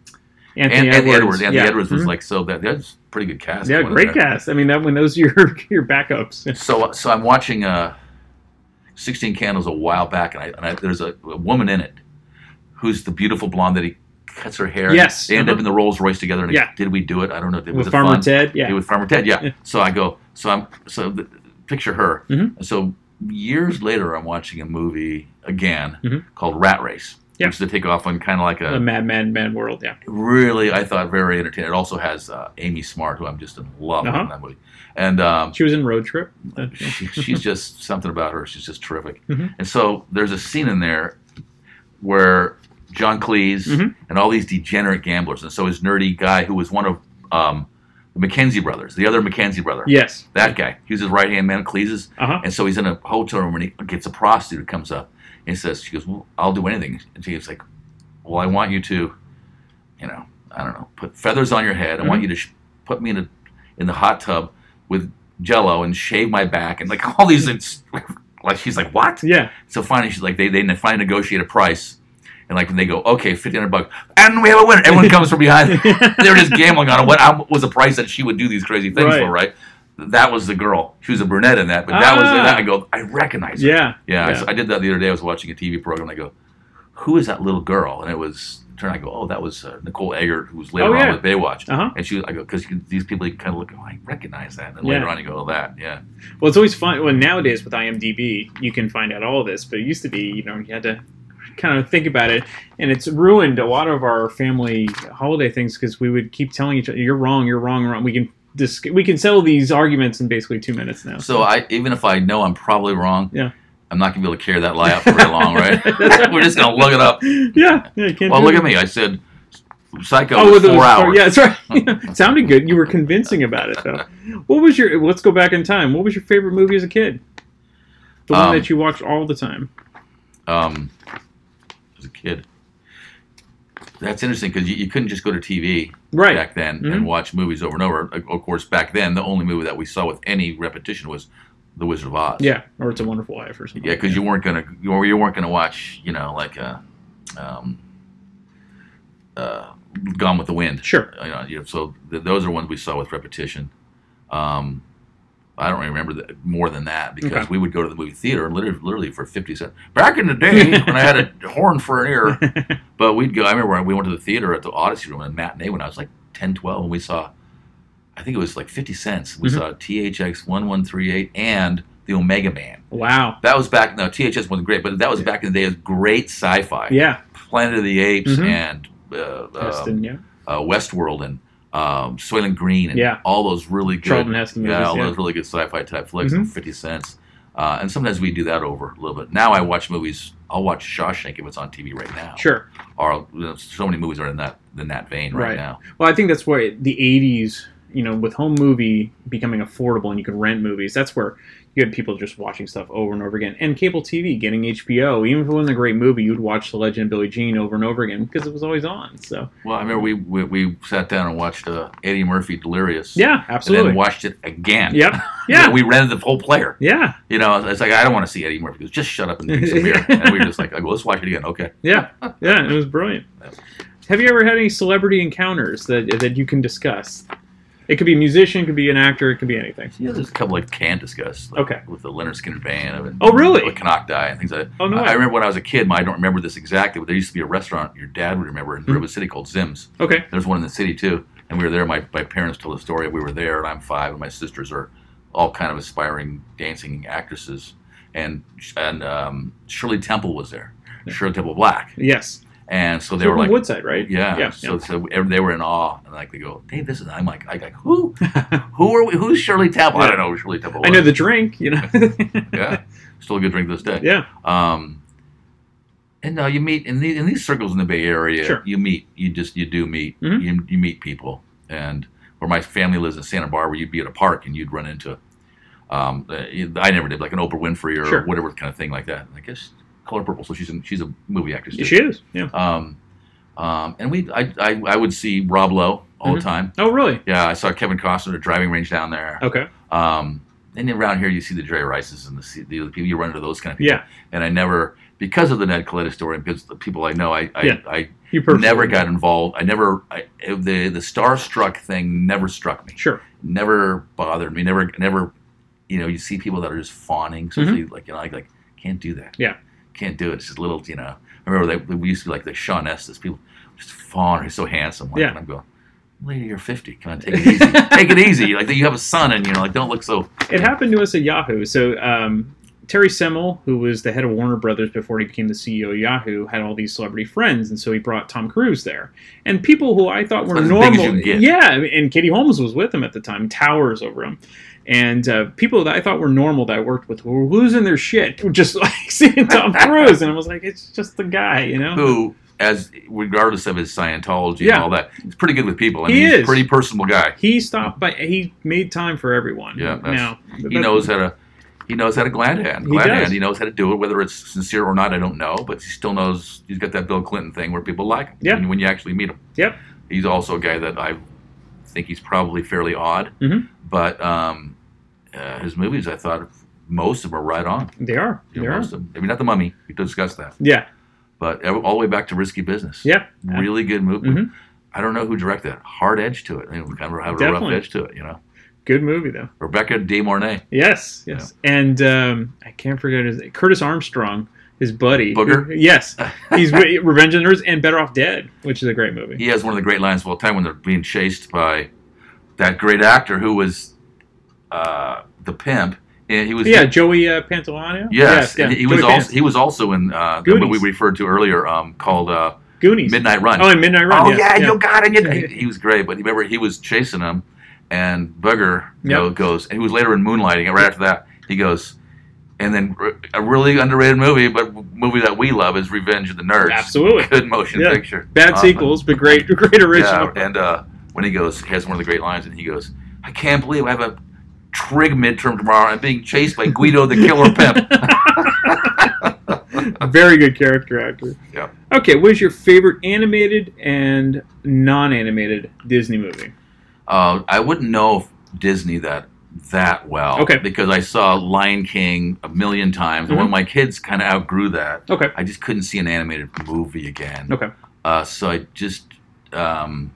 Speaker 2: and
Speaker 1: Anthony
Speaker 2: Anthony Edwards.
Speaker 1: Edwards.
Speaker 2: Anthony
Speaker 1: yeah.
Speaker 2: Edwards was
Speaker 1: Mhm.
Speaker 2: like so that that's pretty good cast.
Speaker 1: yeah,
Speaker 2: going in
Speaker 1: great
Speaker 2: there.
Speaker 1: cast. I mean, that when those are your your backups.
Speaker 2: So so I'm watching uh, 16 Candles a while back, and I, and I there's a, a woman in it who's the beautiful blonde that he cuts her hair.
Speaker 1: Yes.
Speaker 2: they end up
Speaker 1: Uh-huh.
Speaker 2: in the Rolls Royce together. And
Speaker 1: Yeah.
Speaker 2: did we do it? I don't know. Was
Speaker 1: With
Speaker 2: it
Speaker 1: Farmer
Speaker 2: fun?
Speaker 1: Ted, yeah.
Speaker 2: with Farmer Ted. Yeah.
Speaker 1: Yeah.
Speaker 2: So I go. So I'm. So the, picture her.
Speaker 1: Mhm.
Speaker 2: So years later, I'm watching a movie again
Speaker 1: Mhm.
Speaker 2: called Rat Race,
Speaker 1: Yeah. Um,
Speaker 2: which is a takeoff on kind of like
Speaker 1: A Mad Men, Mad World. Yeah,
Speaker 2: really, I thought very entertaining. It also has uh, Amy Smart, who I'm just in love with
Speaker 1: Uh-huh.
Speaker 2: in that movie, and um,
Speaker 1: she was in Road Trip. Uh, yeah.
Speaker 2: she, she's just something about her. She's just terrific.
Speaker 1: Mhm.
Speaker 2: And so there's a scene in there where John Cleese
Speaker 1: Mhm.
Speaker 2: and all these degenerate gamblers, and so his nerdy guy who was one of um, the Mackenzie brothers, the other Mackenzie brother,
Speaker 1: Yes.
Speaker 2: that guy, he was his right hand man, Cleese's,
Speaker 1: Uh huh.
Speaker 2: and so he's in a hotel room and he gets a prostitute who comes up and says, she goes, well, I'll do anything. And she's like, well, I want you to, you know, I don't know, put feathers on your head. I want you to sh- put me in a, in the hot tub with jello and shave my back and like all these, it's, like, she's like, what?
Speaker 1: Yeah.
Speaker 2: So finally, she's like, they, they finally negotiate a price. And like, when they go, okay, 1500 bucks. And we have a winner. Everyone comes from behind. They're just gambling on it. What how- was the price that she would do these crazy things
Speaker 1: Right.
Speaker 2: for, right? That was the girl. She was a brunette in that, but that was
Speaker 1: Ah.
Speaker 2: that. I go, I recognize her.
Speaker 1: Yeah.
Speaker 2: Yeah, I-
Speaker 1: Yeah.
Speaker 2: I, did that the other day. I was watching a TV program. And I go, who is that little girl? And it was, turn, I go, oh, that was uh, Nicole Eggert, who was later
Speaker 1: Oh, yeah.
Speaker 2: on with Baywatch.
Speaker 1: Uh-huh.
Speaker 2: And she, I go, because these people kind of look, oh, I recognize that. And then
Speaker 1: Yeah.
Speaker 2: later on, you go, oh, that, yeah.
Speaker 1: Well, it's always fun. Well, nowadays with IMDb, you can find out all of this, but it used to be, you know, you had to kind of think about it, and it's ruined a lot of our family holiday things because we would keep telling each other, "You're wrong. You're wrong. Wrong." We can dis- we can settle these arguments in basically two minutes now.
Speaker 2: So I, even if I know I'm probably wrong,
Speaker 1: Yeah.
Speaker 2: I'm not gonna be able to carry that lie out for very long, right? We're just gonna look it up.
Speaker 1: yeah, yeah. You can't
Speaker 2: Well,
Speaker 1: do
Speaker 2: look
Speaker 1: that.
Speaker 2: at me. I said psycho
Speaker 1: Oh,
Speaker 2: was
Speaker 1: with
Speaker 2: four
Speaker 1: those-
Speaker 2: hours.
Speaker 1: Yeah, that's right. it sounded good. You were convincing about it, though. What was your? Let's go back in time. What was your favorite movie as a kid? The one
Speaker 2: Um,
Speaker 1: that you watched all the time.
Speaker 2: Um, as a kid, that's interesting because you, you couldn't just go to TV
Speaker 1: Right.
Speaker 2: back then
Speaker 1: Mhm.
Speaker 2: and watch movies over and over. Of of course, back then the only movie that we saw with any repetition was The Wizard of Oz.
Speaker 1: Yeah, or It's a Wonderful Life or something.
Speaker 2: Yeah, because you weren't gonna you were- you weren't gonna watch you know like uh, um, uh, Gone with the Wind.
Speaker 1: Sure.
Speaker 2: You know, you know, so th- those are ones we saw with repetition. Um, I don't really remember that, more than that because
Speaker 1: Okay.
Speaker 2: we would go to the movie theater literally, literally for fifty cents. Back in the day when I had a horn for an ear, but we'd go. I remember when we went to the theater at the Odyssey Room in matinee when I was like 10, 12, and we saw. I think it was like fifty cents. We
Speaker 1: Mhm.
Speaker 2: saw THX one one three eight and the Omega Man.
Speaker 1: Wow.
Speaker 2: That was back. No, THS wasn't great, but that was back in the day. It was great sci-fi.
Speaker 1: Yeah.
Speaker 2: Planet of the Apes
Speaker 1: Mhm.
Speaker 2: and uh, um,
Speaker 1: Heston, yeah.
Speaker 2: uh, Westworld and um, Soylent Green and
Speaker 1: Yeah.
Speaker 2: all those really good.
Speaker 1: Charlton Heston
Speaker 2: yeah,
Speaker 1: movies,
Speaker 2: all
Speaker 1: yeah. Mm-hmm.
Speaker 2: those really good sci-fi type flicks. and Fifty cents. Uh, and sometimes we do that over a little bit. Now I watch movies. I'll watch Shawshank if it's on TV right now.
Speaker 1: Sure.
Speaker 2: Or you know, so many movies are in that in that vein right,
Speaker 1: Right.
Speaker 2: now.
Speaker 1: Well, I think that's why the 80s, you know, with home movie becoming affordable and you could rent movies, that's where you had people just watching stuff over and over again. And cable TV getting HBO, even if it wasn't a great movie, you'd watch The Legend of Billie Jean over and over again because it was always on. So,
Speaker 2: Well, I remember we we, we sat down and watched uh, Eddie Murphy Delirious.
Speaker 1: yeah,
Speaker 2: And
Speaker 1: absolutely.
Speaker 2: then watched it again.
Speaker 1: yep.
Speaker 2: Yeah.
Speaker 1: Yeah.
Speaker 2: We rented the whole player.
Speaker 1: yeah.
Speaker 2: You know, it's like I don't want to see Eddie Murphy. He goes, just shut up and drink some beer. And we were just like, oh, let's watch it again. Okay.
Speaker 1: Yeah. Yeah. It was brilliant. Have you ever had any celebrity encounters that, that you can discuss? It could be a musician, it could be an actor, it could be anything.
Speaker 2: Yeah, there's a couple like can discuss. Like,
Speaker 1: Okay.
Speaker 2: With the Leonard Skinner band. And,
Speaker 1: Oh, really?
Speaker 2: With Canocti and things like that.
Speaker 1: Oh, no
Speaker 2: I, I
Speaker 1: way.
Speaker 2: remember when I was a kid, I don't remember this exactly, but there used to be a restaurant your dad would remember in
Speaker 1: Hmm.
Speaker 2: Redwood City called Zim's.
Speaker 1: Okay.
Speaker 2: There's one in the city too, and we were there. My, my parents told the story. We were there, and I'm five, and my sisters are all kind of aspiring dancing actresses, and and um, Shirley Temple was there, Shirley Temple Black,
Speaker 1: Yes.
Speaker 2: and so they
Speaker 1: They're
Speaker 2: were like,
Speaker 1: Woodside, right?
Speaker 2: yeah,
Speaker 1: Yeah.
Speaker 2: So so ev- they were in awe, and like they go, hey, this is. I'm like, I like who, who are we? Who's Shirley Temple? I don't know who Shirley Temple. Was.
Speaker 1: I know the drink, you know.
Speaker 2: yeah, still a good drink to this day.
Speaker 1: yeah.
Speaker 2: Um, and now you meet in these in these circles in the Bay Area.
Speaker 1: Sure.
Speaker 2: You meet. You just you do meet.
Speaker 1: Mhm.
Speaker 2: You, you meet people. And where my family lives in Santa Barbara, you'd be at a park and you'd run into. Um, uh, I never did like an Oprah Winfrey or
Speaker 1: Sure.
Speaker 2: whatever kind of thing like that. I guess color purple. So she's in, she's a movie actress. Too.
Speaker 1: She is. Yeah.
Speaker 2: Um, um, and we I, I I would see Rob Lowe all
Speaker 1: Mhm.
Speaker 2: the time.
Speaker 1: Oh, really?
Speaker 2: Yeah, I saw Kevin Costner at a driving range down there.
Speaker 1: Okay.
Speaker 2: Um, and then around here, you see the Jerry Rices and the, the other people. You run into those kind of people.
Speaker 1: Yeah.
Speaker 2: And I never, because of the Ned Coletta story, and because the people I know, I I,
Speaker 1: Yeah.
Speaker 2: I
Speaker 1: You perfect.
Speaker 2: never got involved. I never I, the the starstruck thing never struck me.
Speaker 1: Sure.
Speaker 2: Never bothered me. Never never, you know, you see people that are just fawning, especially like you know, like, like can't do that.
Speaker 1: Mm-hmm. Yeah.
Speaker 2: Can't do it. It's just little, you know. I remember they, we used to be like the Sean Estes people, just fawn. He's so handsome. Like,
Speaker 1: Yeah.
Speaker 2: And I'm going. Lady, you're 50. Come on, take it easy. take it easy. Like you have a son, and you know, like don't look so.
Speaker 1: It happened to us at Yahoo. So um, Terry Semel, who was the head of Warner Brothers before he became the CEO of Yahoo, had all these celebrity friends, and so he brought Tom Cruise there, and people who I thought were
Speaker 2: As big as
Speaker 1: normal.
Speaker 2: you can get.
Speaker 1: Yeah, and Katie Holmes was with him at the time. Towers over him. And uh, people that I thought were normal that I worked with were losing their shit just like seeing Tom Cruise, and I was like, it's just the guy, you know.
Speaker 2: who, as regardless of his Scientology
Speaker 1: Yeah.
Speaker 2: and all that, he's pretty good with people. I
Speaker 1: He
Speaker 2: mean, he's
Speaker 1: is.
Speaker 2: a pretty personable guy.
Speaker 1: He stopped by. He made time for everyone.
Speaker 2: Yeah, that's-
Speaker 1: now
Speaker 2: He knows how to. He knows how to glad hand.
Speaker 1: He
Speaker 2: Glad
Speaker 1: does.
Speaker 2: hand. He knows how to do it, whether it's sincere or not. I don't know, but he still knows. He's got that Bill Clinton thing where people like him
Speaker 1: Yeah.
Speaker 2: when, when you actually meet him.
Speaker 1: Yep.
Speaker 2: He's also a guy that I think he's probably fairly odd,
Speaker 1: Mhm.
Speaker 2: but um, uh, his movies, I thought most of them are right on.
Speaker 1: they are.
Speaker 2: You
Speaker 1: they
Speaker 2: know,
Speaker 1: are.
Speaker 2: most of them. I mean, not the Mummy. We discussed that,
Speaker 1: Yeah.
Speaker 2: but ev- all the way back to Risky Business.
Speaker 1: Yeah.
Speaker 2: really good movie.
Speaker 1: Mhm.
Speaker 2: I don't know who directed it. Hard edge to it. I mean, we kind of have a rough
Speaker 1: Definitely.
Speaker 2: edge to it, you know.
Speaker 1: Good movie though.
Speaker 2: Rebecca De Mornay,
Speaker 1: Yes, yes. And um, I can't forget his Curtis Armstrong, his buddy.
Speaker 2: Booger?
Speaker 1: Who- yes. He's re- Revenge of the Nerds and Better Off Dead, which is a great movie.
Speaker 2: he has one of the great lines of all time when they're being chased by that great actor who was uh, the pimp. And he was
Speaker 1: Yeah, Joey uh, Pantoliano.
Speaker 2: yes, and
Speaker 1: yeah,
Speaker 2: he was
Speaker 1: Joey
Speaker 2: also
Speaker 1: Pants.
Speaker 2: he was also in uh, the
Speaker 1: Goonies.
Speaker 2: movie we referred to earlier um, called uh,
Speaker 1: Goonies.
Speaker 2: Midnight Run.
Speaker 1: Oh, and Midnight Run.
Speaker 2: Oh,
Speaker 1: yes,
Speaker 2: yeah, you got it. You, he, he was great, but remember he was chasing him, and Booger you
Speaker 1: Yep.
Speaker 2: know, goes. And he was later in Moonlighting. Right after that, he goes. And then re- a really underrated movie, but movie that we love is Revenge of the Nerds.
Speaker 1: Absolutely.
Speaker 2: good motion
Speaker 1: Yeah.
Speaker 2: picture.
Speaker 1: Bad
Speaker 2: Awesome.
Speaker 1: sequels, but great, great original.
Speaker 2: Yeah, and uh, when he goes, he has one of the great lines, and he goes, "I can't believe I have a trig midterm tomorrow. I'm being chased by Guido the Killer Pimp."
Speaker 1: Very good character actor.
Speaker 2: Yeah.
Speaker 1: Okay, what is your favorite animated and non-animated Disney movie?
Speaker 2: Uh, I wouldn't know Disney that that well.
Speaker 1: Okay. Mm-hmm.
Speaker 2: Because I saw Lion King a million times, and when my kids kind of outgrew that,
Speaker 1: Okay.
Speaker 2: I just couldn't see an animated movie again.
Speaker 1: Okay.
Speaker 2: Uh, so I just um,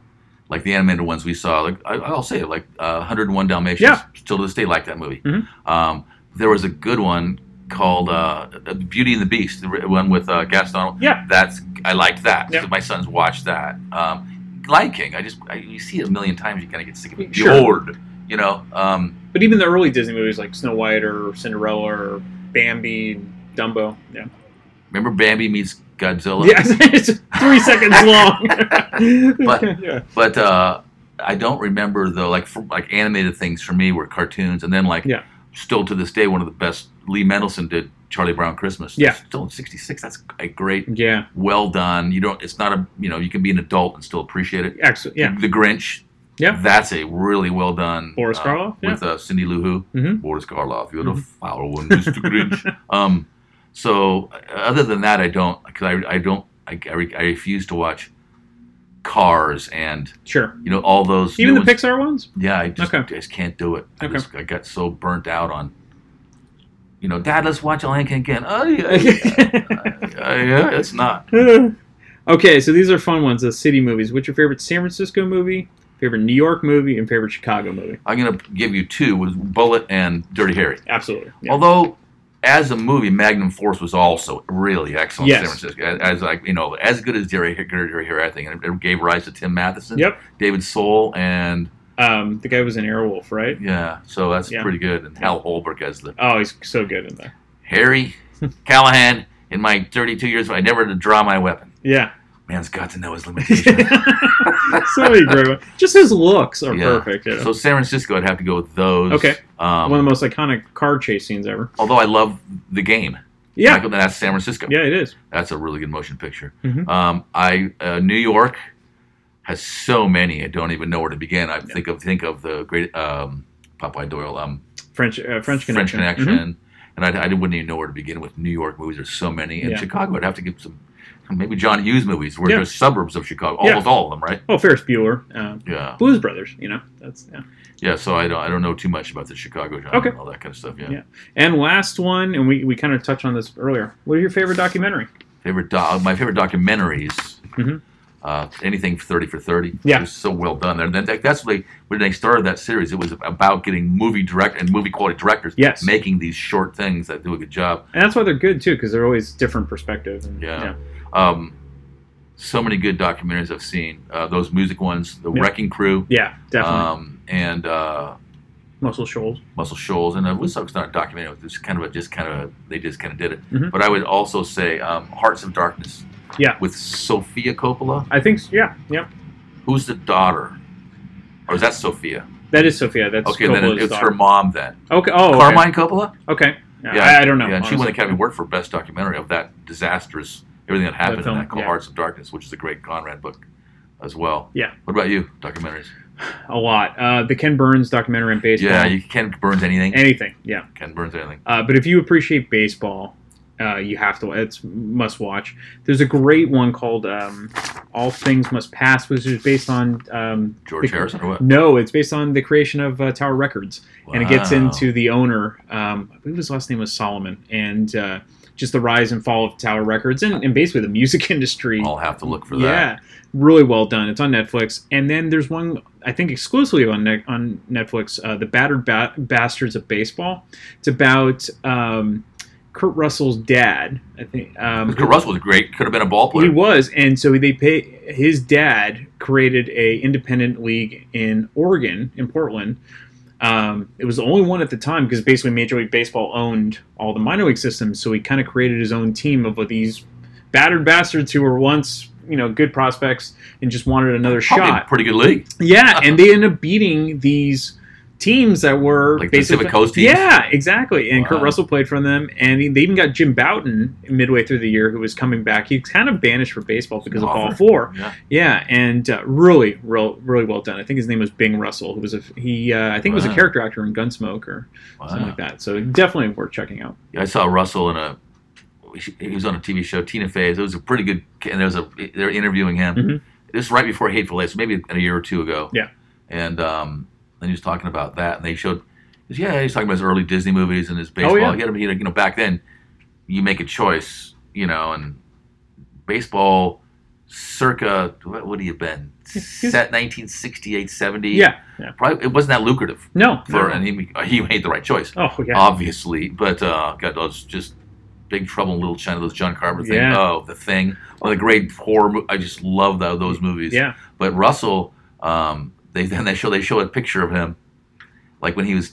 Speaker 2: like the animated ones we saw. Like I, I'll say it, like uh, 101 Dalmatians.
Speaker 1: Yeah.
Speaker 2: Still to this day, like that movie.
Speaker 1: Mhm.
Speaker 2: Um, there was a good one called uh, Beauty and the Beast, the re- one with uh, Gaston.
Speaker 1: Yeah.
Speaker 2: That's I liked that.
Speaker 1: Yeah.
Speaker 2: So my sons watched that. Um, Lion King. I just I, you see it a million times. You kind of get sick of it.
Speaker 1: Sure.
Speaker 2: You're bored, You know. Um,
Speaker 1: But even the early Disney movies like Snow White or Cinderella or Bambi, Dumbo. Yeah.
Speaker 2: remember Bambi meets Godzilla.
Speaker 1: Yeah, it's three seconds long.
Speaker 2: But-
Speaker 1: yeah.
Speaker 2: But uh, I don't remember though. Like for, like animated things for me were cartoons, and then like
Speaker 1: Yeah.
Speaker 2: still to this day one of the best. Lee Mendelson did Charlie Brown Christmas.
Speaker 1: Yeah.
Speaker 2: Still in '66. That's a great,
Speaker 1: Yeah.
Speaker 2: well done. You don't. It's not a. You know. You can be an adult and still appreciate it.
Speaker 1: Excellent. Yeah.
Speaker 2: The Grinch.
Speaker 1: Yeah.
Speaker 2: That's a really well done.
Speaker 1: Boris
Speaker 2: uh,
Speaker 1: Karloff, yeah. Mm-hmm.
Speaker 2: with uh, Cindy Lou Who.
Speaker 1: Mhm.
Speaker 2: Boris Karloff. You're the foul one, Mr. Grinch. Um. So uh, other than that, I don't because I, I don't I, I, re- I refuse to watch Cars and
Speaker 1: Sure.
Speaker 2: you know all those
Speaker 1: Even
Speaker 2: new
Speaker 1: the
Speaker 2: ones.
Speaker 1: Pixar ones?
Speaker 2: Yeah, I just,
Speaker 1: Okay.
Speaker 2: I just can't do it. I
Speaker 1: Okay.
Speaker 2: just I got so burnt out on. You know, Dad, let's watch Lion King again. Oh yeah, yeah, yeah, yeah, it's not.
Speaker 1: okay, so these are fun ones, the city movies. What's your favorite San Francisco movie? favorite New York movie, and favorite Chicago movie.
Speaker 2: I'm going to give you two with Bullet and Dirty Harry.
Speaker 1: Absolutely. Yeah.
Speaker 2: Although, as a movie, Magnum Force was also really excellent. in
Speaker 1: Yes.
Speaker 2: San Francisco, as like you know, as good as Jerry Jerry Harry, I think, and it gave rise to Tim Matheson,
Speaker 1: Yep.
Speaker 2: David Soul, and
Speaker 1: Um, the guy was in Airwolf, right?
Speaker 2: yeah, so that's
Speaker 1: Yeah.
Speaker 2: pretty good. And Hal Holbrook as the
Speaker 1: Oh, he's so good in there.
Speaker 2: Harry Callahan. In my 32 years, I never had to draw my weapon.
Speaker 1: Yeah.
Speaker 2: Man's got to know his limitations.
Speaker 1: so many great ones. Just his looks are
Speaker 2: Yeah.
Speaker 1: perfect. Yeah.
Speaker 2: So San Francisco, I'd have to go with those.
Speaker 1: Okay.
Speaker 2: Um,
Speaker 1: One of the most iconic car chase scenes ever.
Speaker 2: although I love the game.
Speaker 1: Yeah.
Speaker 2: Michael, that's San Francisco.
Speaker 1: Yeah, it is.
Speaker 2: That's a really good motion picture.
Speaker 1: Mhm.
Speaker 2: Um, I uh, New York has so many. I don't even know where to begin. I think of think of the great um, Popeye Doyle, um,
Speaker 1: French uh, French Connection. Mhm.
Speaker 2: Connection. and I, I wouldn't even know where to begin with New York movies. There's so many, and
Speaker 1: Yeah.
Speaker 2: Chicago. I'd have to give some maybe John Hughes movies, where
Speaker 1: Yeah.
Speaker 2: there's suburbs of Chicago,
Speaker 1: Yeah.
Speaker 2: almost all of them, right?
Speaker 1: Oh, Ferris Bueller. Um,
Speaker 2: Yeah,
Speaker 1: Blues Brothers, you know. That's yeah.
Speaker 2: yeah. So I don't, I don't know too much about the Chicago genre
Speaker 1: Um, Okay.
Speaker 2: and all that kind of stuff. Yeah.
Speaker 1: Yeah. And last one, and we, we kind of touched on this earlier. What are your favorite documentary?
Speaker 2: Favorite do- my favorite documentaries.
Speaker 1: Mhm.
Speaker 2: Uh, anything thirty for thirty.
Speaker 1: Yeah.
Speaker 2: It was so well done there. And that, that's what they, when they started that series. It was about getting movie direct and movie quality directors.
Speaker 1: Yes.
Speaker 2: Making these short things that do a good job.
Speaker 1: And that's why they're good too, because they're always different perspective. And,
Speaker 2: Yeah. Um, so many good documentaries I've seen. Uh, those music ones, The
Speaker 1: Yeah.
Speaker 2: Wrecking Crew,
Speaker 1: Yeah, definitely.
Speaker 2: um, and uh,
Speaker 1: Muscle Shoals.
Speaker 2: Muscle Shoals, and it was it's not a documentary. It was just kind of a just kind of a, they just kind of did it.
Speaker 1: Mhm.
Speaker 2: But I would also say um, Hearts of Darkness.
Speaker 1: Yeah.
Speaker 2: With Sophia Coppola.
Speaker 1: I think. s- Yeah. Yeah.
Speaker 2: Who's the daughter? Or is that Sophia?
Speaker 1: That is Sophia. That's
Speaker 2: Okay, then it-
Speaker 1: Coppola's
Speaker 2: it's
Speaker 1: daughter.
Speaker 2: her mom then.
Speaker 1: Okay. Oh, okay.
Speaker 2: Carmine Coppola?
Speaker 1: Okay. Yeah, I, I don't know.
Speaker 2: Yeah, and she won the
Speaker 1: honestly.
Speaker 2: Academy Award for Best Documentary of that disastrous, everything that happened in
Speaker 1: film,
Speaker 2: that called
Speaker 1: yeah.
Speaker 2: Hearts of Darkness, which is a great Conrad book as well.
Speaker 1: Yeah.
Speaker 2: What about you, documentaries?
Speaker 1: a lot. Uh, the Ken Burns documentary on baseball.
Speaker 2: Yeah, you Ken Burns anything.
Speaker 1: anything. Yeah.
Speaker 2: Ken Burns anything.
Speaker 1: Uh, but if you appreciate baseball, uh, you have to. It's must watch. There's a great one called um, "All Things Must Pass," which is based on um,
Speaker 2: George
Speaker 1: the-
Speaker 2: Harrison or what?
Speaker 1: No, it's based on the creation of uh, Tower Records, and it gets
Speaker 2: Wow.
Speaker 1: into the owner. Um, I believe his last name was Solomon, and uh, just the rise and fall of Tower Records, and, and basically the music industry.
Speaker 2: I'll have to look for that.
Speaker 1: Yeah, really well done. It's on Netflix, and then there's one I think exclusively on ne- on Netflix, uh, "The Battered ba- Bastards of Baseball." It's about um, Kurt Russell's dad. I think um,
Speaker 2: Kurt Russell was great. Could have been a ball
Speaker 1: he
Speaker 2: player.
Speaker 1: was, and so they pay his dad created a independent league in Oregon, in Portland. Um, it was the only one at the time because basically Major League Baseball owned all the minor league systems, so he kind of created his own team of these battered bastards who were once you know good prospects and just wanted another
Speaker 2: Probably a
Speaker 1: shot.
Speaker 2: pretty good league.
Speaker 1: Yeah, and they end up beating these teams that were
Speaker 2: Like Pacific Coast teams?
Speaker 1: Yeah, exactly. And Kurt
Speaker 2: Wow.
Speaker 1: Russell played for them, and he- they even got Jim Bouton midway through the year, who was coming back. He kind of banished for baseball because of Fall
Speaker 2: Offer.
Speaker 1: Four.
Speaker 2: Yeah.
Speaker 1: Yeah, and uh, really, real, really well done. I think his name was Bing Russell, who was a he. Uh, I think was a
Speaker 2: Wow.
Speaker 1: character actor in Gunsmoke or something
Speaker 2: Wow.
Speaker 1: like that. So definitely worth checking out.
Speaker 2: Yeah, I saw Russell in a. He was on a TV show, Tina Fey's. It was a pretty good, and there was a they're interviewing him.
Speaker 1: Mhm.
Speaker 2: This was right before Hateful Eight, so maybe a year or two ago.
Speaker 1: Yeah.
Speaker 2: and um, then he was talking about that, and they showed. he was- Yeah, he was talking about his early Disney movies and his baseball.
Speaker 1: Oh, yeah.
Speaker 2: He had, he had- you know, back then, you make a choice, you know, and baseball, circa what would he have been? Set 1968, 70.
Speaker 1: Yeah, yeah.
Speaker 2: probably it wasn't that lucrative
Speaker 1: No,
Speaker 2: for,
Speaker 1: no.
Speaker 2: and he he made the right choice
Speaker 1: oh yeah,
Speaker 2: obviously. But uh, God, those just Big Trouble in Little China, those John Carpenter things.
Speaker 1: Yeah.
Speaker 2: Oh, The Thing, one of the great horror. Mo- I just love tho- those movies.
Speaker 1: yeah.
Speaker 2: But Russell, um, they then they show they show a picture of him, like when he was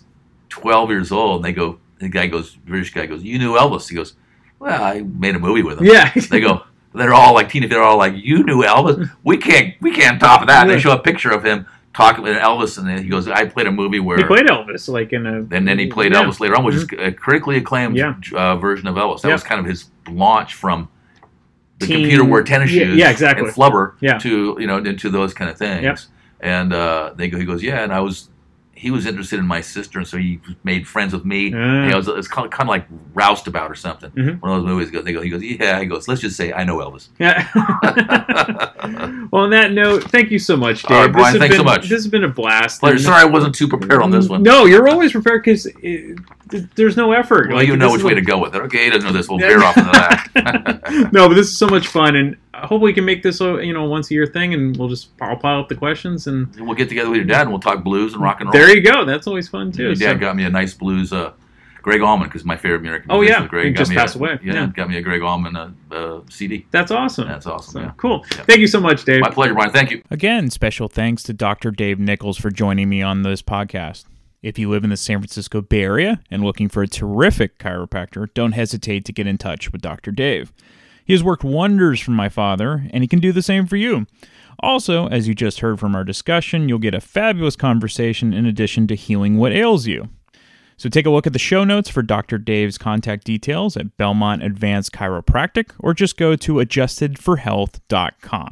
Speaker 2: 12 years old. And they go, the guy goes, British guy goes, you knew Elvis. He goes, well, I made a movie with him.
Speaker 1: Yeah.
Speaker 2: They go. They're all like Tina. They're all like, "You knew Elvis. We can't. We can't top that." And they
Speaker 1: Yeah.
Speaker 2: show a picture of him talking with Elvis, and then he goes, "I played a movie where
Speaker 1: He played Elvis like in a.
Speaker 2: and then he played
Speaker 1: Mm-hmm. Yeah. Mm-hmm.
Speaker 2: Elvis later on, which is a critically acclaimed
Speaker 1: Yeah.
Speaker 2: uh, version of Elvis. That
Speaker 1: Yeah.
Speaker 2: was kind of his launch from the
Speaker 1: Teen-
Speaker 2: computer wore tennis
Speaker 1: yeah,
Speaker 2: shoes,
Speaker 1: yeah, exactly.
Speaker 2: and flubber
Speaker 1: Yeah.
Speaker 2: to you know into those kind of things.
Speaker 1: Yep.
Speaker 2: And uh, they go, he goes, yeah, and I was. He was interested in my sister, and so he made friends with me.
Speaker 1: Ah.
Speaker 2: And it was, it's kind of, kind of like Roustabout or something.
Speaker 1: Mhm.
Speaker 2: One of those movies. Goes, they go, he goes, yeah. He goes, let's just say I know Elvis.
Speaker 1: Yeah. well, on that note, thank you so much, Dave.
Speaker 2: All right, Brian,
Speaker 1: has
Speaker 2: thanks so
Speaker 1: been,
Speaker 2: much.
Speaker 1: This has been a blast.
Speaker 2: Pleasure.
Speaker 1: And-
Speaker 2: Sorry, I wasn't too prepared on this one.
Speaker 1: Mm-hmm. No, you're always prepared because there's no effort.
Speaker 2: well,
Speaker 1: Like,
Speaker 2: you know
Speaker 1: this
Speaker 2: which
Speaker 1: is
Speaker 2: way
Speaker 1: a-
Speaker 2: to go with it. Okay, he doesn't know this. We'll
Speaker 1: Yeah.
Speaker 2: veer off into that.
Speaker 1: no, but this is so much fun, and
Speaker 10: hopefully we can make this a you know once a year thing, and we'll just I'll pile up the questions, and
Speaker 2: We'll get together with your dad and we'll talk blues and rock and roll.
Speaker 10: there you go. That's always fun too.
Speaker 2: Your dad
Speaker 10: so-
Speaker 2: got me a nice blues. Uh, Greg Allman, because my favorite American
Speaker 10: Oh,
Speaker 2: musician
Speaker 10: yeah.
Speaker 2: is Greg
Speaker 10: He
Speaker 2: got
Speaker 10: just
Speaker 2: me a-
Speaker 10: passed away.
Speaker 2: Yeah,
Speaker 10: Yeah.
Speaker 2: got me a Greg Allman uh, uh, CD.
Speaker 10: that's awesome.
Speaker 2: That's awesome,
Speaker 10: So,
Speaker 2: yeah.
Speaker 10: Cool.
Speaker 2: Yeah.
Speaker 10: Thank you so much, Dave.
Speaker 2: My pleasure, Brian. Thank you.
Speaker 1: Again, special thanks to Dr. Dave Nichols for joining me on this podcast. If you live in the San Francisco Bay Area and looking for a terrific chiropractor, don't hesitate to get in touch with Dr. Dave. He has worked wonders for my father, and he can do the same for you. Also, as you just heard from our discussion, you'll get a fabulous conversation in addition to healing what ails you. So take a look at the show notes for Dr. Dave's contact details at Belmont Advanced Chiropractic or just go to adjustedforhealth.com.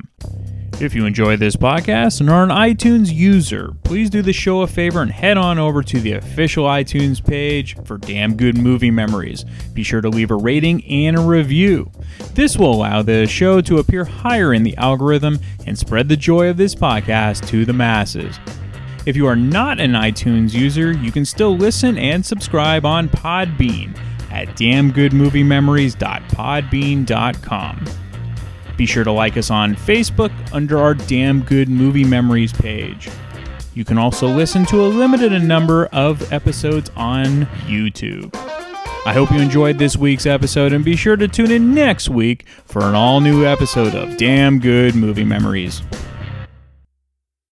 Speaker 1: If you enjoy this podcast and are an iTunes user, please do the show a favor and head on over to the official iTunes page for damn good movie memories. Be sure to leave a rating and a review. This will allow the show to appear higher in the algorithm and spread the joy of this podcast to the masses. If you are not an iTunes user, you can still listen and subscribe on Podbean at damngoodmoviememories.podbean.com. Be sure to like us on Facebook under our Damn Good Movie Memories page. You can also listen to a limited number of episodes on YouTube. I hope you enjoyed this week's episode and be sure to tune in next week for an all new episode of Damn Good Movie Memories.